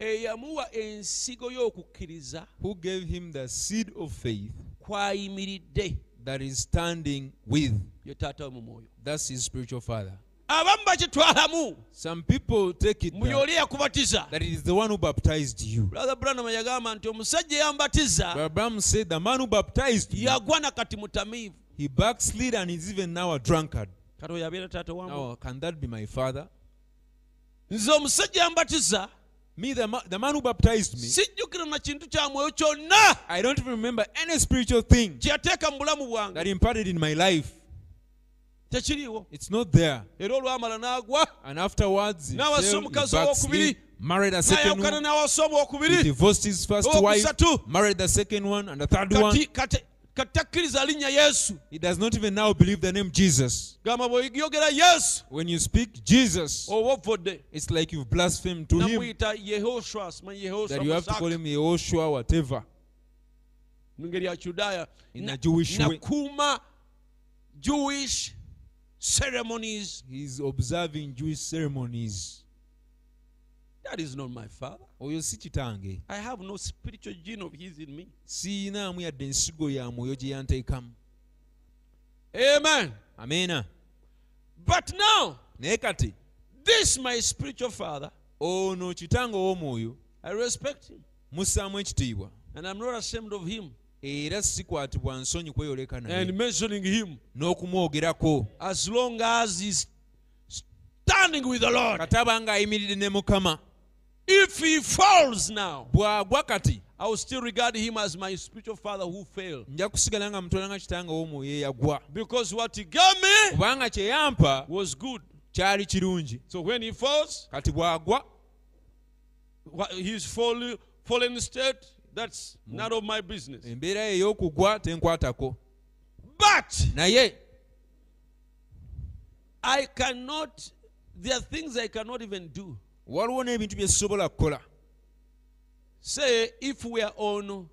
Speaker 1: eyamuwa ensigo y'okukkiriza
Speaker 2: who gave him the seed of faith
Speaker 1: kwayimiridde
Speaker 2: that is standing with,
Speaker 1: ye taata we mu mwoyo
Speaker 2: that's his spiritual father.
Speaker 1: abamu bakitwalamu
Speaker 2: Some people take it
Speaker 1: mu
Speaker 2: that,
Speaker 1: yoli eyakubatiza
Speaker 2: that it is the one who baptized you.
Speaker 1: brother branam yagamba nti omusajja eyambatiza
Speaker 2: Abraham said, The man who baptized you,
Speaker 1: yagwa na kati mutamiivu
Speaker 2: he backslid and is even now a drunkard.
Speaker 1: kati oyo abeera taata wamu
Speaker 2: Now, can that be my father?
Speaker 1: nze omusajja yambatiza
Speaker 2: Me, the, ma- the man who baptized me,
Speaker 1: sijjukira na kintu kya mwoyo kyonna
Speaker 2: I don't even remember any spiritual thing
Speaker 1: kye yateeka mu bulamu bwange
Speaker 2: that imparted in my life.
Speaker 1: tekiriiwo
Speaker 2: It's not there.
Speaker 1: era olwamala n'agwa
Speaker 2: And afterwards, he,
Speaker 1: Now,
Speaker 2: fell, he
Speaker 1: omukazi
Speaker 2: backslid,
Speaker 1: owokubiri,
Speaker 2: married a second
Speaker 1: n'ayawukana
Speaker 2: one.
Speaker 1: n'awasa
Speaker 2: He
Speaker 1: obwokubiri
Speaker 2: divorced his first wife,
Speaker 1: owokusatu
Speaker 2: married the second one, and the third one.
Speaker 1: kati kati kati takkiriza linnya yesu
Speaker 2: He does not even now believe the name Jesus.
Speaker 1: gamba bweyogera yesu
Speaker 2: When you speak Jesus,
Speaker 1: oba ovvodde
Speaker 2: it's like you've blasphemed to him
Speaker 1: namuyita yehoshua simanyi
Speaker 2: that you have to call
Speaker 1: yehoshua
Speaker 2: him Yehoshua, whatever.
Speaker 1: mu ngeri ya kiudaaya
Speaker 2: In
Speaker 1: Na-
Speaker 2: a Jewish way.
Speaker 1: nakuuma jewish ceremonies
Speaker 2: He's observing Jewish ceremonies.
Speaker 1: that is not my father
Speaker 2: oyo si kitange
Speaker 1: i have no spiritual gene of his in me
Speaker 2: siinaamu yadde ensigo ya mwoyo gye yanteekamu
Speaker 1: amen
Speaker 2: ameena
Speaker 1: but now
Speaker 2: naye kati
Speaker 1: this my spiritual father
Speaker 2: ono kitange ow'omwoyo
Speaker 1: i respect him
Speaker 2: mussaamu ekitiibwa
Speaker 1: and i'm not ashamed of him
Speaker 2: era sikwatibwa nsonyi kweyoleka
Speaker 1: and
Speaker 2: naye
Speaker 1: mentioning him
Speaker 2: n'okumwogerako
Speaker 1: as long as he's standing with the lord
Speaker 2: kataba ng'ayimiridde ne mukama
Speaker 1: if he falls now
Speaker 2: bw'agwa kati
Speaker 1: i will still regard him as my spiritual father who failed
Speaker 2: nja kusigala nga mutwala nga kitange ow'omwoyo eyagwa
Speaker 1: because what he gave me
Speaker 2: kubanga kye yampa
Speaker 1: was good
Speaker 2: kyali kirungi
Speaker 1: so when he falls
Speaker 2: kati bw'agwa
Speaker 1: Wha- his fall, fallen state That's none of my business.
Speaker 2: embeera ey'okugwa tenkwatako
Speaker 1: But
Speaker 2: naye
Speaker 1: I cannot, there are things I cannot even do.
Speaker 2: waliwo n'ebintu bye sisobola kukola
Speaker 1: Say, if we are on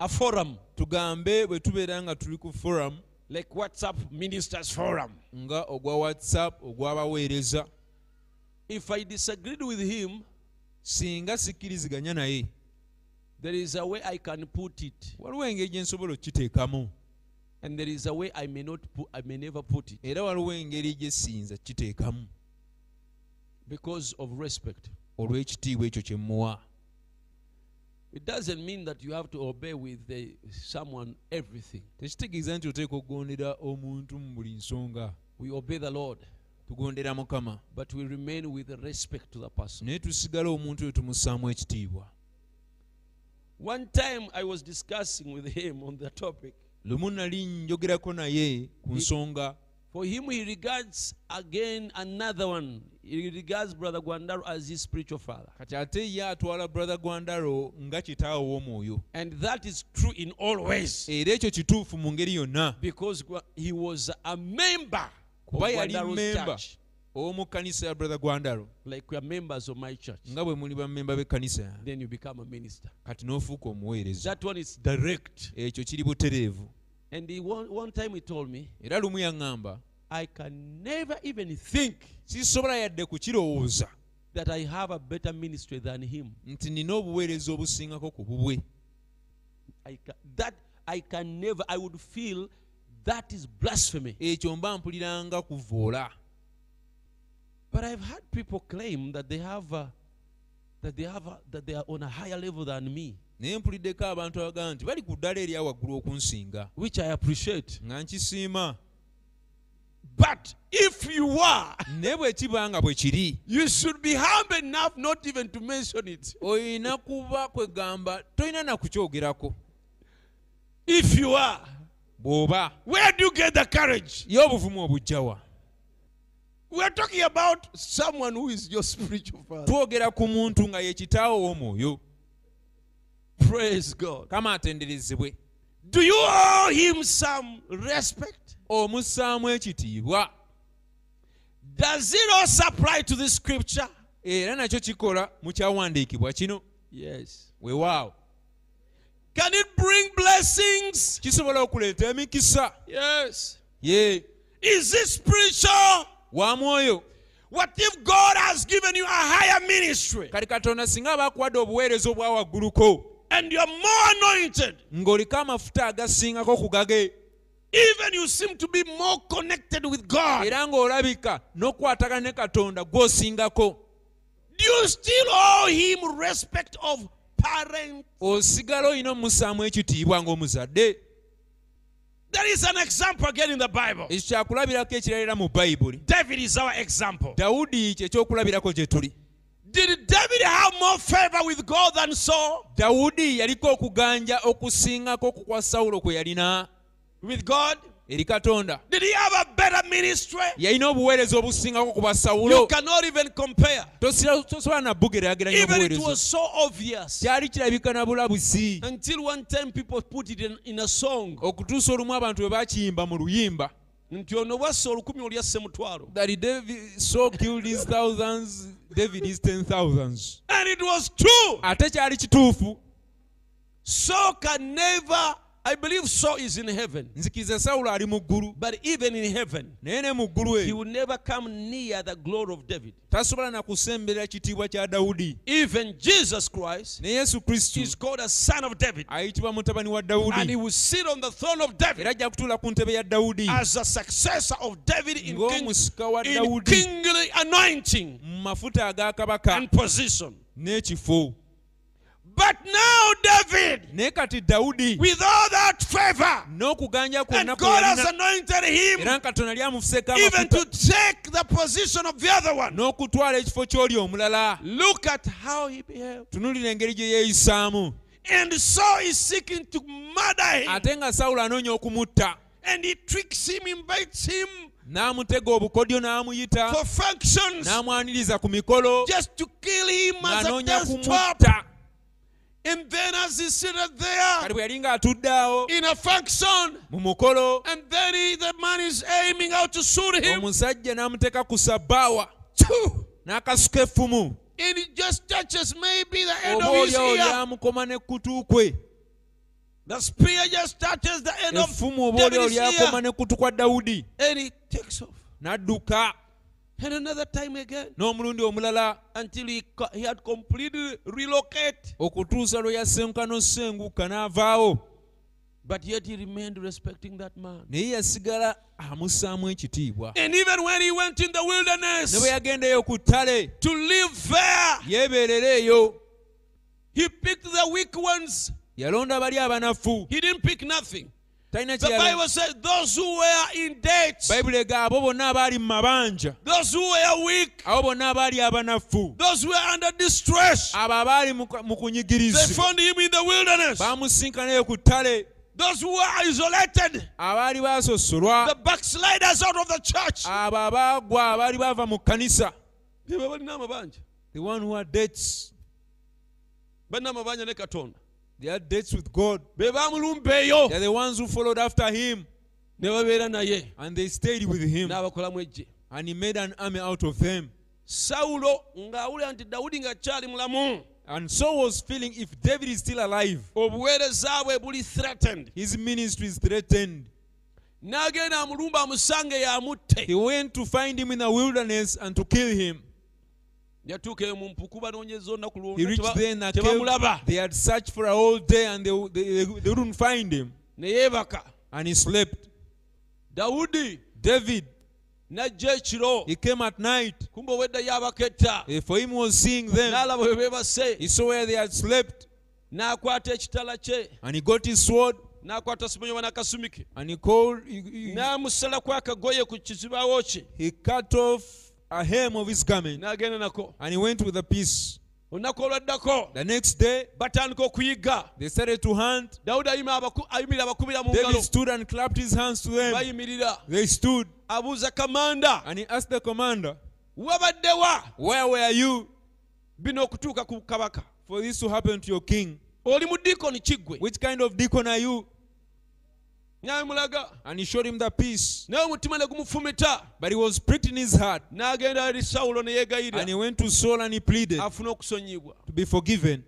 Speaker 1: a forum,
Speaker 2: tugambe bwe tubeera nga tuli ku forum
Speaker 1: like WhatsApp Ministers Forum,
Speaker 2: nga ogwa whatsapp ogw'abaweereza
Speaker 1: if I disagreed with him,
Speaker 2: singa sikkiriziganya naye
Speaker 1: there is a way I can put it,
Speaker 2: waliwo engeri gye nsobola okukiteekamu
Speaker 1: and there is a way I may not, pu- I may never put it
Speaker 2: era waliwo engeri gye siyinza kukiteekamu
Speaker 1: because of respect.
Speaker 2: olw'ekitiibwa ekyo kye muwa
Speaker 1: It doesn't mean that you have to obey with the, someone everything.
Speaker 2: tekitegeeza nti oteeka okugondera omuntu mu buli nsonga
Speaker 1: We obey the Lord,
Speaker 2: tugondera mukama
Speaker 1: but we remain with respect to the person.
Speaker 2: naye tusigala omuntu oyo tumussaamu ekitiibwa
Speaker 1: One time I was discussing with him on the topic.
Speaker 2: lumu nali njogerako naye ku nsonga
Speaker 1: For him, he regards again another one. He regards Brother Gwandaro as his spiritual father.
Speaker 2: kati ate ye atwala brother gwandaro nga kitaawe w'omwoyo
Speaker 1: And that is true in all ways.
Speaker 2: era ekyo kituufu mu ngeri yonna
Speaker 1: Because Gwa- he was a member of
Speaker 2: kuba yali
Speaker 1: Gwandaro's
Speaker 2: memba
Speaker 1: church.
Speaker 2: omu kkanisa ya brother gwandaro
Speaker 1: Like we are members of my church.
Speaker 2: nga bwe muli bammemba b'ekkanisa yange
Speaker 1: Then you become a minister.
Speaker 2: kati n'ofuuka omuweereza
Speaker 1: That one is direct.
Speaker 2: ekyo kiri butereevu
Speaker 1: And he, one, one time he told me,
Speaker 2: era lumu yaŋŋamba
Speaker 1: I can never even think
Speaker 2: sisobola yadde kukirowooza
Speaker 1: that I have a better ministry than him.
Speaker 2: nti nina obuweereza obusingako ku bubwe
Speaker 1: I ca- that I can never, I would feel that is blasphemy.
Speaker 2: ekyo mba mpuliranga kuvoola
Speaker 1: But I've had people claim that they have a, that they have a, that they are on a higher level than me,
Speaker 2: naye mpuliddeko abantu abagamba nti bali ku ddala erya waggulu okunsinga
Speaker 1: which I appreciate.
Speaker 2: nga nkisiima
Speaker 1: But if you are,
Speaker 2: naye bwe kiba nga bwe kiri
Speaker 1: you should be humble enough not even to mention it.
Speaker 2: olina kuba kwegamba tolina na kukyogerako
Speaker 1: If you are,
Speaker 2: bw'oba
Speaker 1: where do you get the courage?
Speaker 2: ye obuvumu obujjawa
Speaker 1: We're talking about someone who is your spiritual father.
Speaker 2: twogera ku muntu nga ye kitaawo w'omwoyo
Speaker 1: Praise God.
Speaker 2: kama atenderezebwe
Speaker 1: Do you owe him some respect?
Speaker 2: omussaamu ekitiibwa
Speaker 1: Does it also apply to this scripture?
Speaker 2: era nakyo kikola mu kyawandiikibwa kino
Speaker 1: Yes.
Speaker 2: weewaawo
Speaker 1: Can it bring blessings?
Speaker 2: kisobola okuleeta emikisa
Speaker 1: Yes.
Speaker 2: ye
Speaker 1: Is it spiritual?
Speaker 2: wa mwoyo
Speaker 1: What if God has given you a higher ministry
Speaker 2: kati katonda singa abakuwadde obuweereza obwa wagguluko
Speaker 1: and you're more anointed?
Speaker 2: ng'oliko amafuta agasingako ku gage
Speaker 1: Even you seem to be more connected with God.
Speaker 2: era ng'olabika n'okwatagana ne katonda gw'osingako
Speaker 1: Do you still owe Him respect of parent?
Speaker 2: osigala olina omussaamu ekitiibwa ng'omuzadde
Speaker 1: There is an example again in the Bible.
Speaker 2: ekyo kyakulabirako ekiralira mu bayibuli
Speaker 1: David is our example.
Speaker 2: dawudi kye ky'okulabirako gye tuli
Speaker 1: Did David have more favor with God than Saul?
Speaker 2: dawudi yaliko okuganja okusingako ku kwa sawulo kwe yalina
Speaker 1: With God?
Speaker 2: eri katonda
Speaker 1: Did he have a better ministry?
Speaker 2: yalina obuweereza obusingako ku bwa
Speaker 1: You
Speaker 2: sawulo
Speaker 1: cannot even compare.
Speaker 2: Tosira- tosobola nabugerageranya
Speaker 1: Even it was
Speaker 2: obuweereza
Speaker 1: so obvious.
Speaker 2: kyali kirabika na bulabuzi
Speaker 1: Until one time people put it in, in a song.
Speaker 2: okutuusa olumu abantu bwe bakiyimba mu luyimba
Speaker 1: nti ono bwassa olukumi olyasse mutwalo
Speaker 2: that David so killed his thousands, David is ten thousands.
Speaker 1: and it was true
Speaker 2: ate kyali kituufu
Speaker 1: so can never i believe so is in heaven
Speaker 2: nzikiriza sawulo ali mu ggulu
Speaker 1: but even in heaven
Speaker 2: naye ne mu ggulu
Speaker 1: he
Speaker 2: eyo
Speaker 1: will never come near the glory of david
Speaker 2: tasobola na kusemberera kitiibwa kya dawudi
Speaker 1: even jesus christ
Speaker 2: ne yesu kristo
Speaker 1: is called a son of david
Speaker 2: ayitibwa mutabani wa
Speaker 1: and he
Speaker 2: dawudi
Speaker 1: will sit on the throne of david
Speaker 2: era ajja kutuula ku ntebe ya dawudi
Speaker 1: as a successor of david in, king,
Speaker 2: ng'omusika wa
Speaker 1: in
Speaker 2: dawudi
Speaker 1: kingly anointing
Speaker 2: mu mafuta aga kabaka
Speaker 1: and position
Speaker 2: n'ekifo
Speaker 1: but now david
Speaker 2: naye kati dawudi
Speaker 1: with all that favor
Speaker 2: n'okuganja kwonna
Speaker 1: and
Speaker 2: kwe
Speaker 1: god has
Speaker 2: yalina
Speaker 1: anointed him
Speaker 2: era katonda lyamufuseeko
Speaker 1: even
Speaker 2: amafuta
Speaker 1: to take the position of the other one.
Speaker 2: n'okutwala ekifo ky'oli omulala
Speaker 1: Look at how he behaved.
Speaker 2: tunuulira engeri gye yeeyisaamu
Speaker 1: And Saul is seeking to murder him.
Speaker 2: ate nga sawulo anoonya okumutta
Speaker 1: And he tricks him, invites him
Speaker 2: n'amutega obukodyo n'amuyita
Speaker 1: for functions
Speaker 2: n'amwaniriza ku mikolo
Speaker 1: just to kill him as a
Speaker 2: ng'anoonya
Speaker 1: death trap.
Speaker 2: kumutta
Speaker 1: And then as he seated there
Speaker 2: kati bwe yali ng'atudde awo
Speaker 1: in a function,
Speaker 2: mu mukolo
Speaker 1: and then he, the man is aiming out to shoot him,
Speaker 2: omusajja n'amuteeka ku sabbaawa
Speaker 1: Phew!
Speaker 2: n'akasuka effumu
Speaker 1: and it just touches maybe the end
Speaker 2: oba
Speaker 1: of his
Speaker 2: olyawo
Speaker 1: ear.
Speaker 2: lyamukoma n'ekutu kwe
Speaker 1: The spear just touches the end of
Speaker 2: effumu oba olyawo
Speaker 1: David's
Speaker 2: lyakoma
Speaker 1: ear,
Speaker 2: n'ekutu kwa dawudi
Speaker 1: and he takes off.
Speaker 2: n'adduka
Speaker 1: And another time again,
Speaker 2: n'omulundi omulala
Speaker 1: until he, co- he had completely relocated,
Speaker 2: okutuusa lwe yasenguka n'osenguka n'avaawo
Speaker 1: but yet he remained respecting that man.
Speaker 2: naye yasigala amussaamu ekitiibwa
Speaker 1: And even when he went in the
Speaker 2: ne bwe
Speaker 1: wilderness
Speaker 2: yagendayo ku ttale
Speaker 1: to live there,
Speaker 2: yeebeerera eyo
Speaker 1: he picked the weak ones.
Speaker 2: yalonda bali abanafu
Speaker 1: He didn't pick nothing.
Speaker 2: talina
Speaker 1: The
Speaker 2: kye yalonda.
Speaker 1: Bible says those who were in debt,
Speaker 2: bayibuli ega abo bonna abaali mu mabanja
Speaker 1: those who were weak,
Speaker 2: abo bonna abaali abanafu
Speaker 1: those who were under distress,
Speaker 2: abo abaali mu mu
Speaker 1: they
Speaker 2: kunyigirizibwa
Speaker 1: found him in the wilderness.
Speaker 2: bamusinkanayo ku ttale
Speaker 1: Those who were isolated,
Speaker 2: abaali basosolwa
Speaker 1: the backsliders out of the church.
Speaker 2: abo abaagwa abaali bava mu kkanisa
Speaker 1: Be balina amabanja.
Speaker 2: the one who had dates
Speaker 1: Balina amabanja ne Katonda.
Speaker 2: they had dates with god
Speaker 1: Be baamulumba eyo
Speaker 2: they are the ones who followed after him
Speaker 1: ne babeera naye
Speaker 2: and they stayed with him
Speaker 1: n'abakolamu eggye.
Speaker 2: and he made an army out of them
Speaker 1: sawulo ng'awulira nti dawudi ng'akyali mulamu
Speaker 2: and so was feeling if david is still alive
Speaker 1: obuweereza bwe buli threatened
Speaker 2: his ministry is threatened
Speaker 1: n'agenda amulumba amusange yamutte
Speaker 2: he went to find him in the wilderness and to kill him
Speaker 1: yatuuka eyo mu mpuku banoonyeza olunaku
Speaker 2: He reached there in
Speaker 1: lwonna
Speaker 2: a cave.
Speaker 1: tebamulaba
Speaker 2: They had searched for a whole day and they, they, they wouldn't find him.
Speaker 1: ne yeebaka
Speaker 2: And he slept.
Speaker 1: dawudi
Speaker 2: David,
Speaker 1: n'ajja ekiro
Speaker 2: he came at night.
Speaker 1: kumba obwedda yabaketta
Speaker 2: Eh, For him was seeing them.
Speaker 1: n'alaba bwe
Speaker 2: He
Speaker 1: beebase
Speaker 2: saw where they had slept.
Speaker 1: n'akwata ekitala kye
Speaker 2: And he got his sword
Speaker 1: n'akwata simonyoba n'akasumike
Speaker 2: and he called. He, he-
Speaker 1: n'amusalako akagoye ku kizibawo kye
Speaker 2: he cut off a hem of his garment
Speaker 1: n'agenda nako
Speaker 2: and he went with a piece.
Speaker 1: olunaku olwaddako
Speaker 2: The next day,
Speaker 1: batandika okuyigga
Speaker 2: they started to hunt.
Speaker 1: dawudi ayima abaku- ayimirira abakubira mu ngalo
Speaker 2: David stood and clapped his hands to them.
Speaker 1: bayimirira
Speaker 2: They stood
Speaker 1: abuuza kamanda
Speaker 2: and he asked the commander,
Speaker 1: wabaddewa
Speaker 2: Where were you
Speaker 1: bino okutuuka ku kabaka
Speaker 2: for this to happen to your king?
Speaker 1: oli mu diikoni kiggwe
Speaker 2: Which kind of deacon are you?
Speaker 1: nawe mulaga
Speaker 2: and he showed him the piece.
Speaker 1: naye omutima ne gumufumita
Speaker 2: But he was pricked in his heart,
Speaker 1: n'agenda eri sawulo ne
Speaker 2: and he
Speaker 1: yeegayirira
Speaker 2: went to Saul and he pleaded
Speaker 1: afune okusonyibwa
Speaker 2: to be forgiven.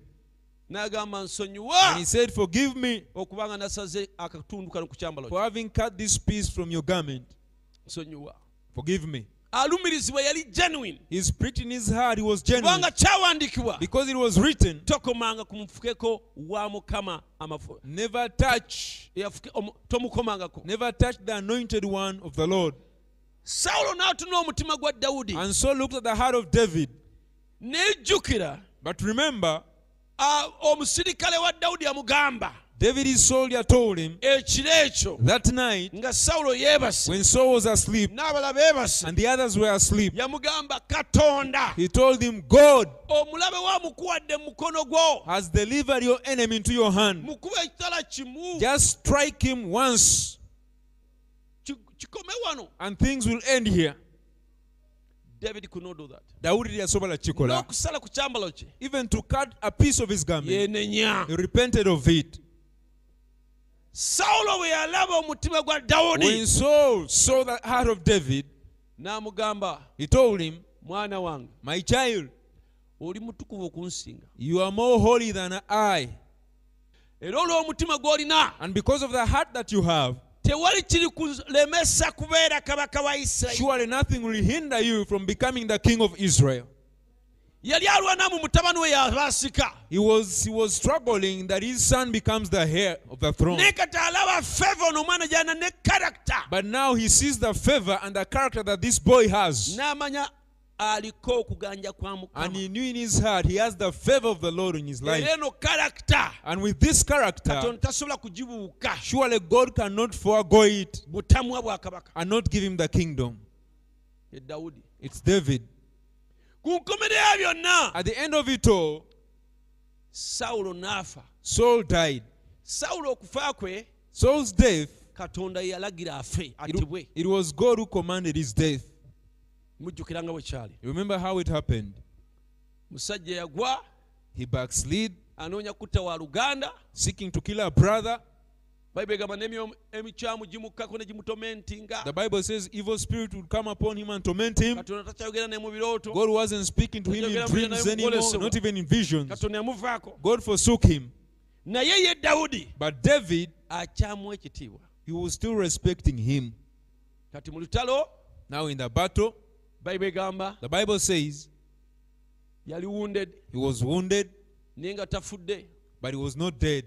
Speaker 1: n'agamba
Speaker 2: And
Speaker 1: nsonyiwa
Speaker 2: he said, Forgive me
Speaker 1: okubanga nasaze akatundu kano ku kyambalo kyo.
Speaker 2: for having cut this piece from your garment.
Speaker 1: nsonyiwa
Speaker 2: Forgive me.
Speaker 1: alumirizibwa yali genuine
Speaker 2: He's pricked in his heart, he was genuine.
Speaker 1: kubanga kyawandikibwa
Speaker 2: Because it was written,
Speaker 1: tokomanga kumufukeko wa mukama amafuta
Speaker 2: Never touch,
Speaker 1: Eyafuke- omu- tomukomangako
Speaker 2: never touch the anointed one of the Lord.
Speaker 1: sawulo n'atuna omutima gwa dawudi
Speaker 2: And so looked at the heart of David.
Speaker 1: nejjukira
Speaker 2: But remember,
Speaker 1: ah, omusirikale wa dawudi yamugamba
Speaker 2: David's soldier told him
Speaker 1: ekiro ekyo
Speaker 2: that night
Speaker 1: nga sawulo yeebase
Speaker 2: when Saul was asleep
Speaker 1: n'abala beebase
Speaker 2: and the others were asleep,
Speaker 1: yamugamba katonda
Speaker 2: he told him, God
Speaker 1: omulabe we amukuwadde mu mukono gwo
Speaker 2: has delivered your enemy into your hand.
Speaker 1: mukuba ekitala kimu
Speaker 2: Just strike him once,
Speaker 1: ki- kikome wano
Speaker 2: and things will end here.
Speaker 1: david could not do that
Speaker 2: dawudi teyasobola kukikola
Speaker 1: n'okusala ku kyambalo kye
Speaker 2: even to cut a piece of his garment
Speaker 1: yeenenya
Speaker 2: he repented of it
Speaker 1: sawulo bwe yalaba omutima gwa dawudi
Speaker 2: when saul saw the heart of david
Speaker 1: n'amugamba
Speaker 2: he told him
Speaker 1: mwana wange
Speaker 2: my child
Speaker 1: oli mutukuvu okunsinga
Speaker 2: you are more holy than i
Speaker 1: era olw'omutima gw'olina
Speaker 2: and because of the heart that you have
Speaker 1: tewali kiri kulemesa kubeera kabaka wa isirayiri
Speaker 2: surely nothing will hinder you from becoming the king of israel
Speaker 1: yali alwana mu mutabani we yabasika
Speaker 2: he was, he was struggling that his son becomes the heir of the throne
Speaker 1: naye kata alaba feva n'omwana gyana ne karakita
Speaker 2: But now he sees the favor and the character that this boy has.
Speaker 1: n'amanya aliko okuganja kwa
Speaker 2: And
Speaker 1: mukama
Speaker 2: he knew in his heart he has the favor of the Lord in his life.
Speaker 1: era eno karakita
Speaker 2: And with this
Speaker 1: tono
Speaker 2: character,
Speaker 1: tasobola kugibuuka
Speaker 2: surely God cannot forego it
Speaker 1: butamwa bwa kabaka
Speaker 2: and not give him the kingdom.
Speaker 1: ye dawudi
Speaker 2: It's David.
Speaker 1: ku nkomerera byonna
Speaker 2: At the end of it all,
Speaker 1: sawulo n'afa
Speaker 2: Saul died.
Speaker 1: sawulo okufa kwe
Speaker 2: Saul's death,
Speaker 1: katonda ye yalagira afe
Speaker 2: it,
Speaker 1: atibwe
Speaker 2: it was God who commanded his death.
Speaker 1: mujjukiranga bwe kyali
Speaker 2: You remember how it happened?
Speaker 1: musajja yagwa
Speaker 2: He backslid
Speaker 1: anoonya kutta waluganda
Speaker 2: seeking to kill a brother.
Speaker 1: bayibuli egamba "N'emyoyo emikyamu gimukkako ne gimutomentinga
Speaker 2: The Bible says evil spirit would come upon him and torment him.
Speaker 1: katonda takyayogera ne mu birooto
Speaker 2: God wasn't speaking to him in dreams anymore, not even in visions.
Speaker 1: katonda yamuvaako
Speaker 2: God forsook him.
Speaker 1: naye ye dawudi
Speaker 2: But David,
Speaker 1: akyamuwa ekitiibwa
Speaker 2: he was still respecting him.
Speaker 1: kati mu lutalo
Speaker 2: Now in the battle,
Speaker 1: bayibuli egamba
Speaker 2: the Bible says
Speaker 1: yali wounded
Speaker 2: he was wounded,
Speaker 1: naye nga tafudde
Speaker 2: but he was not dead.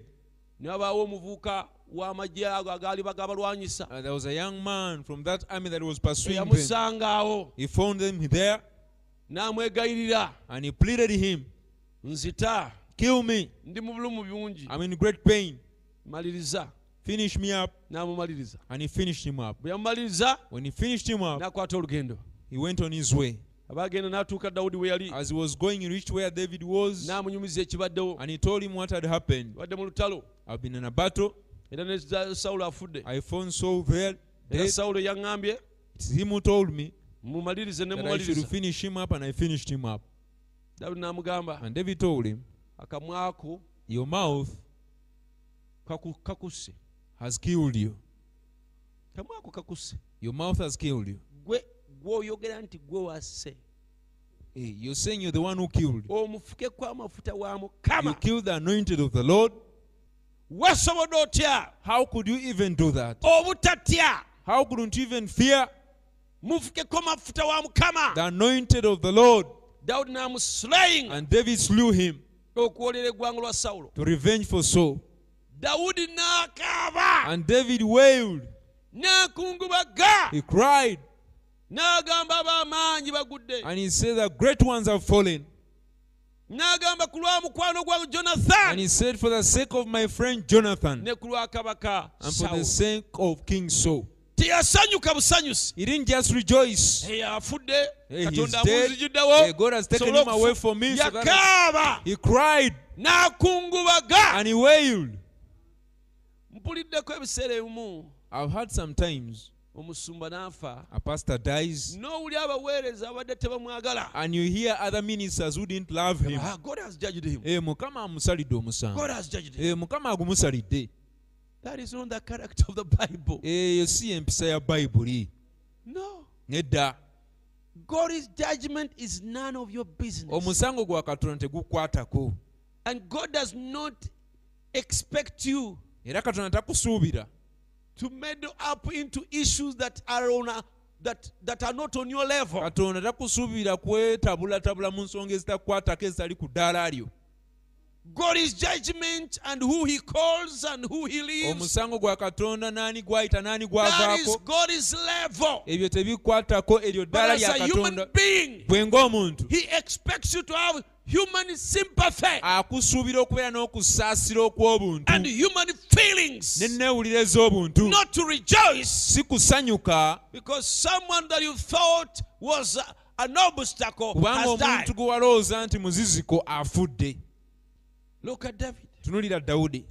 Speaker 1: ne wabaawo omuvubuka w'amagye ago agaali bagabalwanyisa
Speaker 2: Uh, there was a young man from that army that was pursuing them.
Speaker 1: eyamusanga awo
Speaker 2: He found him there
Speaker 1: n'amwegayirira
Speaker 2: and he pleaded him,
Speaker 1: nzita
Speaker 2: Kill me.
Speaker 1: ndi mu bulumu bungi
Speaker 2: I'm in great pain.
Speaker 1: maliriza
Speaker 2: Finish me up.
Speaker 1: n'amumaliriza
Speaker 2: And he finished him up.
Speaker 1: bwe yamumaliriza
Speaker 2: When he finished him up,
Speaker 1: n'akwata olugendo
Speaker 2: he went on his way.
Speaker 1: abaagenda n'atuuka dawudi we yali
Speaker 2: (laughs) As he was going, he reached where David was
Speaker 1: n'amunyumiza ekibaddewo
Speaker 2: and he told him what had happened.
Speaker 1: badde mu lutalo
Speaker 2: I've been in a battle.
Speaker 1: era ne Sa- sawulo afudde
Speaker 2: I found Saul there.
Speaker 1: era
Speaker 2: Dead.
Speaker 1: sawulo yaŋŋambye
Speaker 2: It's him who told me
Speaker 1: mumalirize ne
Speaker 2: that I should
Speaker 1: mumaliriza
Speaker 2: finish him up, and I finished him up.
Speaker 1: dawudi n'amugamba
Speaker 2: And David told him,
Speaker 1: akamwako
Speaker 2: Your mouth
Speaker 1: kaku- kakusse
Speaker 2: has killed you.
Speaker 1: kamwako kakusse
Speaker 2: Your mouth has killed you.
Speaker 1: gwe gweoyogera nti gwe wasse
Speaker 2: Hey, you're saying you're the one who killed.
Speaker 1: Oh, omufukeko amafuta wa
Speaker 2: You
Speaker 1: mukama
Speaker 2: killed the anointed of the Lord.
Speaker 1: wasobodde otya
Speaker 2: How could you even do that?
Speaker 1: Oh. obutatya
Speaker 2: How couldn't you even fear
Speaker 1: mufukeko mafuta wa mukama
Speaker 2: the anointed of the Lord?
Speaker 1: dawudi n'amuslaying
Speaker 2: And David slew him
Speaker 1: okwolera eggwanga lwa sawulo
Speaker 2: to revenge for Saul.
Speaker 1: dawudi n'akaaba
Speaker 2: And David wailed.
Speaker 1: n'akungubaga
Speaker 2: He cried.
Speaker 1: n'agamba ab'amaanyi bagudde
Speaker 2: And he said, The great ones have fallen.
Speaker 1: n'agamba ku lwa mukwano gwa
Speaker 2: And he
Speaker 1: jonathan
Speaker 2: said, For the sake of my friend Jonathan
Speaker 1: ne ku lwa kabaka
Speaker 2: and for the
Speaker 1: sawulo
Speaker 2: sake of King Saul.
Speaker 1: teyasanyuka busanyusi
Speaker 2: He didn't just rejoice.
Speaker 1: Hey, afudde
Speaker 2: Hey, he's
Speaker 1: katonda
Speaker 2: dead.
Speaker 1: amuzijuddewo
Speaker 2: Hey, God has taken
Speaker 1: Sobole
Speaker 2: him away
Speaker 1: okufu-
Speaker 2: from me so that I-
Speaker 1: yakaaba
Speaker 2: He cried
Speaker 1: n'akungubaga
Speaker 2: and he wailed.
Speaker 1: mpuliddeko ebiseera ebimu
Speaker 2: I've heard sometimes
Speaker 1: omusumba n'afa
Speaker 2: a pastor dies
Speaker 1: n'owuli abaweereza abadde tebamwagala
Speaker 2: and you hear other ministers who didn't love Ah, him.
Speaker 1: Ah, god has judged him
Speaker 2: Eh, mukama amusalidde
Speaker 1: god
Speaker 2: omusango
Speaker 1: has judged him
Speaker 2: Eh, mukama agumusalidde
Speaker 1: that is not the character of the bible
Speaker 2: eyo si empisa ya bayibuli
Speaker 1: no
Speaker 2: nedda
Speaker 1: god's judgment is none of your business
Speaker 2: omusango gwa katonda tegukwatako
Speaker 1: and god does not expect you
Speaker 2: era katonda takusuubira
Speaker 1: to meddle up into issues that are on a, that that are not on your level
Speaker 2: katonda takusuubira kwetabulatabula mu nsonga ezitakukwatako ezitali ku ddaala lyo
Speaker 1: god's judgment and who he calls and who he leaves
Speaker 2: omusango gwa katonda n'ani gwayita n'ani
Speaker 1: that is
Speaker 2: gwavaako
Speaker 1: god's level
Speaker 2: ebyo tebikukwatako eryo
Speaker 1: but
Speaker 2: ddaala
Speaker 1: as
Speaker 2: lya
Speaker 1: a human
Speaker 2: katonda
Speaker 1: being
Speaker 2: gwe ng'omuntu
Speaker 1: he expects you to have human sympathy
Speaker 2: Ah, akusuubira okubeera n'okusaasira okw'obuntu
Speaker 1: and human feelings
Speaker 2: n'ennewulira ez'obuntu
Speaker 1: not to rejoice
Speaker 2: si kusanyuka
Speaker 1: because someone that you thought was a- an obstacle
Speaker 2: kubanga
Speaker 1: has
Speaker 2: omuntu
Speaker 1: died
Speaker 2: gwe walowooza nti muziziko afudde
Speaker 1: look at david
Speaker 2: tunulira dawudi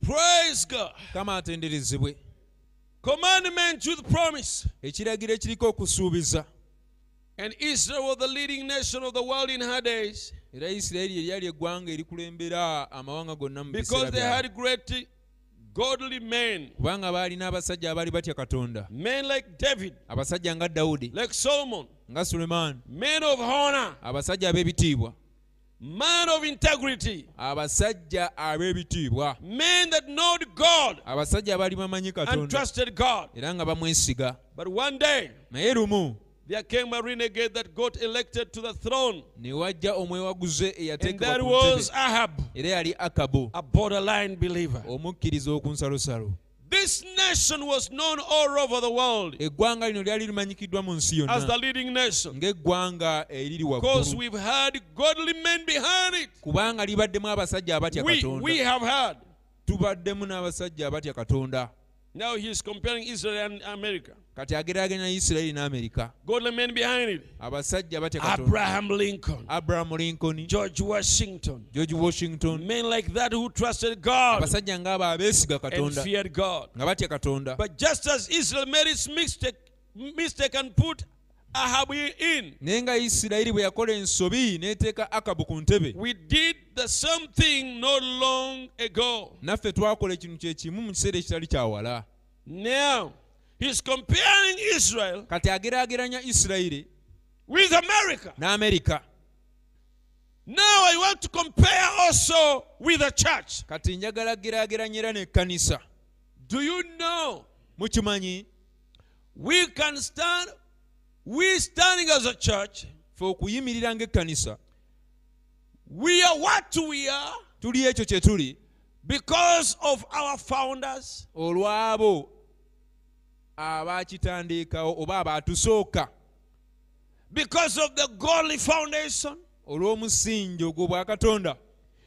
Speaker 1: praise god
Speaker 2: kama atenderezebwe
Speaker 1: commandment with promise
Speaker 2: ekiragiro ekiriko okusuubiza
Speaker 1: and israel was the leading nation of the world in her days
Speaker 2: era isirayiri lye lyali eggwanga erikulembera amawanga gonna mu biseera
Speaker 1: because they
Speaker 2: byabwe.
Speaker 1: had great godly men
Speaker 2: kubanga baalina abasajja abaali batya katonda
Speaker 1: men like david
Speaker 2: abasajja nga dawudi
Speaker 1: like solomon
Speaker 2: nga sulemaani
Speaker 1: men of honor
Speaker 2: abasajja ab'ebitiibwa
Speaker 1: man of integrity
Speaker 2: abasajja ab'ebitiibwa
Speaker 1: men that knowed god
Speaker 2: abasajja abaali bamanyi
Speaker 1: and
Speaker 2: katonda
Speaker 1: trusted god
Speaker 2: era nga bamwesiga
Speaker 1: but one day
Speaker 2: naye lumu
Speaker 1: there came a renegade that got elected to the throne
Speaker 2: ne wajja omwewaguze
Speaker 1: and
Speaker 2: eyateekebwa
Speaker 1: that
Speaker 2: ku
Speaker 1: was
Speaker 2: ntebe
Speaker 1: ahab
Speaker 2: era yali akabu
Speaker 1: a borderline believer.
Speaker 2: Oh. omukkiriza okunsalosalo
Speaker 1: This nation was known all over the world
Speaker 2: eggwanga lino lyali limanyikiddwa mu nsi
Speaker 1: as the
Speaker 2: yonna
Speaker 1: leading nation
Speaker 2: ng'eggwanga eriri
Speaker 1: because
Speaker 2: waggulu
Speaker 1: we've had godly men behind it.
Speaker 2: kubanga libaddemu abasajja abatya
Speaker 1: We, we
Speaker 2: katonda
Speaker 1: have had.
Speaker 2: tubaddemu n'abasajja abatya katonda
Speaker 1: Now he's comparing Israel and America.
Speaker 2: kati ageraganya isirayiri n'amerika
Speaker 1: Godly men behind it.
Speaker 2: abasajja abatya katonda
Speaker 1: Abraham Lincoln,
Speaker 2: abraham lincoln
Speaker 1: George Washington,
Speaker 2: george washington
Speaker 1: men like that who trusted God
Speaker 2: abasajja ng'abo abeesiga
Speaker 1: and
Speaker 2: katonda
Speaker 1: feared God.
Speaker 2: nga batya katonda
Speaker 1: But just as Israel made its mistake, mistake and put Ahab in.
Speaker 2: naye nga isirayiri bwe yakola ensobi n'eteeka akabu ku ntebe
Speaker 1: We did the same thing not long ago.
Speaker 2: naffe twakola ekintu kye kimu mu kiseera ekitali kyawala
Speaker 1: Now, he's comparing Israel
Speaker 2: kati ageraageranya isirayiri
Speaker 1: with America.
Speaker 2: n'amerika
Speaker 1: Now, I want to compare also with the church.
Speaker 2: kati njagala geraageranya era n'ekkanisa
Speaker 1: Do you know
Speaker 2: mukimanyi
Speaker 1: we can stand, we standing as a church,
Speaker 2: ffe okuyimirira ng'ekkanisa
Speaker 1: we are what we are
Speaker 2: tuli ekyo kye tuli
Speaker 1: because of our founders,
Speaker 2: olw'abo abakitandiikawo oba abaatusooka
Speaker 1: because of the godly foundation,
Speaker 2: olw'omusingi ogw'obwa katonda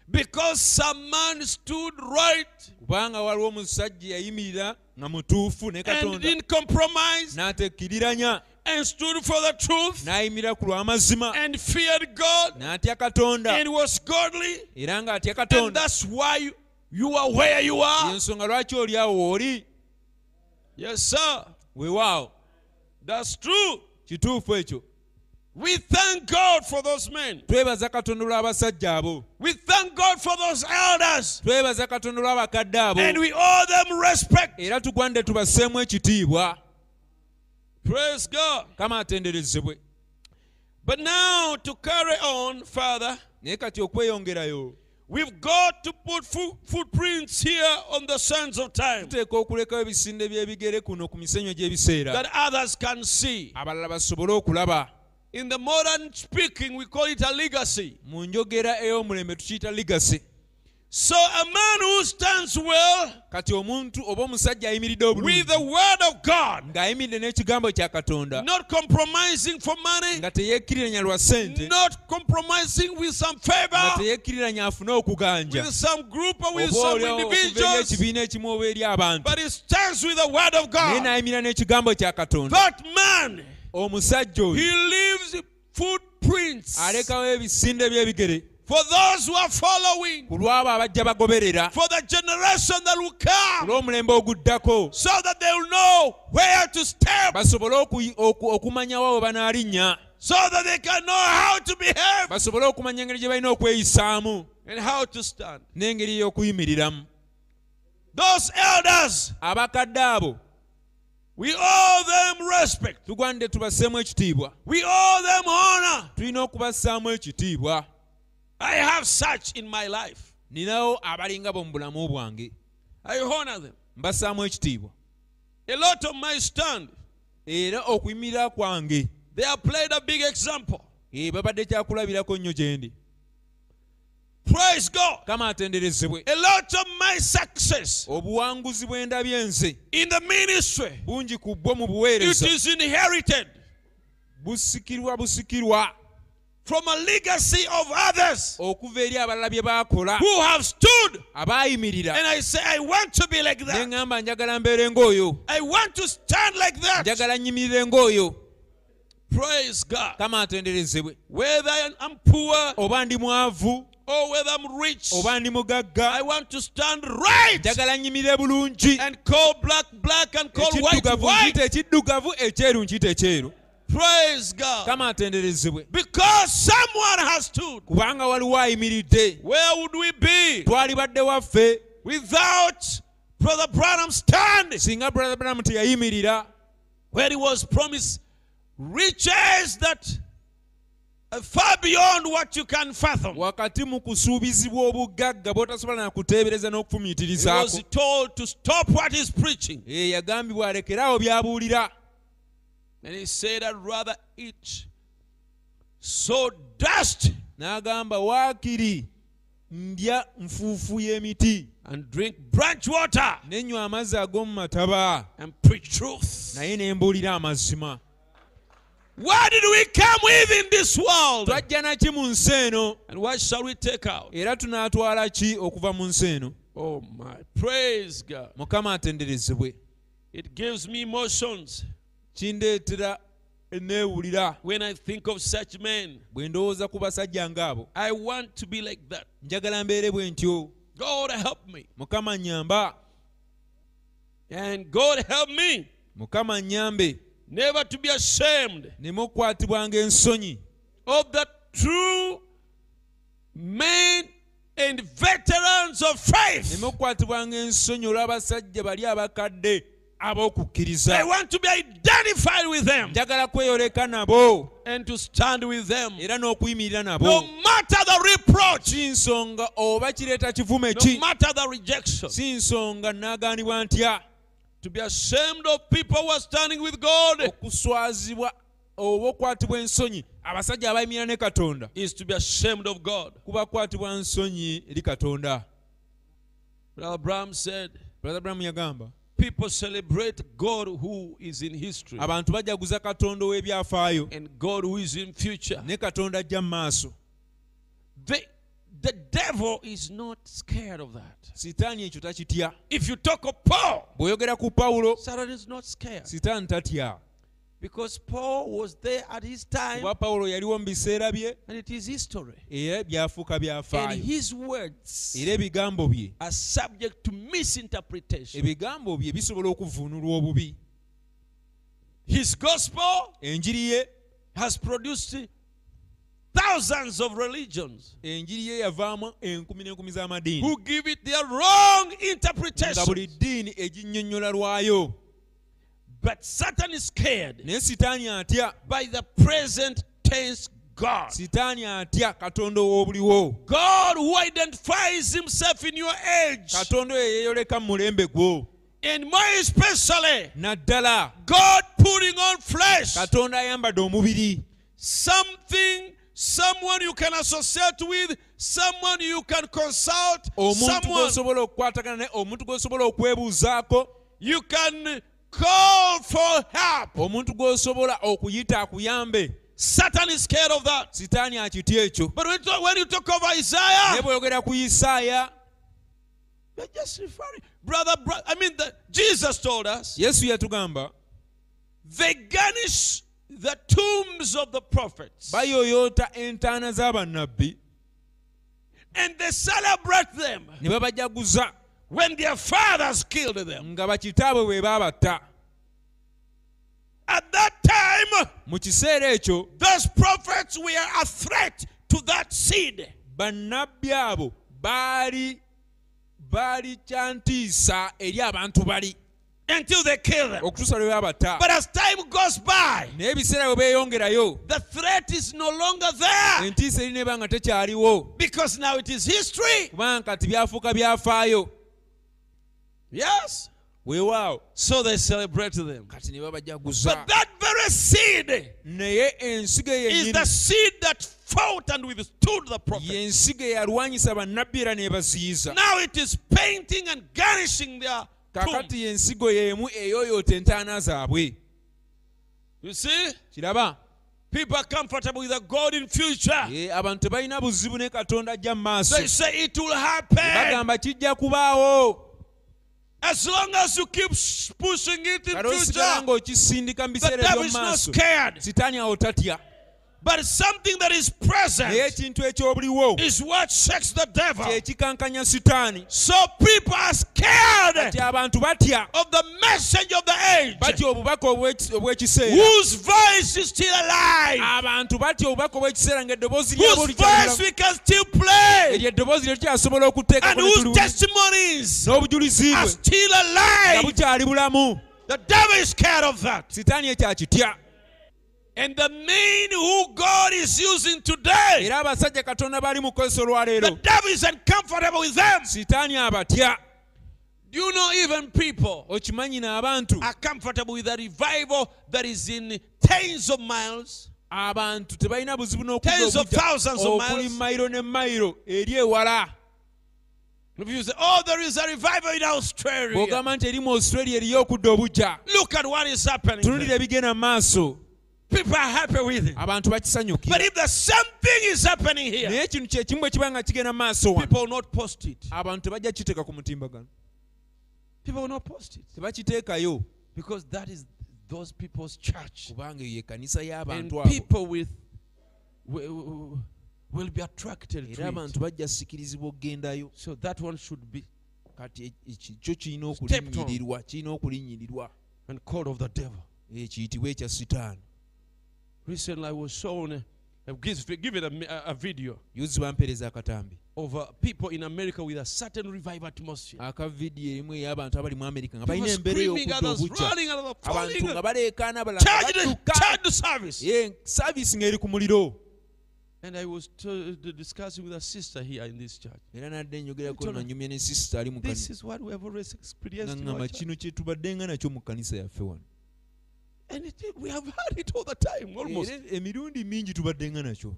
Speaker 1: because some man stood right
Speaker 2: kubanga waliwo omusajja eyayimirira nga mutuufu ne
Speaker 1: and
Speaker 2: katonda
Speaker 1: didn't compromise
Speaker 2: n'atekkiriranya
Speaker 1: and stood for the truth
Speaker 2: n'ayimirira ku lw'amazima
Speaker 1: and feared God
Speaker 2: n'atya katonda
Speaker 1: and was godly.
Speaker 2: era ng'atya
Speaker 1: And
Speaker 2: katonda
Speaker 1: that's why you- you are where you are.
Speaker 2: yensonga lwaki oli awo wooli
Speaker 1: Yes, sir.
Speaker 2: weewaawo
Speaker 1: That's true.
Speaker 2: kituufu ekyo
Speaker 1: We thank God for those men.
Speaker 2: twebaza katonda olw'abasajja abo
Speaker 1: We thank God for those elders.
Speaker 2: twebaza katonda olw'abakadde
Speaker 1: And
Speaker 2: abo
Speaker 1: we owe them respect.
Speaker 2: era tugwanidde tubasseemu ekitiibwa
Speaker 1: Praise God.
Speaker 2: kama atenderezebwe
Speaker 1: But now, to carry on further,
Speaker 2: naye kati okweyongerayo
Speaker 1: we've got to put fo- footprints here on the sands of time
Speaker 2: tuteeka okulekawo ebisinde by'ebigere kuno ku misenyo gy'ebiseera
Speaker 1: that others can see.
Speaker 2: abalala basobole okulaba
Speaker 1: In the modern speaking, we call it a legacy.
Speaker 2: mu njogera ey'omulembe tukiyita ligasi
Speaker 1: So, a man who stands well
Speaker 2: kati omuntu oba omusajja ayimiridde obulungi
Speaker 1: with the word of God
Speaker 2: ng'ayimiridde n'ekigambo kya katonda
Speaker 1: not compromising for money,
Speaker 2: nga teyeekkiriranya lwa ssente
Speaker 1: not compromising with some
Speaker 2: nga
Speaker 1: favor,
Speaker 2: teyeekkiriranya afune okuganja
Speaker 1: with some group or with
Speaker 2: oba
Speaker 1: some
Speaker 2: olyawo okuva eri
Speaker 1: individuals,
Speaker 2: ekibiina ekimu oba eri abantu
Speaker 1: but it stands with the word of
Speaker 2: naye
Speaker 1: God.
Speaker 2: n'ayimirira n'ekigambo kya katonda
Speaker 1: That man,
Speaker 2: omusajja
Speaker 1: he
Speaker 2: oyo
Speaker 1: leaves footprints
Speaker 2: alekawo ebisinde by'ebigere
Speaker 1: for those who are following,
Speaker 2: ku lw'abo abajja bagoberera
Speaker 1: for the generation that will
Speaker 2: ku
Speaker 1: come,
Speaker 2: lw'omulembe oguddako
Speaker 1: so that they will know where to step,
Speaker 2: basobole okuyi- oku- okumanyawo we banaalinnya
Speaker 1: so that they can know how to behave
Speaker 2: basobole okumanya engeri gye balina okweyisaamu
Speaker 1: and how to stand.
Speaker 2: n'engeri y'okuyimiriramu
Speaker 1: Those elders,
Speaker 2: abakadde abo
Speaker 1: we owe them respect.
Speaker 2: tugwanidde tubasseemu ekitiibwa
Speaker 1: We owe them honor.
Speaker 2: tulina okubassaamu ekitiibwa
Speaker 1: I have such in my life.
Speaker 2: ninawo abalinga bo mu bulamu bwange
Speaker 1: I honor them.
Speaker 2: mbassaamu ekitiibwa
Speaker 1: A lot of my stand,
Speaker 2: era okuyimirira kwange
Speaker 1: they have played a big example.
Speaker 2: eh, babadde kyakulabirako nnyo gye ndi
Speaker 1: Praise God.
Speaker 2: kama atenderezebwe
Speaker 1: A lot of my success
Speaker 2: obuwanguzi bwe ndabye nze
Speaker 1: in the ministry,
Speaker 2: bungi ku bwo mu
Speaker 1: it
Speaker 2: buweereza
Speaker 1: is inherited
Speaker 2: busikirwa busikirwa
Speaker 1: from a legacy of others
Speaker 2: okuva eri abalala bye baakola
Speaker 1: who have stood.
Speaker 2: abaayimirira
Speaker 1: And I say, I want to be like
Speaker 2: ne
Speaker 1: that.
Speaker 2: ŋŋamba njagala mbeere ng'oyo
Speaker 1: I want to stand like that.
Speaker 2: njagala nyimirire ng'oyo
Speaker 1: Praise God.
Speaker 2: kama atenderezebwe
Speaker 1: Whether I'm poor
Speaker 2: oba ndi mwavu
Speaker 1: or whether I'm rich,
Speaker 2: oba ndi
Speaker 1: I
Speaker 2: mugagga
Speaker 1: want to stand right
Speaker 2: njagala nyimirire bulungi
Speaker 1: and call black black and call white
Speaker 2: ekiddugavu
Speaker 1: white.
Speaker 2: nkiyita ekiddugavu ekyeru nkiyita ekyeru
Speaker 1: Praise God.
Speaker 2: kama atenderezebwe
Speaker 1: Because someone has stood.
Speaker 2: kubanga waliwo ayimiridde
Speaker 1: Where would we be
Speaker 2: twalibadde waffe
Speaker 1: without Brother Branham's stand
Speaker 2: singa brother branam teyayimirira
Speaker 1: where he was promised riches that are far beyond what you can fathom?
Speaker 2: wakati mu kusuubizibwa obugagga bw'otasobola nakuteebereza
Speaker 1: He was
Speaker 2: n'okufumitirizako
Speaker 1: told to stop what he's preaching.
Speaker 2: Eh, yagambibwa alekeraawo byabuulira
Speaker 1: And he said, I'd rather eat so dust
Speaker 2: n'agamba waakiri ndya nfuufu y'emiti
Speaker 1: and drink branch water
Speaker 2: nenywa amazzi ag'omu mataba
Speaker 1: and preach truth.
Speaker 2: naye ne mbuulira amazima
Speaker 1: Why did we come with in this world?
Speaker 2: twajja naki mu nsi eno
Speaker 1: And what shall we take out?
Speaker 2: era tunaatwala ki okuva mu nsi eno
Speaker 1: Oh my, praise God.
Speaker 2: mukama atenderezebwe
Speaker 1: It gives me emotions
Speaker 2: kindeetera neewulira
Speaker 1: when I think of such men.
Speaker 2: bwe ndowooza ku basajja ng'abo
Speaker 1: I want to be like that.
Speaker 2: njagala mbeere bwe ntyo
Speaker 1: God help me.
Speaker 2: mukama nyamba
Speaker 1: And God help me
Speaker 2: mukama nyambe
Speaker 1: never to be ashamed
Speaker 2: nneme okukwatibwanga ensonyi
Speaker 1: of the true men and veterans of faith.
Speaker 2: nneme okukwatibwanga ensonyi olw'abasajja bali abakadde ab'okukkiriza
Speaker 1: I want to be identified with them
Speaker 2: njagala kweyoleka nabo
Speaker 1: and to stand with them.
Speaker 2: era n'okuyimirira
Speaker 1: No
Speaker 2: nabo
Speaker 1: matter the reproach,
Speaker 2: si nsonga oba kireeta kivume
Speaker 1: no
Speaker 2: ki
Speaker 1: matter the rejection,
Speaker 2: si nsonga naaganibwa ntya
Speaker 1: to be ashamed of people who are standing with God
Speaker 2: okuswazibwa oba okukwatibwa ensonyi abasajja abayimirira ne katonda
Speaker 1: is to be ashamed of God.
Speaker 2: kubakwatibwa nsonyi eri katonda
Speaker 1: Brother Abraham said,
Speaker 2: brother bramu yagamba
Speaker 1: People celebrate God who is in history
Speaker 2: abantu bajaguza katonda ow'ebyafaayo
Speaker 1: and God who is in future.
Speaker 2: ne katonda ajja mu maaso
Speaker 1: They, the devil is not scared of that.
Speaker 2: sitaani ekyo takitya
Speaker 1: If you talk of Paul,
Speaker 2: bw'oyogera ku pawulo
Speaker 1: Satan is not scared
Speaker 2: sitaani tatya
Speaker 1: because Paul was there at his time
Speaker 2: kuba pawulo yaliwo mu biseera bye
Speaker 1: and it is history.
Speaker 2: era byafuuka
Speaker 1: And
Speaker 2: byafaayo
Speaker 1: his words
Speaker 2: era ebigambo bye
Speaker 1: are subject to misinterpretation.
Speaker 2: ebigambo bye bisobola okuvuunulwa obubi
Speaker 1: His gospel
Speaker 2: enjiri ye
Speaker 1: has produced thousands of religions
Speaker 2: enjiri ye yavaamu enkumi n'enkumi z'amadiini
Speaker 1: who give it their wrong
Speaker 2: nga
Speaker 1: interpretation.
Speaker 2: buli ddiini eginnyonnyola lwayo
Speaker 1: But Satan is scared
Speaker 2: naye sitaani atya
Speaker 1: by the present tense God.
Speaker 2: sitaani atya katonda ow'obuliwo
Speaker 1: God who identifies himself in your age.
Speaker 2: katonda oyo yeeyoleka mu mulembe gwo
Speaker 1: And more especially,
Speaker 2: naddala
Speaker 1: God putting on flesh.
Speaker 2: katonda ayambadde omubiri
Speaker 1: Something, someone you can associate with, someone you can consult,
Speaker 2: omuntu
Speaker 1: someone
Speaker 2: gwosobola okukwatagana naye omuntu gwosobola okwebuuzaako
Speaker 1: you can call for help.
Speaker 2: omuntu gwosobola okuyita akuyambe
Speaker 1: Satan is scared of that.
Speaker 2: sitaani akiti ekyo
Speaker 1: But when you talk, when you talk of
Speaker 2: naye
Speaker 1: Isaiah,
Speaker 2: bw'oyogera ku isaaya
Speaker 1: you're just referring. Brother, bro- I mean, the, Jesus told us
Speaker 2: yesu yatugamba
Speaker 1: they garnish the tombs of the prophets
Speaker 2: bayoyoota entaana z'abannabbi
Speaker 1: and they celebrate them
Speaker 2: ne babajaguza
Speaker 1: when their fathers killed them.
Speaker 2: nga bakitaabwe bwe baabatta
Speaker 1: At that time,
Speaker 2: mu kiseera ekyo
Speaker 1: those prophets were a threat to that seed.
Speaker 2: bannabbi abo baali baali kya ntiisa eri abantu bali
Speaker 1: until they kill them.
Speaker 2: okutuusa lwe baabata
Speaker 1: But as time goes by,
Speaker 2: naye ebiseera bwe beeyongerayo
Speaker 1: the threat is no longer there
Speaker 2: entiisa eri neba nga tekyaliwo
Speaker 1: because now it is history.
Speaker 2: kubanga kati byafuuka byafaayo
Speaker 1: Yes?
Speaker 2: weewaawo
Speaker 1: So they celebrate them.
Speaker 2: kati ne
Speaker 1: But
Speaker 2: babajaguza
Speaker 1: that very seed
Speaker 2: naye ensigo
Speaker 1: is
Speaker 2: yennyini
Speaker 1: the seed that fought and withstood the prophet.
Speaker 2: y'ensigo eyalwanyisa bannabbi era n'ebaziyiza
Speaker 1: Now it is painting and garnishing their tomb.
Speaker 2: kakati y'ensigo y'emu eyoyoota entaana zaabwe
Speaker 1: You see?
Speaker 2: kiraba
Speaker 1: People are comfortable with a God in future.
Speaker 2: Eh, abantu tebalina buzibu ne katonda ajja mu maaso
Speaker 1: They say it will happen.
Speaker 2: bagamba kijja kubaawo
Speaker 1: As long as you keep s- pushing it in
Speaker 2: kale osigala
Speaker 1: future,
Speaker 2: ng'okisindika mu
Speaker 1: the
Speaker 2: biseera
Speaker 1: devil
Speaker 2: eby'omu
Speaker 1: is not
Speaker 2: maaso
Speaker 1: scared.
Speaker 2: sitaani awo tatya
Speaker 1: But something that is
Speaker 2: naye
Speaker 1: present
Speaker 2: ekintu ekyobuliwo
Speaker 1: is what shakes the devil.
Speaker 2: kye kikankanya sitaani
Speaker 1: So people are scared
Speaker 2: ti abantu batya
Speaker 1: of the message of the age
Speaker 2: batya obubaka obw'eki- obw'ekiseera
Speaker 1: whose voice is still alive,
Speaker 2: abantu batya obubaka obw'ekiseera ng'eddoboozi lyabwe
Speaker 1: whose voice
Speaker 2: likyabulamu.
Speaker 1: we can still play,
Speaker 2: eryo eddoboozi lyo likyasobola
Speaker 1: and
Speaker 2: okuteekako ne
Speaker 1: whose
Speaker 2: tuliwulira.
Speaker 1: testimonies
Speaker 2: n'obujulizi
Speaker 1: are
Speaker 2: bwe
Speaker 1: still
Speaker 2: nga
Speaker 1: alive.
Speaker 2: bukyali bulamu
Speaker 1: The devil is scared of that.
Speaker 2: sitaani ekyakitya
Speaker 1: And the men who God is using today,
Speaker 2: era abasajja katonda bali mu kukozesa
Speaker 1: the
Speaker 2: olwaleero
Speaker 1: devil is uncomfortable with them.
Speaker 2: sitaani abatya
Speaker 1: Do you know even people
Speaker 2: okimanyi n'abantu
Speaker 1: are comfortable with the revival that is in tens of miles.
Speaker 2: abantu tebalina buzibu
Speaker 1: Tens of thousands of miles.
Speaker 2: n'okuli mayiro ne mayiro eri ewala
Speaker 1: If you say, oh, there is a revival in Australia.
Speaker 2: bw'ogamba nti eri mu australia eriyo okudda obujja
Speaker 1: Look at what is happening.
Speaker 2: tunulira ebigenda mu maaso
Speaker 1: People are happy with it.
Speaker 2: abantu
Speaker 1: But
Speaker 2: bakisanyukira
Speaker 1: if there's something is happening here,
Speaker 2: naye ekintu kyekimu bwe kiba nga kigenda mu maaso wano
Speaker 1: people will not post it.
Speaker 2: abantu tebajja kiteeka ku mutimbagano
Speaker 1: People will not post it.
Speaker 2: tebakiteekayo
Speaker 1: Because that is those people's church.
Speaker 2: kubanga eyo yekanisa
Speaker 1: And
Speaker 2: y'abantu abo
Speaker 1: people with will, will be attracted
Speaker 2: era
Speaker 1: to
Speaker 2: abantu
Speaker 1: it.
Speaker 2: bajja sikirizibwa okugendayo
Speaker 1: So that one should be
Speaker 2: kati ekyo kirina
Speaker 1: Stepped on.
Speaker 2: okulinnyirirwa kirina okulinnyirirwa
Speaker 1: and called of the devil.
Speaker 2: eh, kiyitibwa ekya sitaani
Speaker 1: Recently, I was shown, uh, gives- given a, mi- a- a video
Speaker 2: yuzi bampeereza akatambi
Speaker 1: of uh, people in America with a certain revival
Speaker 2: Ah,
Speaker 1: atmosphere.
Speaker 2: akavidiyo erimu ey'abantu abali mu america nga
Speaker 1: People
Speaker 2: balina embeera
Speaker 1: screaming,
Speaker 2: ey'okudda
Speaker 1: others
Speaker 2: obujja
Speaker 1: running, others
Speaker 2: abantu
Speaker 1: falling.
Speaker 2: nga baleekaana abalala nga
Speaker 1: Charge the,
Speaker 2: badduka.
Speaker 1: charge the service.
Speaker 2: Eh, saavisi ng'eri ku muliro
Speaker 1: And I was t- d- discussing with a sister here in this church.
Speaker 2: era nadde nyogerako
Speaker 1: Tona.
Speaker 2: nanyumya ne sisita ali mu
Speaker 1: This
Speaker 2: kanisa
Speaker 1: is what we have always experienced. In our
Speaker 2: ngaŋŋamba
Speaker 1: church.
Speaker 2: kino kye tubaddenga nakyo mu kanisa yaffe wano
Speaker 1: And it, we have had it all the time, almost.
Speaker 2: Era emirundi mingi tubaddenga nakyo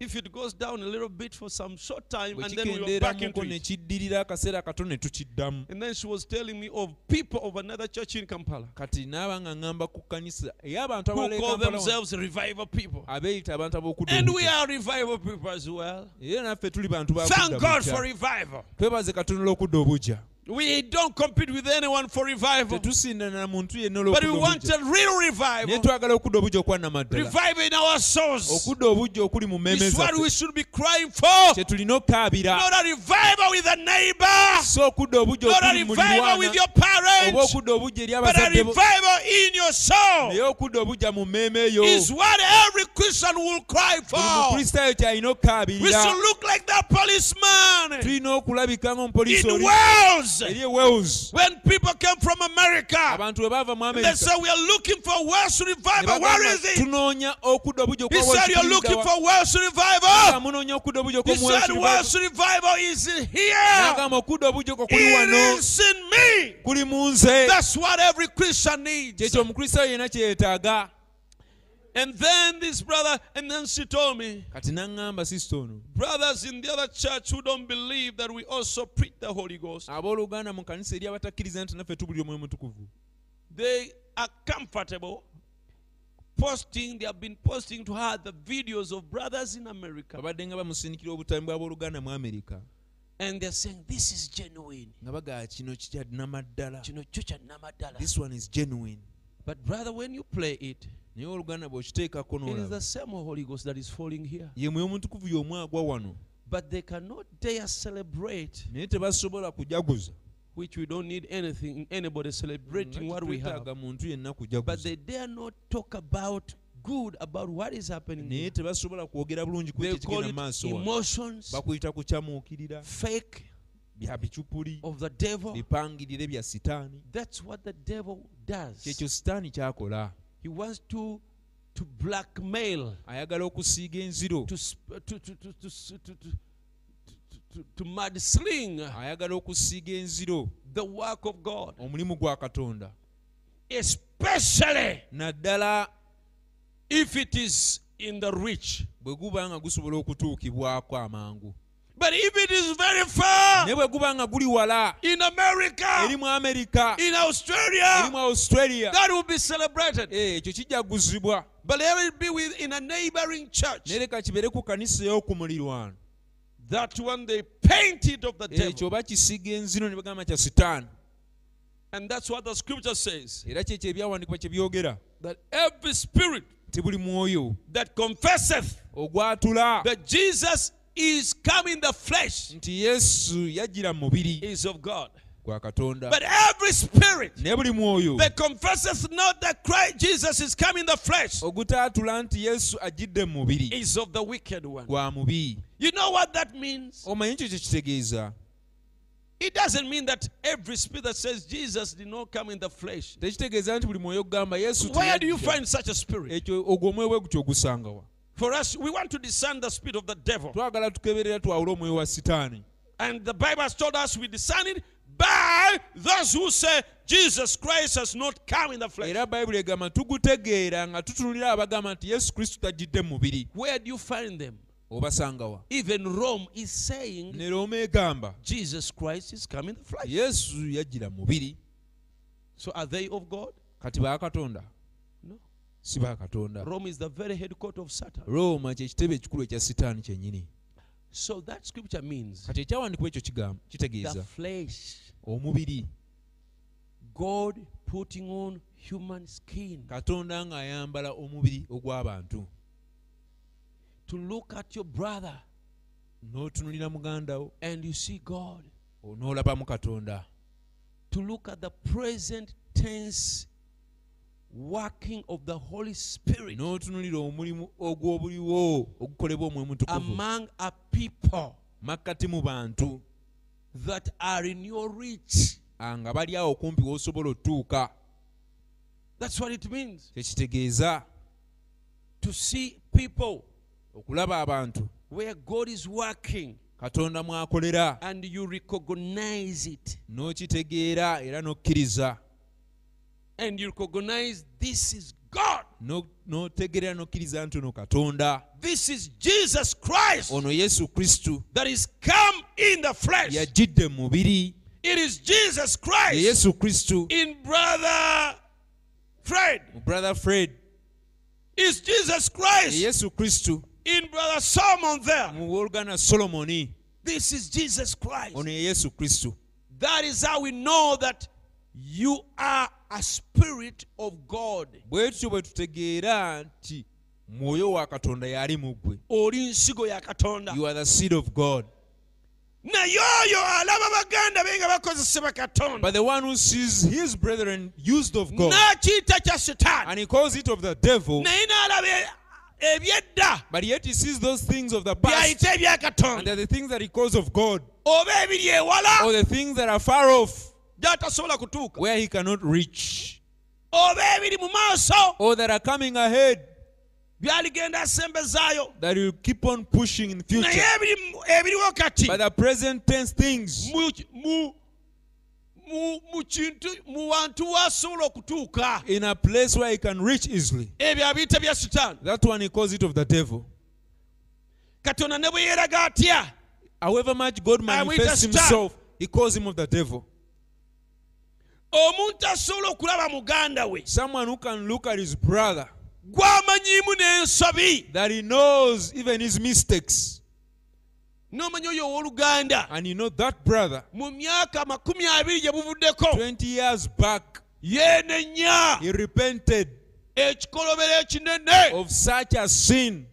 Speaker 1: If it goes down a little bit for some short time,
Speaker 2: bwe
Speaker 1: and then we are back into
Speaker 2: kikendeeramuko ne
Speaker 1: it.
Speaker 2: kiddirira akaseera katono ne tukiddamu
Speaker 1: And then she was telling me of people of another church in Kampala
Speaker 2: kati naaba nga ŋŋamba ku kanisa ey'abantu
Speaker 1: who call
Speaker 2: abaleekampala
Speaker 1: themselves revival people.
Speaker 2: abeeyita abantu ab'okudda
Speaker 1: And we
Speaker 2: obujja.
Speaker 1: are revival people as well.
Speaker 2: era naffe tuli bantu ba
Speaker 1: Thank
Speaker 2: kudda
Speaker 1: God for
Speaker 2: bujja.
Speaker 1: revival.
Speaker 2: twebaze katonda olw'okudda obujja
Speaker 1: We don't compete with anyone for revival,
Speaker 2: tetusindana na muntu yenna
Speaker 1: but we
Speaker 2: olw'okudda
Speaker 1: want
Speaker 2: obujja
Speaker 1: a real
Speaker 2: naye
Speaker 1: revival.
Speaker 2: twagala okudda obujja okwanamaddala
Speaker 1: Revival in our souls.
Speaker 2: okudda obujja okuli mu mmeeme
Speaker 1: It's what we
Speaker 2: zaffe
Speaker 1: should be crying for.
Speaker 2: kye tulina okaabira
Speaker 1: Not a revival with a neighbor,
Speaker 2: so okudda obujja
Speaker 1: not a
Speaker 2: okuli mu
Speaker 1: revival with
Speaker 2: lirwana
Speaker 1: your
Speaker 2: oba
Speaker 1: parents,
Speaker 2: okudda obujja eri
Speaker 1: but a
Speaker 2: abazadde bo
Speaker 1: revival in your soul
Speaker 2: naye okudda obujja mu mmeeme eyo
Speaker 1: is what every Christian will cry
Speaker 2: buli
Speaker 1: for.
Speaker 2: mukristaayo kyalina
Speaker 1: We
Speaker 2: okaabirira
Speaker 1: should look like that policeman
Speaker 2: tulina okulabika ng'omupoliisi
Speaker 1: in
Speaker 2: oli
Speaker 1: Wales
Speaker 2: eri e wales
Speaker 1: when people came from America.
Speaker 2: abantu bwe baava mu
Speaker 1: They
Speaker 2: amerika
Speaker 1: said, We are looking for Welsh
Speaker 2: ne
Speaker 1: revival.
Speaker 2: bagamba,
Speaker 1: Where is it?
Speaker 2: tunoonya okudda obujja
Speaker 1: He said, You're looking for Welsh revival.
Speaker 2: munoonya okudda obujja
Speaker 1: He said, Welsh
Speaker 2: okwomuwagamba
Speaker 1: revival is here.
Speaker 2: okudda obujja okwo kuli
Speaker 1: It
Speaker 2: wano
Speaker 1: is in me.
Speaker 2: kuli mu nze
Speaker 1: That's what every Christian needs.
Speaker 2: kyekyo omukristaayo yenna kye yeetaaga
Speaker 1: And then this brother, and then she told me,
Speaker 2: kati naŋŋamba sisita ono
Speaker 1: Brothers in the other church who don't believe that we also preach the Holy Ghost,
Speaker 2: abooluganda mu kanisa eri abatakkiriza nti naffe tubuli omwoyo mutukuvu
Speaker 1: they are comfortable posting, they have been posting to her the videos of brothers in America.
Speaker 2: babadde nga bamusindikira obutambi bw'abooluganda mu amerika
Speaker 1: And they're saying, This is genuine.
Speaker 2: nga bagaa kino kikyanamaddala
Speaker 1: Kino kyo kya Namadala.
Speaker 2: this one is genuine
Speaker 1: But brother, when you play it,
Speaker 2: naye oluganda bw'okiteekako
Speaker 1: it is the
Speaker 2: n'olaba
Speaker 1: same Holy Ghost that is falling here.
Speaker 2: ye mwoyo mutukuvu y'omu agwa wano
Speaker 1: But they cannot dare celebrate,
Speaker 2: naye tebasobola kujaguza
Speaker 1: which we don't need anything, anybody celebrating what we have.
Speaker 2: twetaaga muntu yenna
Speaker 1: But
Speaker 2: kujaguza
Speaker 1: they dare not talk about good about what is happening.
Speaker 2: naye
Speaker 1: here.
Speaker 2: tebasobola kwogera bulungi ku
Speaker 1: They
Speaker 2: ekyo
Speaker 1: call
Speaker 2: kigenda
Speaker 1: it
Speaker 2: maaso wano.
Speaker 1: emotions,
Speaker 2: bakuyita kukyamuukirira
Speaker 1: fake
Speaker 2: bya bicupuli
Speaker 1: of the devil.
Speaker 2: bipangirire bya sitaani
Speaker 1: That's what the devil does.
Speaker 2: kyekyo sitaani kyakola
Speaker 1: He wants to to blackmail,
Speaker 2: ayagala okusiiga enziro
Speaker 1: to sp- to to to to s- to, to, to- to, to mudsling
Speaker 2: ayagala okusiiga enziro
Speaker 1: the work of God,
Speaker 2: omulimu gwa katonda
Speaker 1: especially
Speaker 2: naddala
Speaker 1: if it is in the rich.
Speaker 2: bwe guba nga gusobola okutuukibwako amangu
Speaker 1: But if it is very far
Speaker 2: naye bwe guba nga guli wala
Speaker 1: in America,
Speaker 2: eri mu amerika
Speaker 1: in
Speaker 2: eri
Speaker 1: Australia,
Speaker 2: mu australia
Speaker 1: that will be celebrated.
Speaker 2: Eh, ekyo kijaguzibwa
Speaker 1: But let it be with in a neighboring church.
Speaker 2: naye leka kibeere ku kanisa ey'okumulirwano Eh,
Speaker 1: That one they painted of the
Speaker 2: ekyo
Speaker 1: devil.
Speaker 2: bakisiga enzino ne bagamba kya sitaani
Speaker 1: And that's what the scripture says.
Speaker 2: era kyekyo ebyawandiikibwa kye byogera
Speaker 1: That every spirit
Speaker 2: ti buli mwoyo
Speaker 1: that confesseth
Speaker 2: ogwatula
Speaker 1: that Jesus is come in the flesh
Speaker 2: nti yesu yajjira mu mubiri
Speaker 1: is of God.
Speaker 2: gwa katonda
Speaker 1: But every spirit
Speaker 2: naye buli mwoyo
Speaker 1: that confesseth not that Christ Jesus is come in the flesh
Speaker 2: ogutaatula nti yesu ajjidde mu mubiri
Speaker 1: is of the wicked one.
Speaker 2: gwa mubi
Speaker 1: You know what that means?
Speaker 2: omanyi ekyo kye kitegeeza
Speaker 1: It doesn't mean that every spirit that says Jesus did not come in the flesh.
Speaker 2: tekitegeeza nti buli mwoyo ogamba yesu
Speaker 1: Where do you
Speaker 2: teyajja."
Speaker 1: find such a spirit?
Speaker 2: ekyo ogwo omwoyo bwe gutyo ogusangawa
Speaker 1: For us, we want to discern the spirit of the devil.
Speaker 2: twagala tukeberera twawule omwoyo wa sitaani
Speaker 1: And the Bible has told us we discern it by those who say Jesus Christ has not come in the flesh.
Speaker 2: era bayibuli egamba tugutegeera nga tutunulira abagamba nti yesu kristo tajjidde mu mubiri
Speaker 1: Where do you find them?
Speaker 2: obasangawa
Speaker 1: Even Rome is saying
Speaker 2: ne rooma egamba
Speaker 1: Jesus Christ is come in the flesh.
Speaker 2: yesu yajjira mu mubiri
Speaker 1: So are they of God?
Speaker 2: kati bakatonda
Speaker 1: No.
Speaker 2: si bakatonda
Speaker 1: Rome is the very headquarters of Satan.
Speaker 2: rooma kyekitebe ekikulu ekya sitaani kyennyini
Speaker 1: So that scripture means
Speaker 2: kati ekyawandikibwa ekyo kigamba
Speaker 1: the
Speaker 2: kitegeeza
Speaker 1: flesh,
Speaker 2: omubiri
Speaker 1: God putting on human skin
Speaker 2: katonda ng'ayambala omubiri ogw'abantu
Speaker 1: to look at your brother
Speaker 2: n'otunulira muganda wo
Speaker 1: and you see God,
Speaker 2: n'olabamu katonda
Speaker 1: to look at the present tense working of the Holy Spirit
Speaker 2: n'otunulira omulimu ogw'obuliwo ogukolebwa omwoyo mutukuvu
Speaker 1: among a people
Speaker 2: makkati mu bantu
Speaker 1: that are in your reach.
Speaker 2: ah, nga bali awo okumpi w'osobola otuuka
Speaker 1: That's what it means
Speaker 2: kye kitegeeza
Speaker 1: to see people
Speaker 2: okulaba abantu
Speaker 1: where God is working
Speaker 2: katonda mw'akolera
Speaker 1: and you recognize it.
Speaker 2: n'okitegeera era n'okkiriza
Speaker 1: And you recognize this is God.
Speaker 2: No- n'otegeerera n'okkiriza nti ono katonda
Speaker 1: This is Jesus Christ
Speaker 2: ono yesu kristu
Speaker 1: that is come in the flesh.
Speaker 2: yajjidde mu mubiri
Speaker 1: It is Jesus
Speaker 2: ye
Speaker 1: Christ
Speaker 2: yesu kristu
Speaker 1: in brother Fred.
Speaker 2: mu brother fred
Speaker 1: It's Jesus
Speaker 2: ye
Speaker 1: Christ
Speaker 2: yesu kristu
Speaker 1: in brother Solomon there.
Speaker 2: mu wooluganda solomoni
Speaker 1: This is Jesus Christ.
Speaker 2: ono ye yesu kristu
Speaker 1: That is how we know that you are a spirit of God.
Speaker 2: bwe tutyo bwe tutegeera nti mwoyo wa katonda yali mu ggwe
Speaker 1: Oli nsigo ya katonda
Speaker 2: you are the seed of god
Speaker 1: naye oyo alaba baganda be nga bakozesebwa katonda
Speaker 2: but the one who sees his brethren used of god
Speaker 1: n'akiyita kya setaani
Speaker 2: and he calls it of the devil
Speaker 1: naye n'alaba e- ebyedda
Speaker 2: but yet he sees those things of the past
Speaker 1: byayita ebya
Speaker 2: and Oh.
Speaker 1: katonda
Speaker 2: they're the things that he calls of god
Speaker 1: oba ebiri
Speaker 2: or
Speaker 1: ewala
Speaker 2: the things that are far off
Speaker 1: gy'atasobola kutuuka
Speaker 2: where he cannot reach
Speaker 1: oba ebiri mu maaso
Speaker 2: or that are coming ahead
Speaker 1: byaligenda asembezaayo
Speaker 2: that will keep on pushing in
Speaker 1: naye
Speaker 2: future
Speaker 1: ebiri- ebiriwo kati
Speaker 2: by the present tense things
Speaker 1: mu- mu- mu- mu kintu mu wantu waasobola okutuuka
Speaker 2: in a place where he can reach easily
Speaker 1: ebyo abiyita bya sitaani
Speaker 2: that one he calls it of the devil
Speaker 1: katonda ne bwe yeeraga atya
Speaker 2: However much God
Speaker 1: I will just
Speaker 2: manifests himself, he calls him of the devil.
Speaker 1: omuntu asobola okulaba muganda we
Speaker 2: Someone who can look at his brother
Speaker 1: gwamanyiimu n'ensobi
Speaker 2: that he knows even his mistakes,
Speaker 1: n'omanya oyo owooluganda
Speaker 2: and you know that brother
Speaker 1: mu myaka makumi abiri gye buvuddeko
Speaker 2: 20 years back
Speaker 1: yeenenya
Speaker 2: he repented
Speaker 1: ekikolobero ekinene
Speaker 2: of such a sin,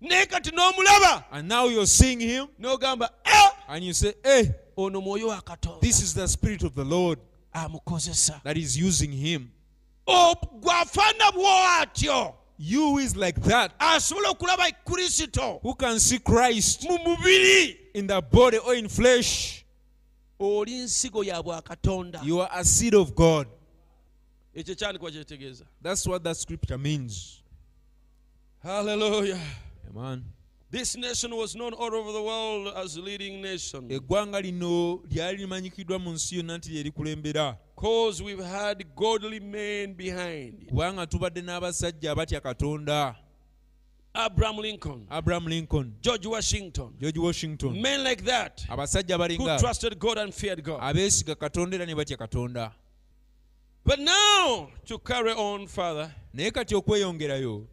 Speaker 1: naye kati n'omulaba
Speaker 2: and now you're seeing him
Speaker 1: n'ogamba "Eh,
Speaker 2: and you say, Hey,
Speaker 1: ono mwoyo wa katonda
Speaker 2: this is the Spirit of the Lord
Speaker 1: amukozesa
Speaker 2: that is using him.
Speaker 1: O- gwafaana bw'atyo
Speaker 2: You who is like that,
Speaker 1: asobola okulaba kristo
Speaker 2: who can see Christ
Speaker 1: mu mubiri
Speaker 2: in the body or in flesh,
Speaker 1: oli nsigo ya bwakatonda
Speaker 2: you are a seed of God.
Speaker 1: ekyo kyandikuba kyetegeeza
Speaker 2: That's what that scripture means.
Speaker 1: haleluya
Speaker 2: Amen.
Speaker 1: this nation was known all over the world as a leading nation
Speaker 2: eggwanga lino lyali limanyikiddwa mu nsi yonna nti lye likulembera
Speaker 1: cause we've had godly men behind
Speaker 2: kubanga tubadde n'abasajja abatya katonda
Speaker 1: abraham lincoln
Speaker 2: abraham lincoln
Speaker 1: george washington
Speaker 2: george washington
Speaker 1: men like that
Speaker 2: abasajja
Speaker 1: who
Speaker 2: abalinga
Speaker 1: trusted god and feared god
Speaker 2: abeesiga katonda era ne batya katonda
Speaker 1: but now to carry on further
Speaker 2: naye kati okweyongerayo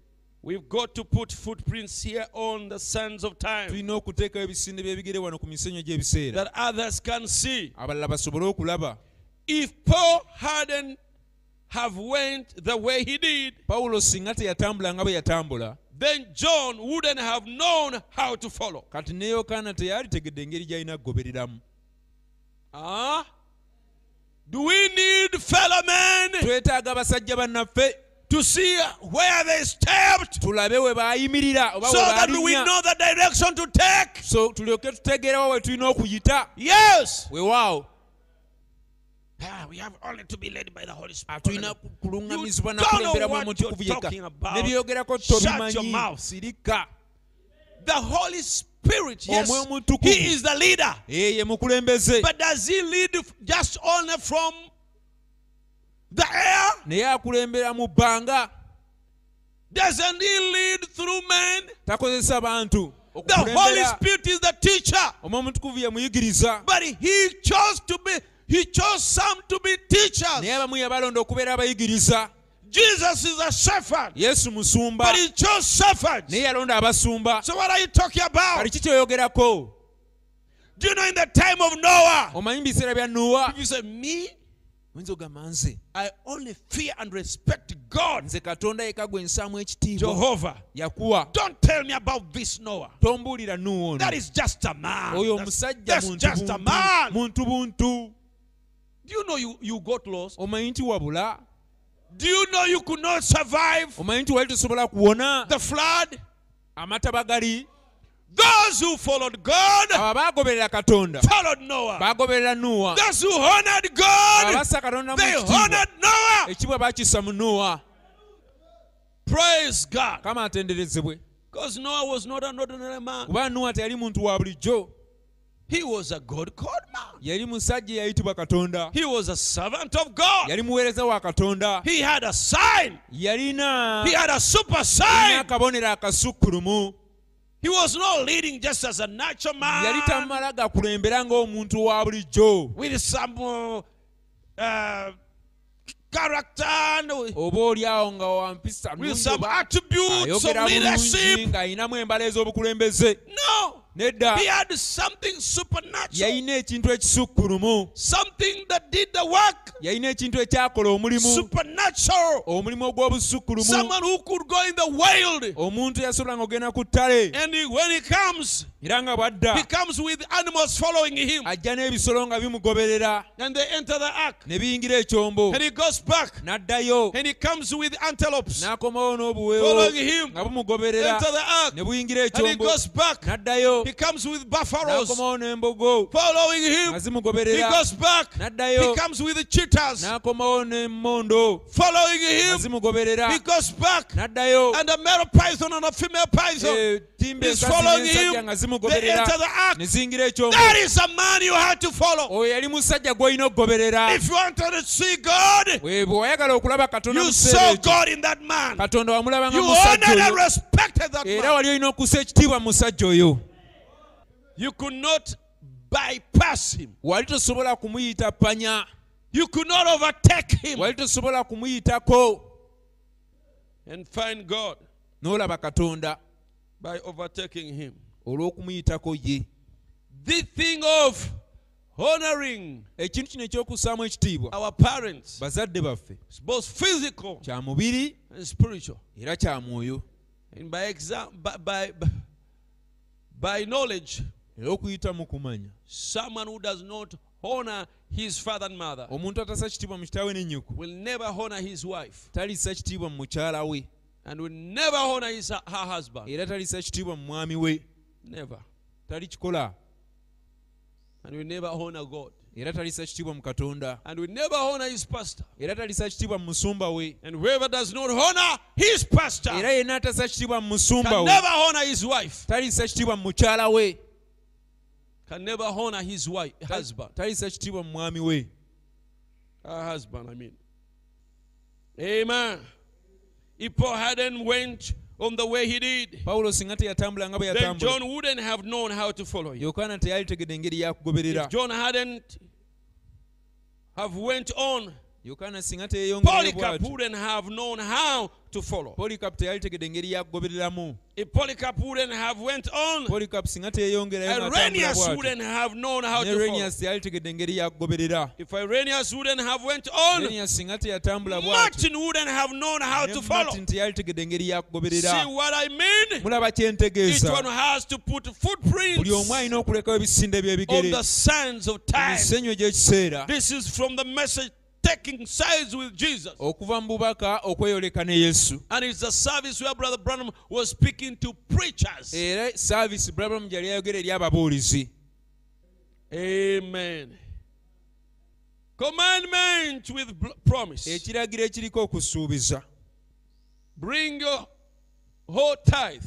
Speaker 1: we've got to put footprints here on the sands of time
Speaker 2: tulina okuteekawo ebisinde by'ebigere wano ku misenyo gy'ebiseera
Speaker 1: that others can see
Speaker 2: abalala basobole okulaba
Speaker 1: if paul hadn't have went the way he did
Speaker 2: pawulo singa teyatambula nga bwe yatambula
Speaker 1: then john wouldn't have known how to follow
Speaker 2: kati ne yokaana teyalitegedde engeri gy'alina kugobereramu
Speaker 1: Huh? Do we need fellow men
Speaker 2: twetaaga abasajja bannaffe
Speaker 1: to see where they stepped
Speaker 2: tulabe we baayimirira oba
Speaker 1: so
Speaker 2: we
Speaker 1: that we
Speaker 2: baalinnya
Speaker 1: know the direction to take?
Speaker 2: so tulyoke tutegeerawo we tulina okuyita
Speaker 1: Yes.
Speaker 2: weewaawo
Speaker 1: Ah, we have only to be led by the Holy Spirit.
Speaker 2: tulina ku- kulungamizibwa
Speaker 1: You don't know
Speaker 2: nakulembera mu
Speaker 1: what
Speaker 2: mutukuvu
Speaker 1: you're
Speaker 2: yekka
Speaker 1: talking about.
Speaker 2: nebyogerako
Speaker 1: Shut your
Speaker 2: tobimanyi
Speaker 1: mouth.
Speaker 2: sirika
Speaker 1: The Holy Spirit, yes.
Speaker 2: Omwoyo Mutukuvu.
Speaker 1: He is the leader.
Speaker 2: eye mukulembeze
Speaker 1: But does he lead just only from the air?
Speaker 2: naye akulembera mu bbanga
Speaker 1: Doesn't he lead through men?
Speaker 2: takozesa bantu
Speaker 1: The Holy
Speaker 2: okukulembera
Speaker 1: Spirit is the teacher.
Speaker 2: omwoyo mutukuvu ye muyigiriza
Speaker 1: But he chose to be, he chose some to be teachers.
Speaker 2: naye abamu yabalonda okubeera abayigiriza
Speaker 1: Jesus is a shepherd,
Speaker 2: yesu musumba
Speaker 1: but he chose shepherds.
Speaker 2: naye yalonda abasumba
Speaker 1: So what are you talking about?
Speaker 2: kali ki kyoyogerako
Speaker 1: Do you know in the time of Noah?
Speaker 2: omanyi mu biseera bya nuwa
Speaker 1: You say, me,
Speaker 2: oyinza ogamba nze
Speaker 1: I only fear and respect God,
Speaker 2: nze katonda yeka gwe nsaamu ekitiibwa
Speaker 1: Jehovah.
Speaker 2: yakuwa
Speaker 1: Don't tell me about this Noah.
Speaker 2: tombuulira nuwa ono
Speaker 1: That is just a man.
Speaker 2: oyo
Speaker 1: That's,
Speaker 2: omusajja
Speaker 1: that's
Speaker 2: muntu
Speaker 1: just a
Speaker 2: buntu,
Speaker 1: man.
Speaker 2: muntu buntu
Speaker 1: Do you know you, you got lost?
Speaker 2: omanyi nti wabula
Speaker 1: Do you know you could not survive
Speaker 2: omanyi nti wali tosobola kuwona
Speaker 1: the flood?
Speaker 2: amataba gali
Speaker 1: Those who followed God
Speaker 2: abo abaagoberera katonda
Speaker 1: followed Noah.
Speaker 2: baagoberera nuwa
Speaker 1: Those who honored God,
Speaker 2: abassa katonda mu
Speaker 1: they
Speaker 2: ekitiibwa
Speaker 1: honored Noah.
Speaker 2: ekibwa baakissa mu nuwa
Speaker 1: Praise God.
Speaker 2: kama atenderezebwe
Speaker 1: Because Noah was not an ordinary man.
Speaker 2: kuba nuwa teyali muntu wa bulijjo
Speaker 1: He was a God called man.
Speaker 2: yali musajja eyayitibwa katonda
Speaker 1: He was a servant of God.
Speaker 2: yali muweereza wa katonda
Speaker 1: He had a sign.
Speaker 2: yalina
Speaker 1: He had a super
Speaker 2: yalina
Speaker 1: sign.
Speaker 2: akabonero akasukkulumu
Speaker 1: He was not leading just as a natural
Speaker 2: yali
Speaker 1: man
Speaker 2: tamala gakulembera ng'omuntu wa bulijjo
Speaker 1: with some uh, uh, character and
Speaker 2: oba oliawo nga wampisa
Speaker 1: with
Speaker 2: nnungi
Speaker 1: some
Speaker 2: oba
Speaker 1: attributes of
Speaker 2: ayogera bulungi
Speaker 1: leadership.
Speaker 2: ng'ayinamu embala ez'obukulembeze
Speaker 1: No.
Speaker 2: nedda
Speaker 1: He had something supernatural.
Speaker 2: yalina ekintu ekisukkulumu
Speaker 1: Something that did the work.
Speaker 2: yalina ekintu ekyakola omulimu
Speaker 1: Supernatural.
Speaker 2: omulimu ogw'obusukkulumu
Speaker 1: Someone who could go in the wild.
Speaker 2: omuntu yasobolanga ogenda ku ttale
Speaker 1: And he- when he comes,
Speaker 2: era nga bw'adda
Speaker 1: he comes with animals following him.
Speaker 2: ajja n'ebisolo nga bimugoberera
Speaker 1: And they enter the ark.
Speaker 2: ne biyingira ekyombo
Speaker 1: And he goes back.
Speaker 2: n'addayo
Speaker 1: And he comes with antelopes.
Speaker 2: n'akomawo
Speaker 1: Following
Speaker 2: n'obuweewo
Speaker 1: him.
Speaker 2: nga bumugoberera
Speaker 1: Enter the ark.
Speaker 2: ne buyingira
Speaker 1: And he
Speaker 2: ekyombo
Speaker 1: goes back.
Speaker 2: n'addayo
Speaker 1: He comes with buffaloes.
Speaker 2: n'akomawo n'embogo
Speaker 1: Following him.
Speaker 2: nga
Speaker 1: He
Speaker 2: zimugoberera
Speaker 1: goes back. He
Speaker 2: n'addayo
Speaker 1: comes with cheetahs.
Speaker 2: n'akomawo n'emmondo
Speaker 1: Following
Speaker 2: nga
Speaker 1: him.
Speaker 2: zimugoberera
Speaker 1: He goes back.
Speaker 2: n'addayo
Speaker 1: And a male python and a female python.
Speaker 2: eh, timba
Speaker 1: is
Speaker 2: enkazi
Speaker 1: following
Speaker 2: n'ensajja
Speaker 1: him.
Speaker 2: nga
Speaker 1: They
Speaker 2: zimugoberera
Speaker 1: enter the ark.
Speaker 2: ne zingira ekyombo
Speaker 1: That is a man you had to follow.
Speaker 2: oyo yali musajja gw'olina okugoberera
Speaker 1: If you wanted to see God,
Speaker 2: bwe bwe wayagala okulaba katonda mu
Speaker 1: you
Speaker 2: kiseera
Speaker 1: saw
Speaker 2: ekyo
Speaker 1: God in that man.
Speaker 2: katonda wamulabanga
Speaker 1: You
Speaker 2: musajja
Speaker 1: honored and
Speaker 2: oyo
Speaker 1: respected that
Speaker 2: era
Speaker 1: man.
Speaker 2: wali olina okusa ekitiibwa mu musajja oyo
Speaker 1: You could not bypass him.
Speaker 2: wali tosobola kumuyita panya
Speaker 1: You could not overtake him
Speaker 2: wali tosobola kumuyitako
Speaker 1: and find God
Speaker 2: n'olaba katonda
Speaker 1: by overtaking him.
Speaker 2: olw'okumuyitako ye
Speaker 1: The thing of honoring
Speaker 2: ekintu kino ekyokussaamu ekitiibwa
Speaker 1: our parents,
Speaker 2: bazadde baffe
Speaker 1: is both physical
Speaker 2: kya mubiri
Speaker 1: and spiritual,
Speaker 2: era kya mwoyo
Speaker 1: and by exam, by, by, by knowledge,
Speaker 2: era okuyita mu kumanya
Speaker 1: someone who does not honor his father and mother
Speaker 2: omuntu atasa kitiibwa mu kitaawe ne nnyoko
Speaker 1: will never honor his wife
Speaker 2: talisa kitiibwa mu mukyala we
Speaker 1: and will never honor his, her husband.
Speaker 2: era talisa kitiibwa mu mwami we
Speaker 1: Never.
Speaker 2: talikikola
Speaker 1: And will never honor God.
Speaker 2: era talisa kitiibwa mu katonda
Speaker 1: And will never honor his pastor.
Speaker 2: era talisa kitiibwa mu musumba we
Speaker 1: And whoever does not honor his pastor
Speaker 2: era yenna atasa kitiibwa mu musumba
Speaker 1: can
Speaker 2: we
Speaker 1: never honor his wife,
Speaker 2: talisa kitiibwa mu mukyala we
Speaker 1: can never honor his wife, husband.
Speaker 2: talisa kitiibwa mu mwami we
Speaker 1: Her husband, I mean. Amen. If Paul hadn't went on the way he did,
Speaker 2: pawulo singa teyatambula nga bwe
Speaker 1: then
Speaker 2: yatambula
Speaker 1: John wouldn't have known how to follow him.
Speaker 2: yokaana teyalitegedde engeri yakugoberera
Speaker 1: If John hadn't have went on,
Speaker 2: yokaana singa teyeyongerayo
Speaker 1: Polycarp
Speaker 2: bwatyo
Speaker 1: wouldn't have known how to follow.
Speaker 2: polikapu teyalitegedde engeri yakugobereramu
Speaker 1: If Polycarp wouldn't have went on,
Speaker 2: polikapu singa teyeyongerayo ng'atambula
Speaker 1: Irenaeus
Speaker 2: bw'atyo,
Speaker 1: wouldn't have known how
Speaker 2: ne
Speaker 1: to follow.
Speaker 2: Renius teyalitegedde engeri yakugoberera
Speaker 1: If Irenaeus wouldn't have went on,
Speaker 2: Renius singa teyatambula bwatyo
Speaker 1: Martin wouldn't have known how
Speaker 2: ne
Speaker 1: to follow.
Speaker 2: Martin teyalitegedde engeri
Speaker 1: See
Speaker 2: yakugoberera
Speaker 1: what I mean?
Speaker 2: mulaba
Speaker 1: Each one
Speaker 2: kyentegeeza
Speaker 1: has to put
Speaker 2: buli omu
Speaker 1: footprints
Speaker 2: alina okulekawo ebisinde
Speaker 1: on
Speaker 2: by'ebigere
Speaker 1: the sands of time.
Speaker 2: emisenyu egy'ekiseera
Speaker 1: This is from the message taking sides with Jesus.
Speaker 2: okuva mu bubaka okweyoleka ne yesu
Speaker 1: And it's the service where Brother Branham was speaking to preachers.
Speaker 2: era saavisi brabulamu gyali yayogera eri ababuulizi
Speaker 1: Amen. Commandment with bl- promise.
Speaker 2: ekiragiro ekiriko okusuubiza
Speaker 1: Bring your whole tithe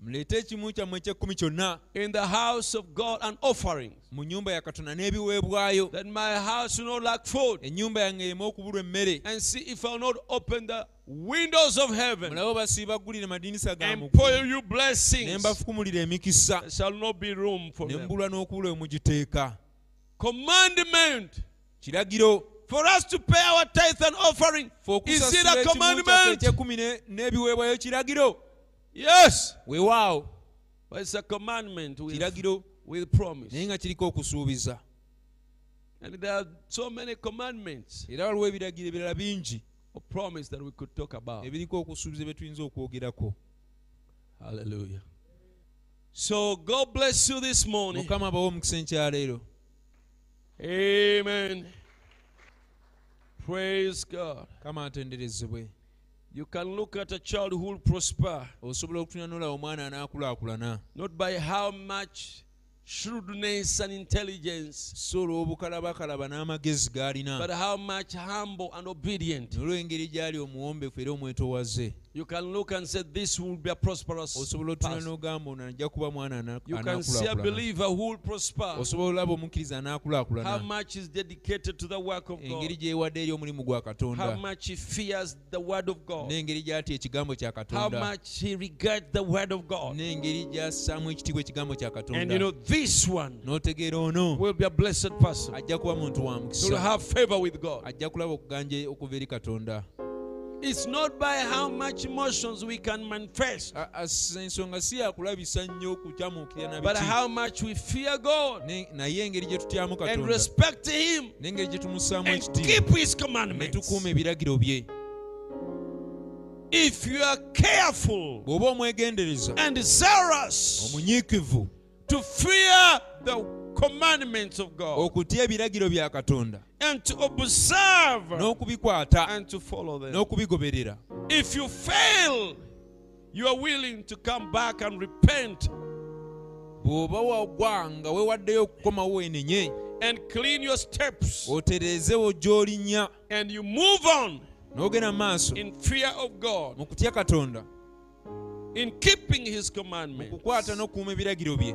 Speaker 2: muleete ekimu kyammwe ekyekumi kyonna
Speaker 1: in the house of God and offering,
Speaker 2: mu nnyumba ya katonda n'ebiweebwayo
Speaker 1: that my house will not lack food.
Speaker 2: ennyumba yange ereme okubulwa emmere
Speaker 1: And see if I'll not open the windows of heaven
Speaker 2: mulabo basiiba baggulire amadinisa ga
Speaker 1: and
Speaker 2: muggulu,
Speaker 1: pour you
Speaker 2: ne
Speaker 1: blessings.
Speaker 2: mbafukumulira emikisa
Speaker 1: There shall not be room for
Speaker 2: ne
Speaker 1: them.
Speaker 2: mbulwa n'okubulwa we mugiteeka
Speaker 1: Commandment
Speaker 2: kiragiro
Speaker 1: for us to pay our tithe and offering.
Speaker 2: ffe
Speaker 1: Is it a
Speaker 2: okusasula ekimu kyaffe
Speaker 1: commandment?
Speaker 2: ekyekumi ne- n'ebiweebwayo kiragiro
Speaker 1: Yes.
Speaker 2: weewaawo
Speaker 1: But it's a commandment with,
Speaker 2: kiragiro
Speaker 1: with promise.
Speaker 2: naye nga kiriko okusuubiza
Speaker 1: And there are so many commandments
Speaker 2: era waliwo ebiragiro ebirala bingi
Speaker 1: of promise that we could talk about.
Speaker 2: ebiriko okusuubiza bye tuyinza okwogerako
Speaker 1: Hallelujah. So God bless you this morning.
Speaker 2: mukama abawe omukisa enkyaleero
Speaker 1: Amen. Praise God.
Speaker 2: kama atenderezebwe
Speaker 1: You can look at a child who will prosper
Speaker 2: osobola okutunanula omwana anaakulaakulana
Speaker 1: not by how much shrewdness and intelligence,
Speaker 2: si olw'obukalabakalaba n'amagezi g'alina
Speaker 1: but how much humble and obedient.
Speaker 2: nolw'engeri gy'ali omuwombeefu era omwetowaze
Speaker 1: You can look and say, This will be a prosperous.
Speaker 2: osobola otunula
Speaker 1: person."
Speaker 2: n'ogamba ono ajja kuba mwana ana-
Speaker 1: You can see a
Speaker 2: anaakulaakulana
Speaker 1: believer who will prosper.
Speaker 2: osobola olaba omukkiriza
Speaker 1: How
Speaker 2: anaakulaakulana
Speaker 1: much is dedicated to the work of
Speaker 2: engeri
Speaker 1: God.
Speaker 2: gy'ewadde eri omulimu gwa katonda
Speaker 1: How much he fears the word of God.
Speaker 2: n'engeri gy'atya ekigambo kya
Speaker 1: How
Speaker 2: katonda
Speaker 1: much he regards the word of God.
Speaker 2: n'engeri gy'assaamu ekitiibwa ekigambo kya
Speaker 1: And you know,
Speaker 2: katonda
Speaker 1: this one
Speaker 2: n'otegeera ono
Speaker 1: will be a blessed person.
Speaker 2: ajja kuba muntu wa
Speaker 1: He will
Speaker 2: mukisa
Speaker 1: have favor with God.
Speaker 2: ajja kulaba okuganja okuva eri katonda
Speaker 1: It's not by how much emotions we can manifest,
Speaker 2: A- a- si- ensonga si yakulabisa nnyo okukyamuukirira na
Speaker 1: but
Speaker 2: biki,
Speaker 1: how much we fear God
Speaker 2: ne- naye engeri gye
Speaker 1: and
Speaker 2: tutyamu katonda
Speaker 1: respect Him
Speaker 2: n'engeri gye tumussaamu
Speaker 1: and
Speaker 2: ekitiibwa
Speaker 1: keep His
Speaker 2: ne
Speaker 1: commandments.
Speaker 2: tukuuma ebiragiro bye
Speaker 1: If you are careful
Speaker 2: bw'oba omwegendereza
Speaker 1: and zealous
Speaker 2: omunyiikivu
Speaker 1: to fear the commandments of God
Speaker 2: okutya ebiragiro bya katonda
Speaker 1: and to observe
Speaker 2: n'okubikwata
Speaker 1: and to follow them,
Speaker 2: n'okubigoberera
Speaker 1: if you fail, you are willing to come back and repent
Speaker 2: bw'oba wagwa nga weewaddeyo okukomawo wenenye
Speaker 1: and clean your steps
Speaker 2: otereezewo gy'olinnya
Speaker 1: and you move on
Speaker 2: n'ogenda mu maaso
Speaker 1: in fear of God.
Speaker 2: mu kutya katonda
Speaker 1: in keeping his
Speaker 2: mu
Speaker 1: commandments.
Speaker 2: kukwata n'okukuuma ebiragiro bye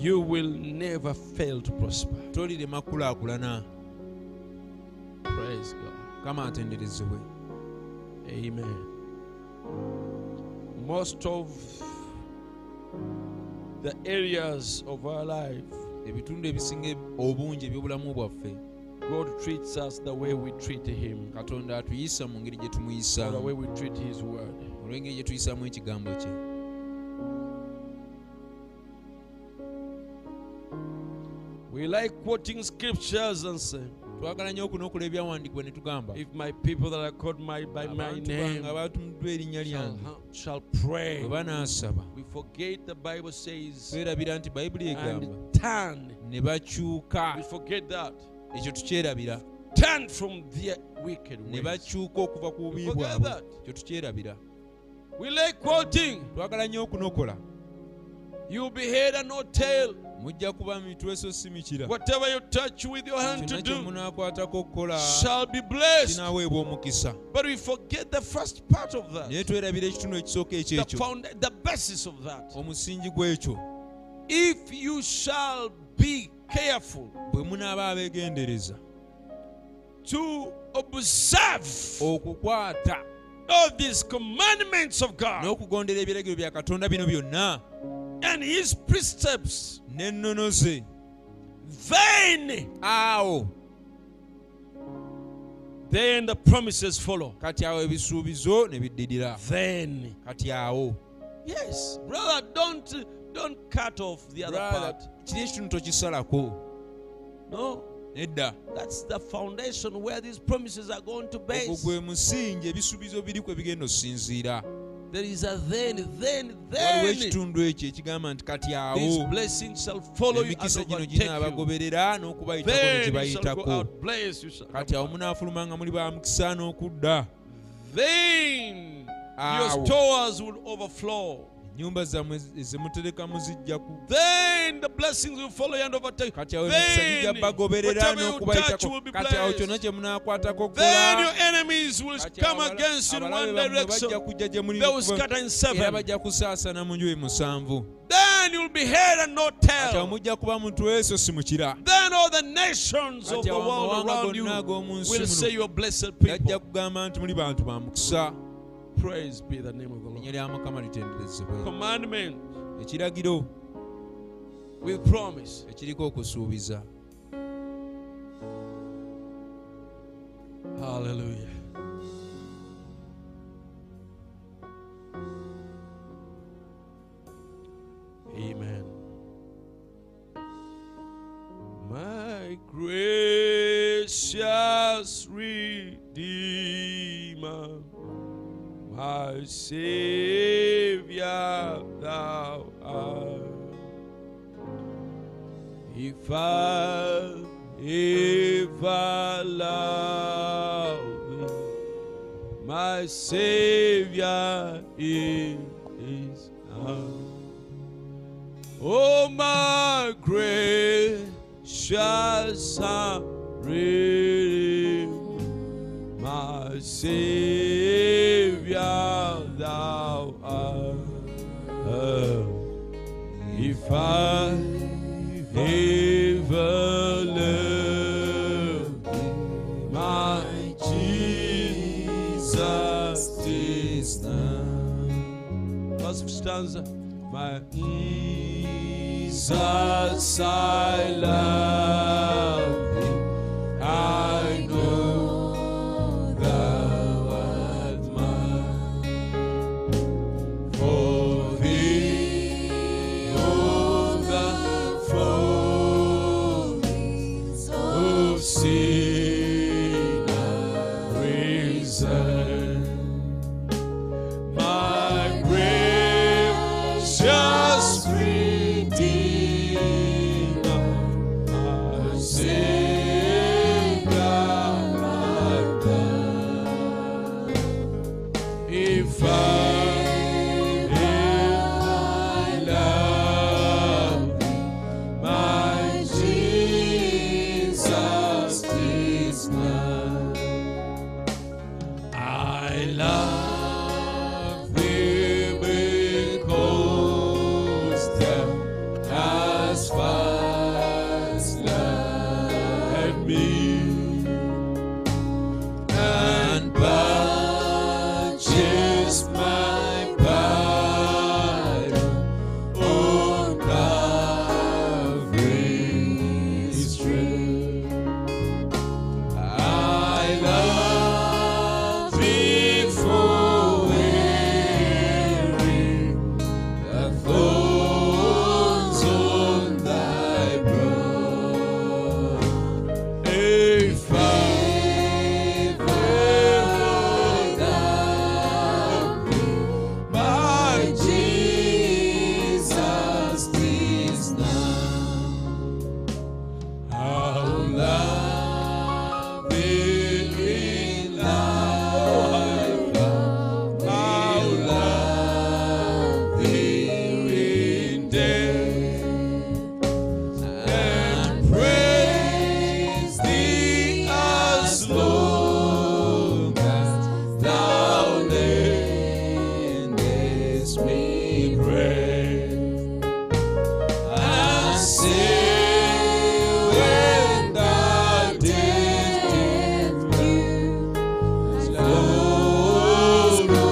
Speaker 1: You will never fail to prosper.
Speaker 2: tolirema kulaakulana
Speaker 1: Praise God.
Speaker 2: kama atenderezebwe
Speaker 1: Amen. Most of the areas of our life,
Speaker 2: ebitundu ebisinga eb- obungi eby'obulamu bwaffe
Speaker 1: God treats us the way we treat him,
Speaker 2: katonda atuyisa mu ngeri gye
Speaker 1: or the way
Speaker 2: tumuyisaamu
Speaker 1: we treat his word.
Speaker 2: olw'engeri gye tuyisaamu ekigambo kye
Speaker 1: We like quoting scriptures and say,
Speaker 2: twagala nnyo okunookula ebyawandiikibwa ne tugamba
Speaker 1: if my people that are called my, by my
Speaker 2: abantu bange
Speaker 1: name
Speaker 2: abatumuddwa erinnya
Speaker 1: shall,
Speaker 2: lyange
Speaker 1: shall
Speaker 2: bwe
Speaker 1: pray,
Speaker 2: banaasaba
Speaker 1: we forget the Bible says,
Speaker 2: twerabira nti bayibuli egamba
Speaker 1: and turn.
Speaker 2: ne bakyuka
Speaker 1: We forget that.
Speaker 2: ekyo tukyerabira
Speaker 1: turn from their wicked
Speaker 2: ne
Speaker 1: ways.
Speaker 2: bakyuka okuva ku bubi
Speaker 1: Forget
Speaker 2: bwabwe
Speaker 1: that.
Speaker 2: kyo tukyerabira
Speaker 1: We like quoting,
Speaker 2: twagala nnyo okunokola
Speaker 1: you'll be head and no tail.
Speaker 2: mujja kuba mitwe so si mikira
Speaker 1: Whatever you touch with your hand
Speaker 2: kyonna
Speaker 1: to
Speaker 2: kye
Speaker 1: do
Speaker 2: munaakwatako okukola
Speaker 1: shall be blessed.
Speaker 2: kinaaweebwa omukisa
Speaker 1: But we forget the first part of that,
Speaker 2: naye twerabira ekitundu ekisooka
Speaker 1: the,
Speaker 2: ekyekyo
Speaker 1: found, the basis of that.
Speaker 2: omusingi gw'ekyo
Speaker 1: If you shall be careful
Speaker 2: bwe munaaba abeegendereza
Speaker 1: to observe
Speaker 2: okukwata
Speaker 1: all these commandments of God
Speaker 2: n'okugondera ebiragiro bya katonda bino byonna
Speaker 1: and His precepts,
Speaker 2: n'ennono ze
Speaker 1: then,
Speaker 2: awo
Speaker 1: then the promises follow.
Speaker 2: kati awo ebisuubizo ne biddidira
Speaker 1: Then.
Speaker 2: kati awo
Speaker 1: Yes, brother, don't don't cut off the other
Speaker 2: Brother,
Speaker 1: part.
Speaker 2: kiri ekitundu tokisalako
Speaker 1: No,
Speaker 2: nedda
Speaker 1: that's the foundation where these promises are going to
Speaker 2: ogwo
Speaker 1: base.
Speaker 2: gwe musingi ebisuubizo biri kwe bigenda osinziira
Speaker 1: There is a then, then,
Speaker 2: waliwo
Speaker 1: then.
Speaker 2: ekitundu ekyo ekigamba nti kati awo
Speaker 1: These blessings shall follow you and
Speaker 2: emikisa gino
Speaker 1: overtake you.
Speaker 2: ginaabagoberera n'okubayitako ne
Speaker 1: Then you shall go
Speaker 2: gibayitako
Speaker 1: out blessed. You shall
Speaker 2: kati awo
Speaker 1: come back.
Speaker 2: munaafuluma nga muli ba mukisa n'okudda
Speaker 1: Then your
Speaker 2: Awo.
Speaker 1: stores will overflow.
Speaker 2: ennyumba zammwe zemuterekamu zijja ku
Speaker 1: Then the blessings will follow you and overtake. you.
Speaker 2: kati awo emikisa gijja
Speaker 1: Then
Speaker 2: bagoberera
Speaker 1: whatever you touch
Speaker 2: n'okubayitako
Speaker 1: will be
Speaker 2: kati awo kyonna
Speaker 1: blessed.
Speaker 2: kye munaakwatako
Speaker 1: Then
Speaker 2: okukola
Speaker 1: your enemies will
Speaker 2: Kati
Speaker 1: come
Speaker 2: abala-
Speaker 1: against you in
Speaker 2: abalabe
Speaker 1: one
Speaker 2: bammwe
Speaker 1: direction.
Speaker 2: bajja kujja gye muli
Speaker 1: They will
Speaker 2: okuba-
Speaker 1: scatter in
Speaker 2: era
Speaker 1: seven.
Speaker 2: bajja kusaasaana mu njuyi musanvu
Speaker 1: Then you'll be head and not
Speaker 2: kati awo
Speaker 1: tail.
Speaker 2: mujja kuba mutwe eso si mukira
Speaker 1: Then all the nations of
Speaker 2: kati
Speaker 1: the
Speaker 2: awo
Speaker 1: world
Speaker 2: amawanga
Speaker 1: around you
Speaker 2: gonna
Speaker 1: will
Speaker 2: ag'omu nsi
Speaker 1: say
Speaker 2: muno
Speaker 1: you are blessed
Speaker 2: gajja
Speaker 1: people.
Speaker 2: kugamba nti muli bantu ba mukisa
Speaker 1: Praise be the name of the
Speaker 2: erinnya
Speaker 1: Lord.
Speaker 2: lya mukama litenderezebwe
Speaker 1: Commandment
Speaker 2: ekiragiro
Speaker 1: with promise.
Speaker 2: ekiriko okusuubiza
Speaker 1: Hallelujah. Amen. My gracious Redeemer, my Savior, thou art. If I ever loving. My Savior is now. Oh, my gracious Redeemer, my Savior, thou art. If I ever learn my Jesus is now. First stanza, my Jesus I love thee. I know thou art mine. For thee, oh, the follies of sin I resign. My gracious Redeemer, our Savior, my God. If I am love, my Jesus is mine. I love thee because thou hast first loved me and purchased my pardon on Calvary's tree. I love thee for wearing the thorns on thy brow. If I ever thou my Jesus is now. How lovely in life, how lovely in death, and praise thee as long as thou lendest me breath. I sing when thou didst close my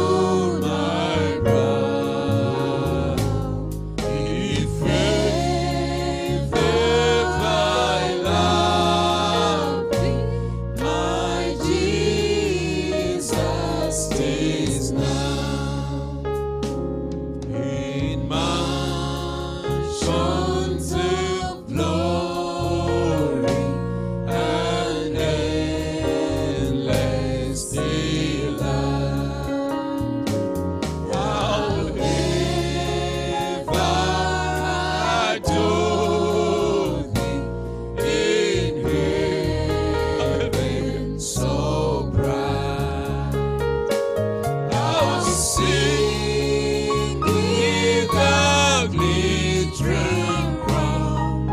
Speaker 1: brow. If ever love my Jesus is now in mansions of glory and endless delight. However, I adore thee in heaven so bright. I'll sing with the glittering crown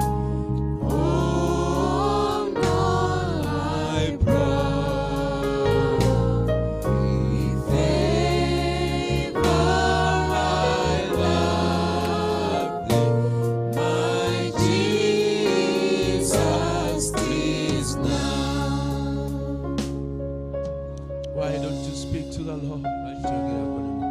Speaker 1: on thy brow. If ever I love thee, my Jesus is now. Why don't you speak to the Lord?
Speaker 2: Lwaki togerako ne Mukama?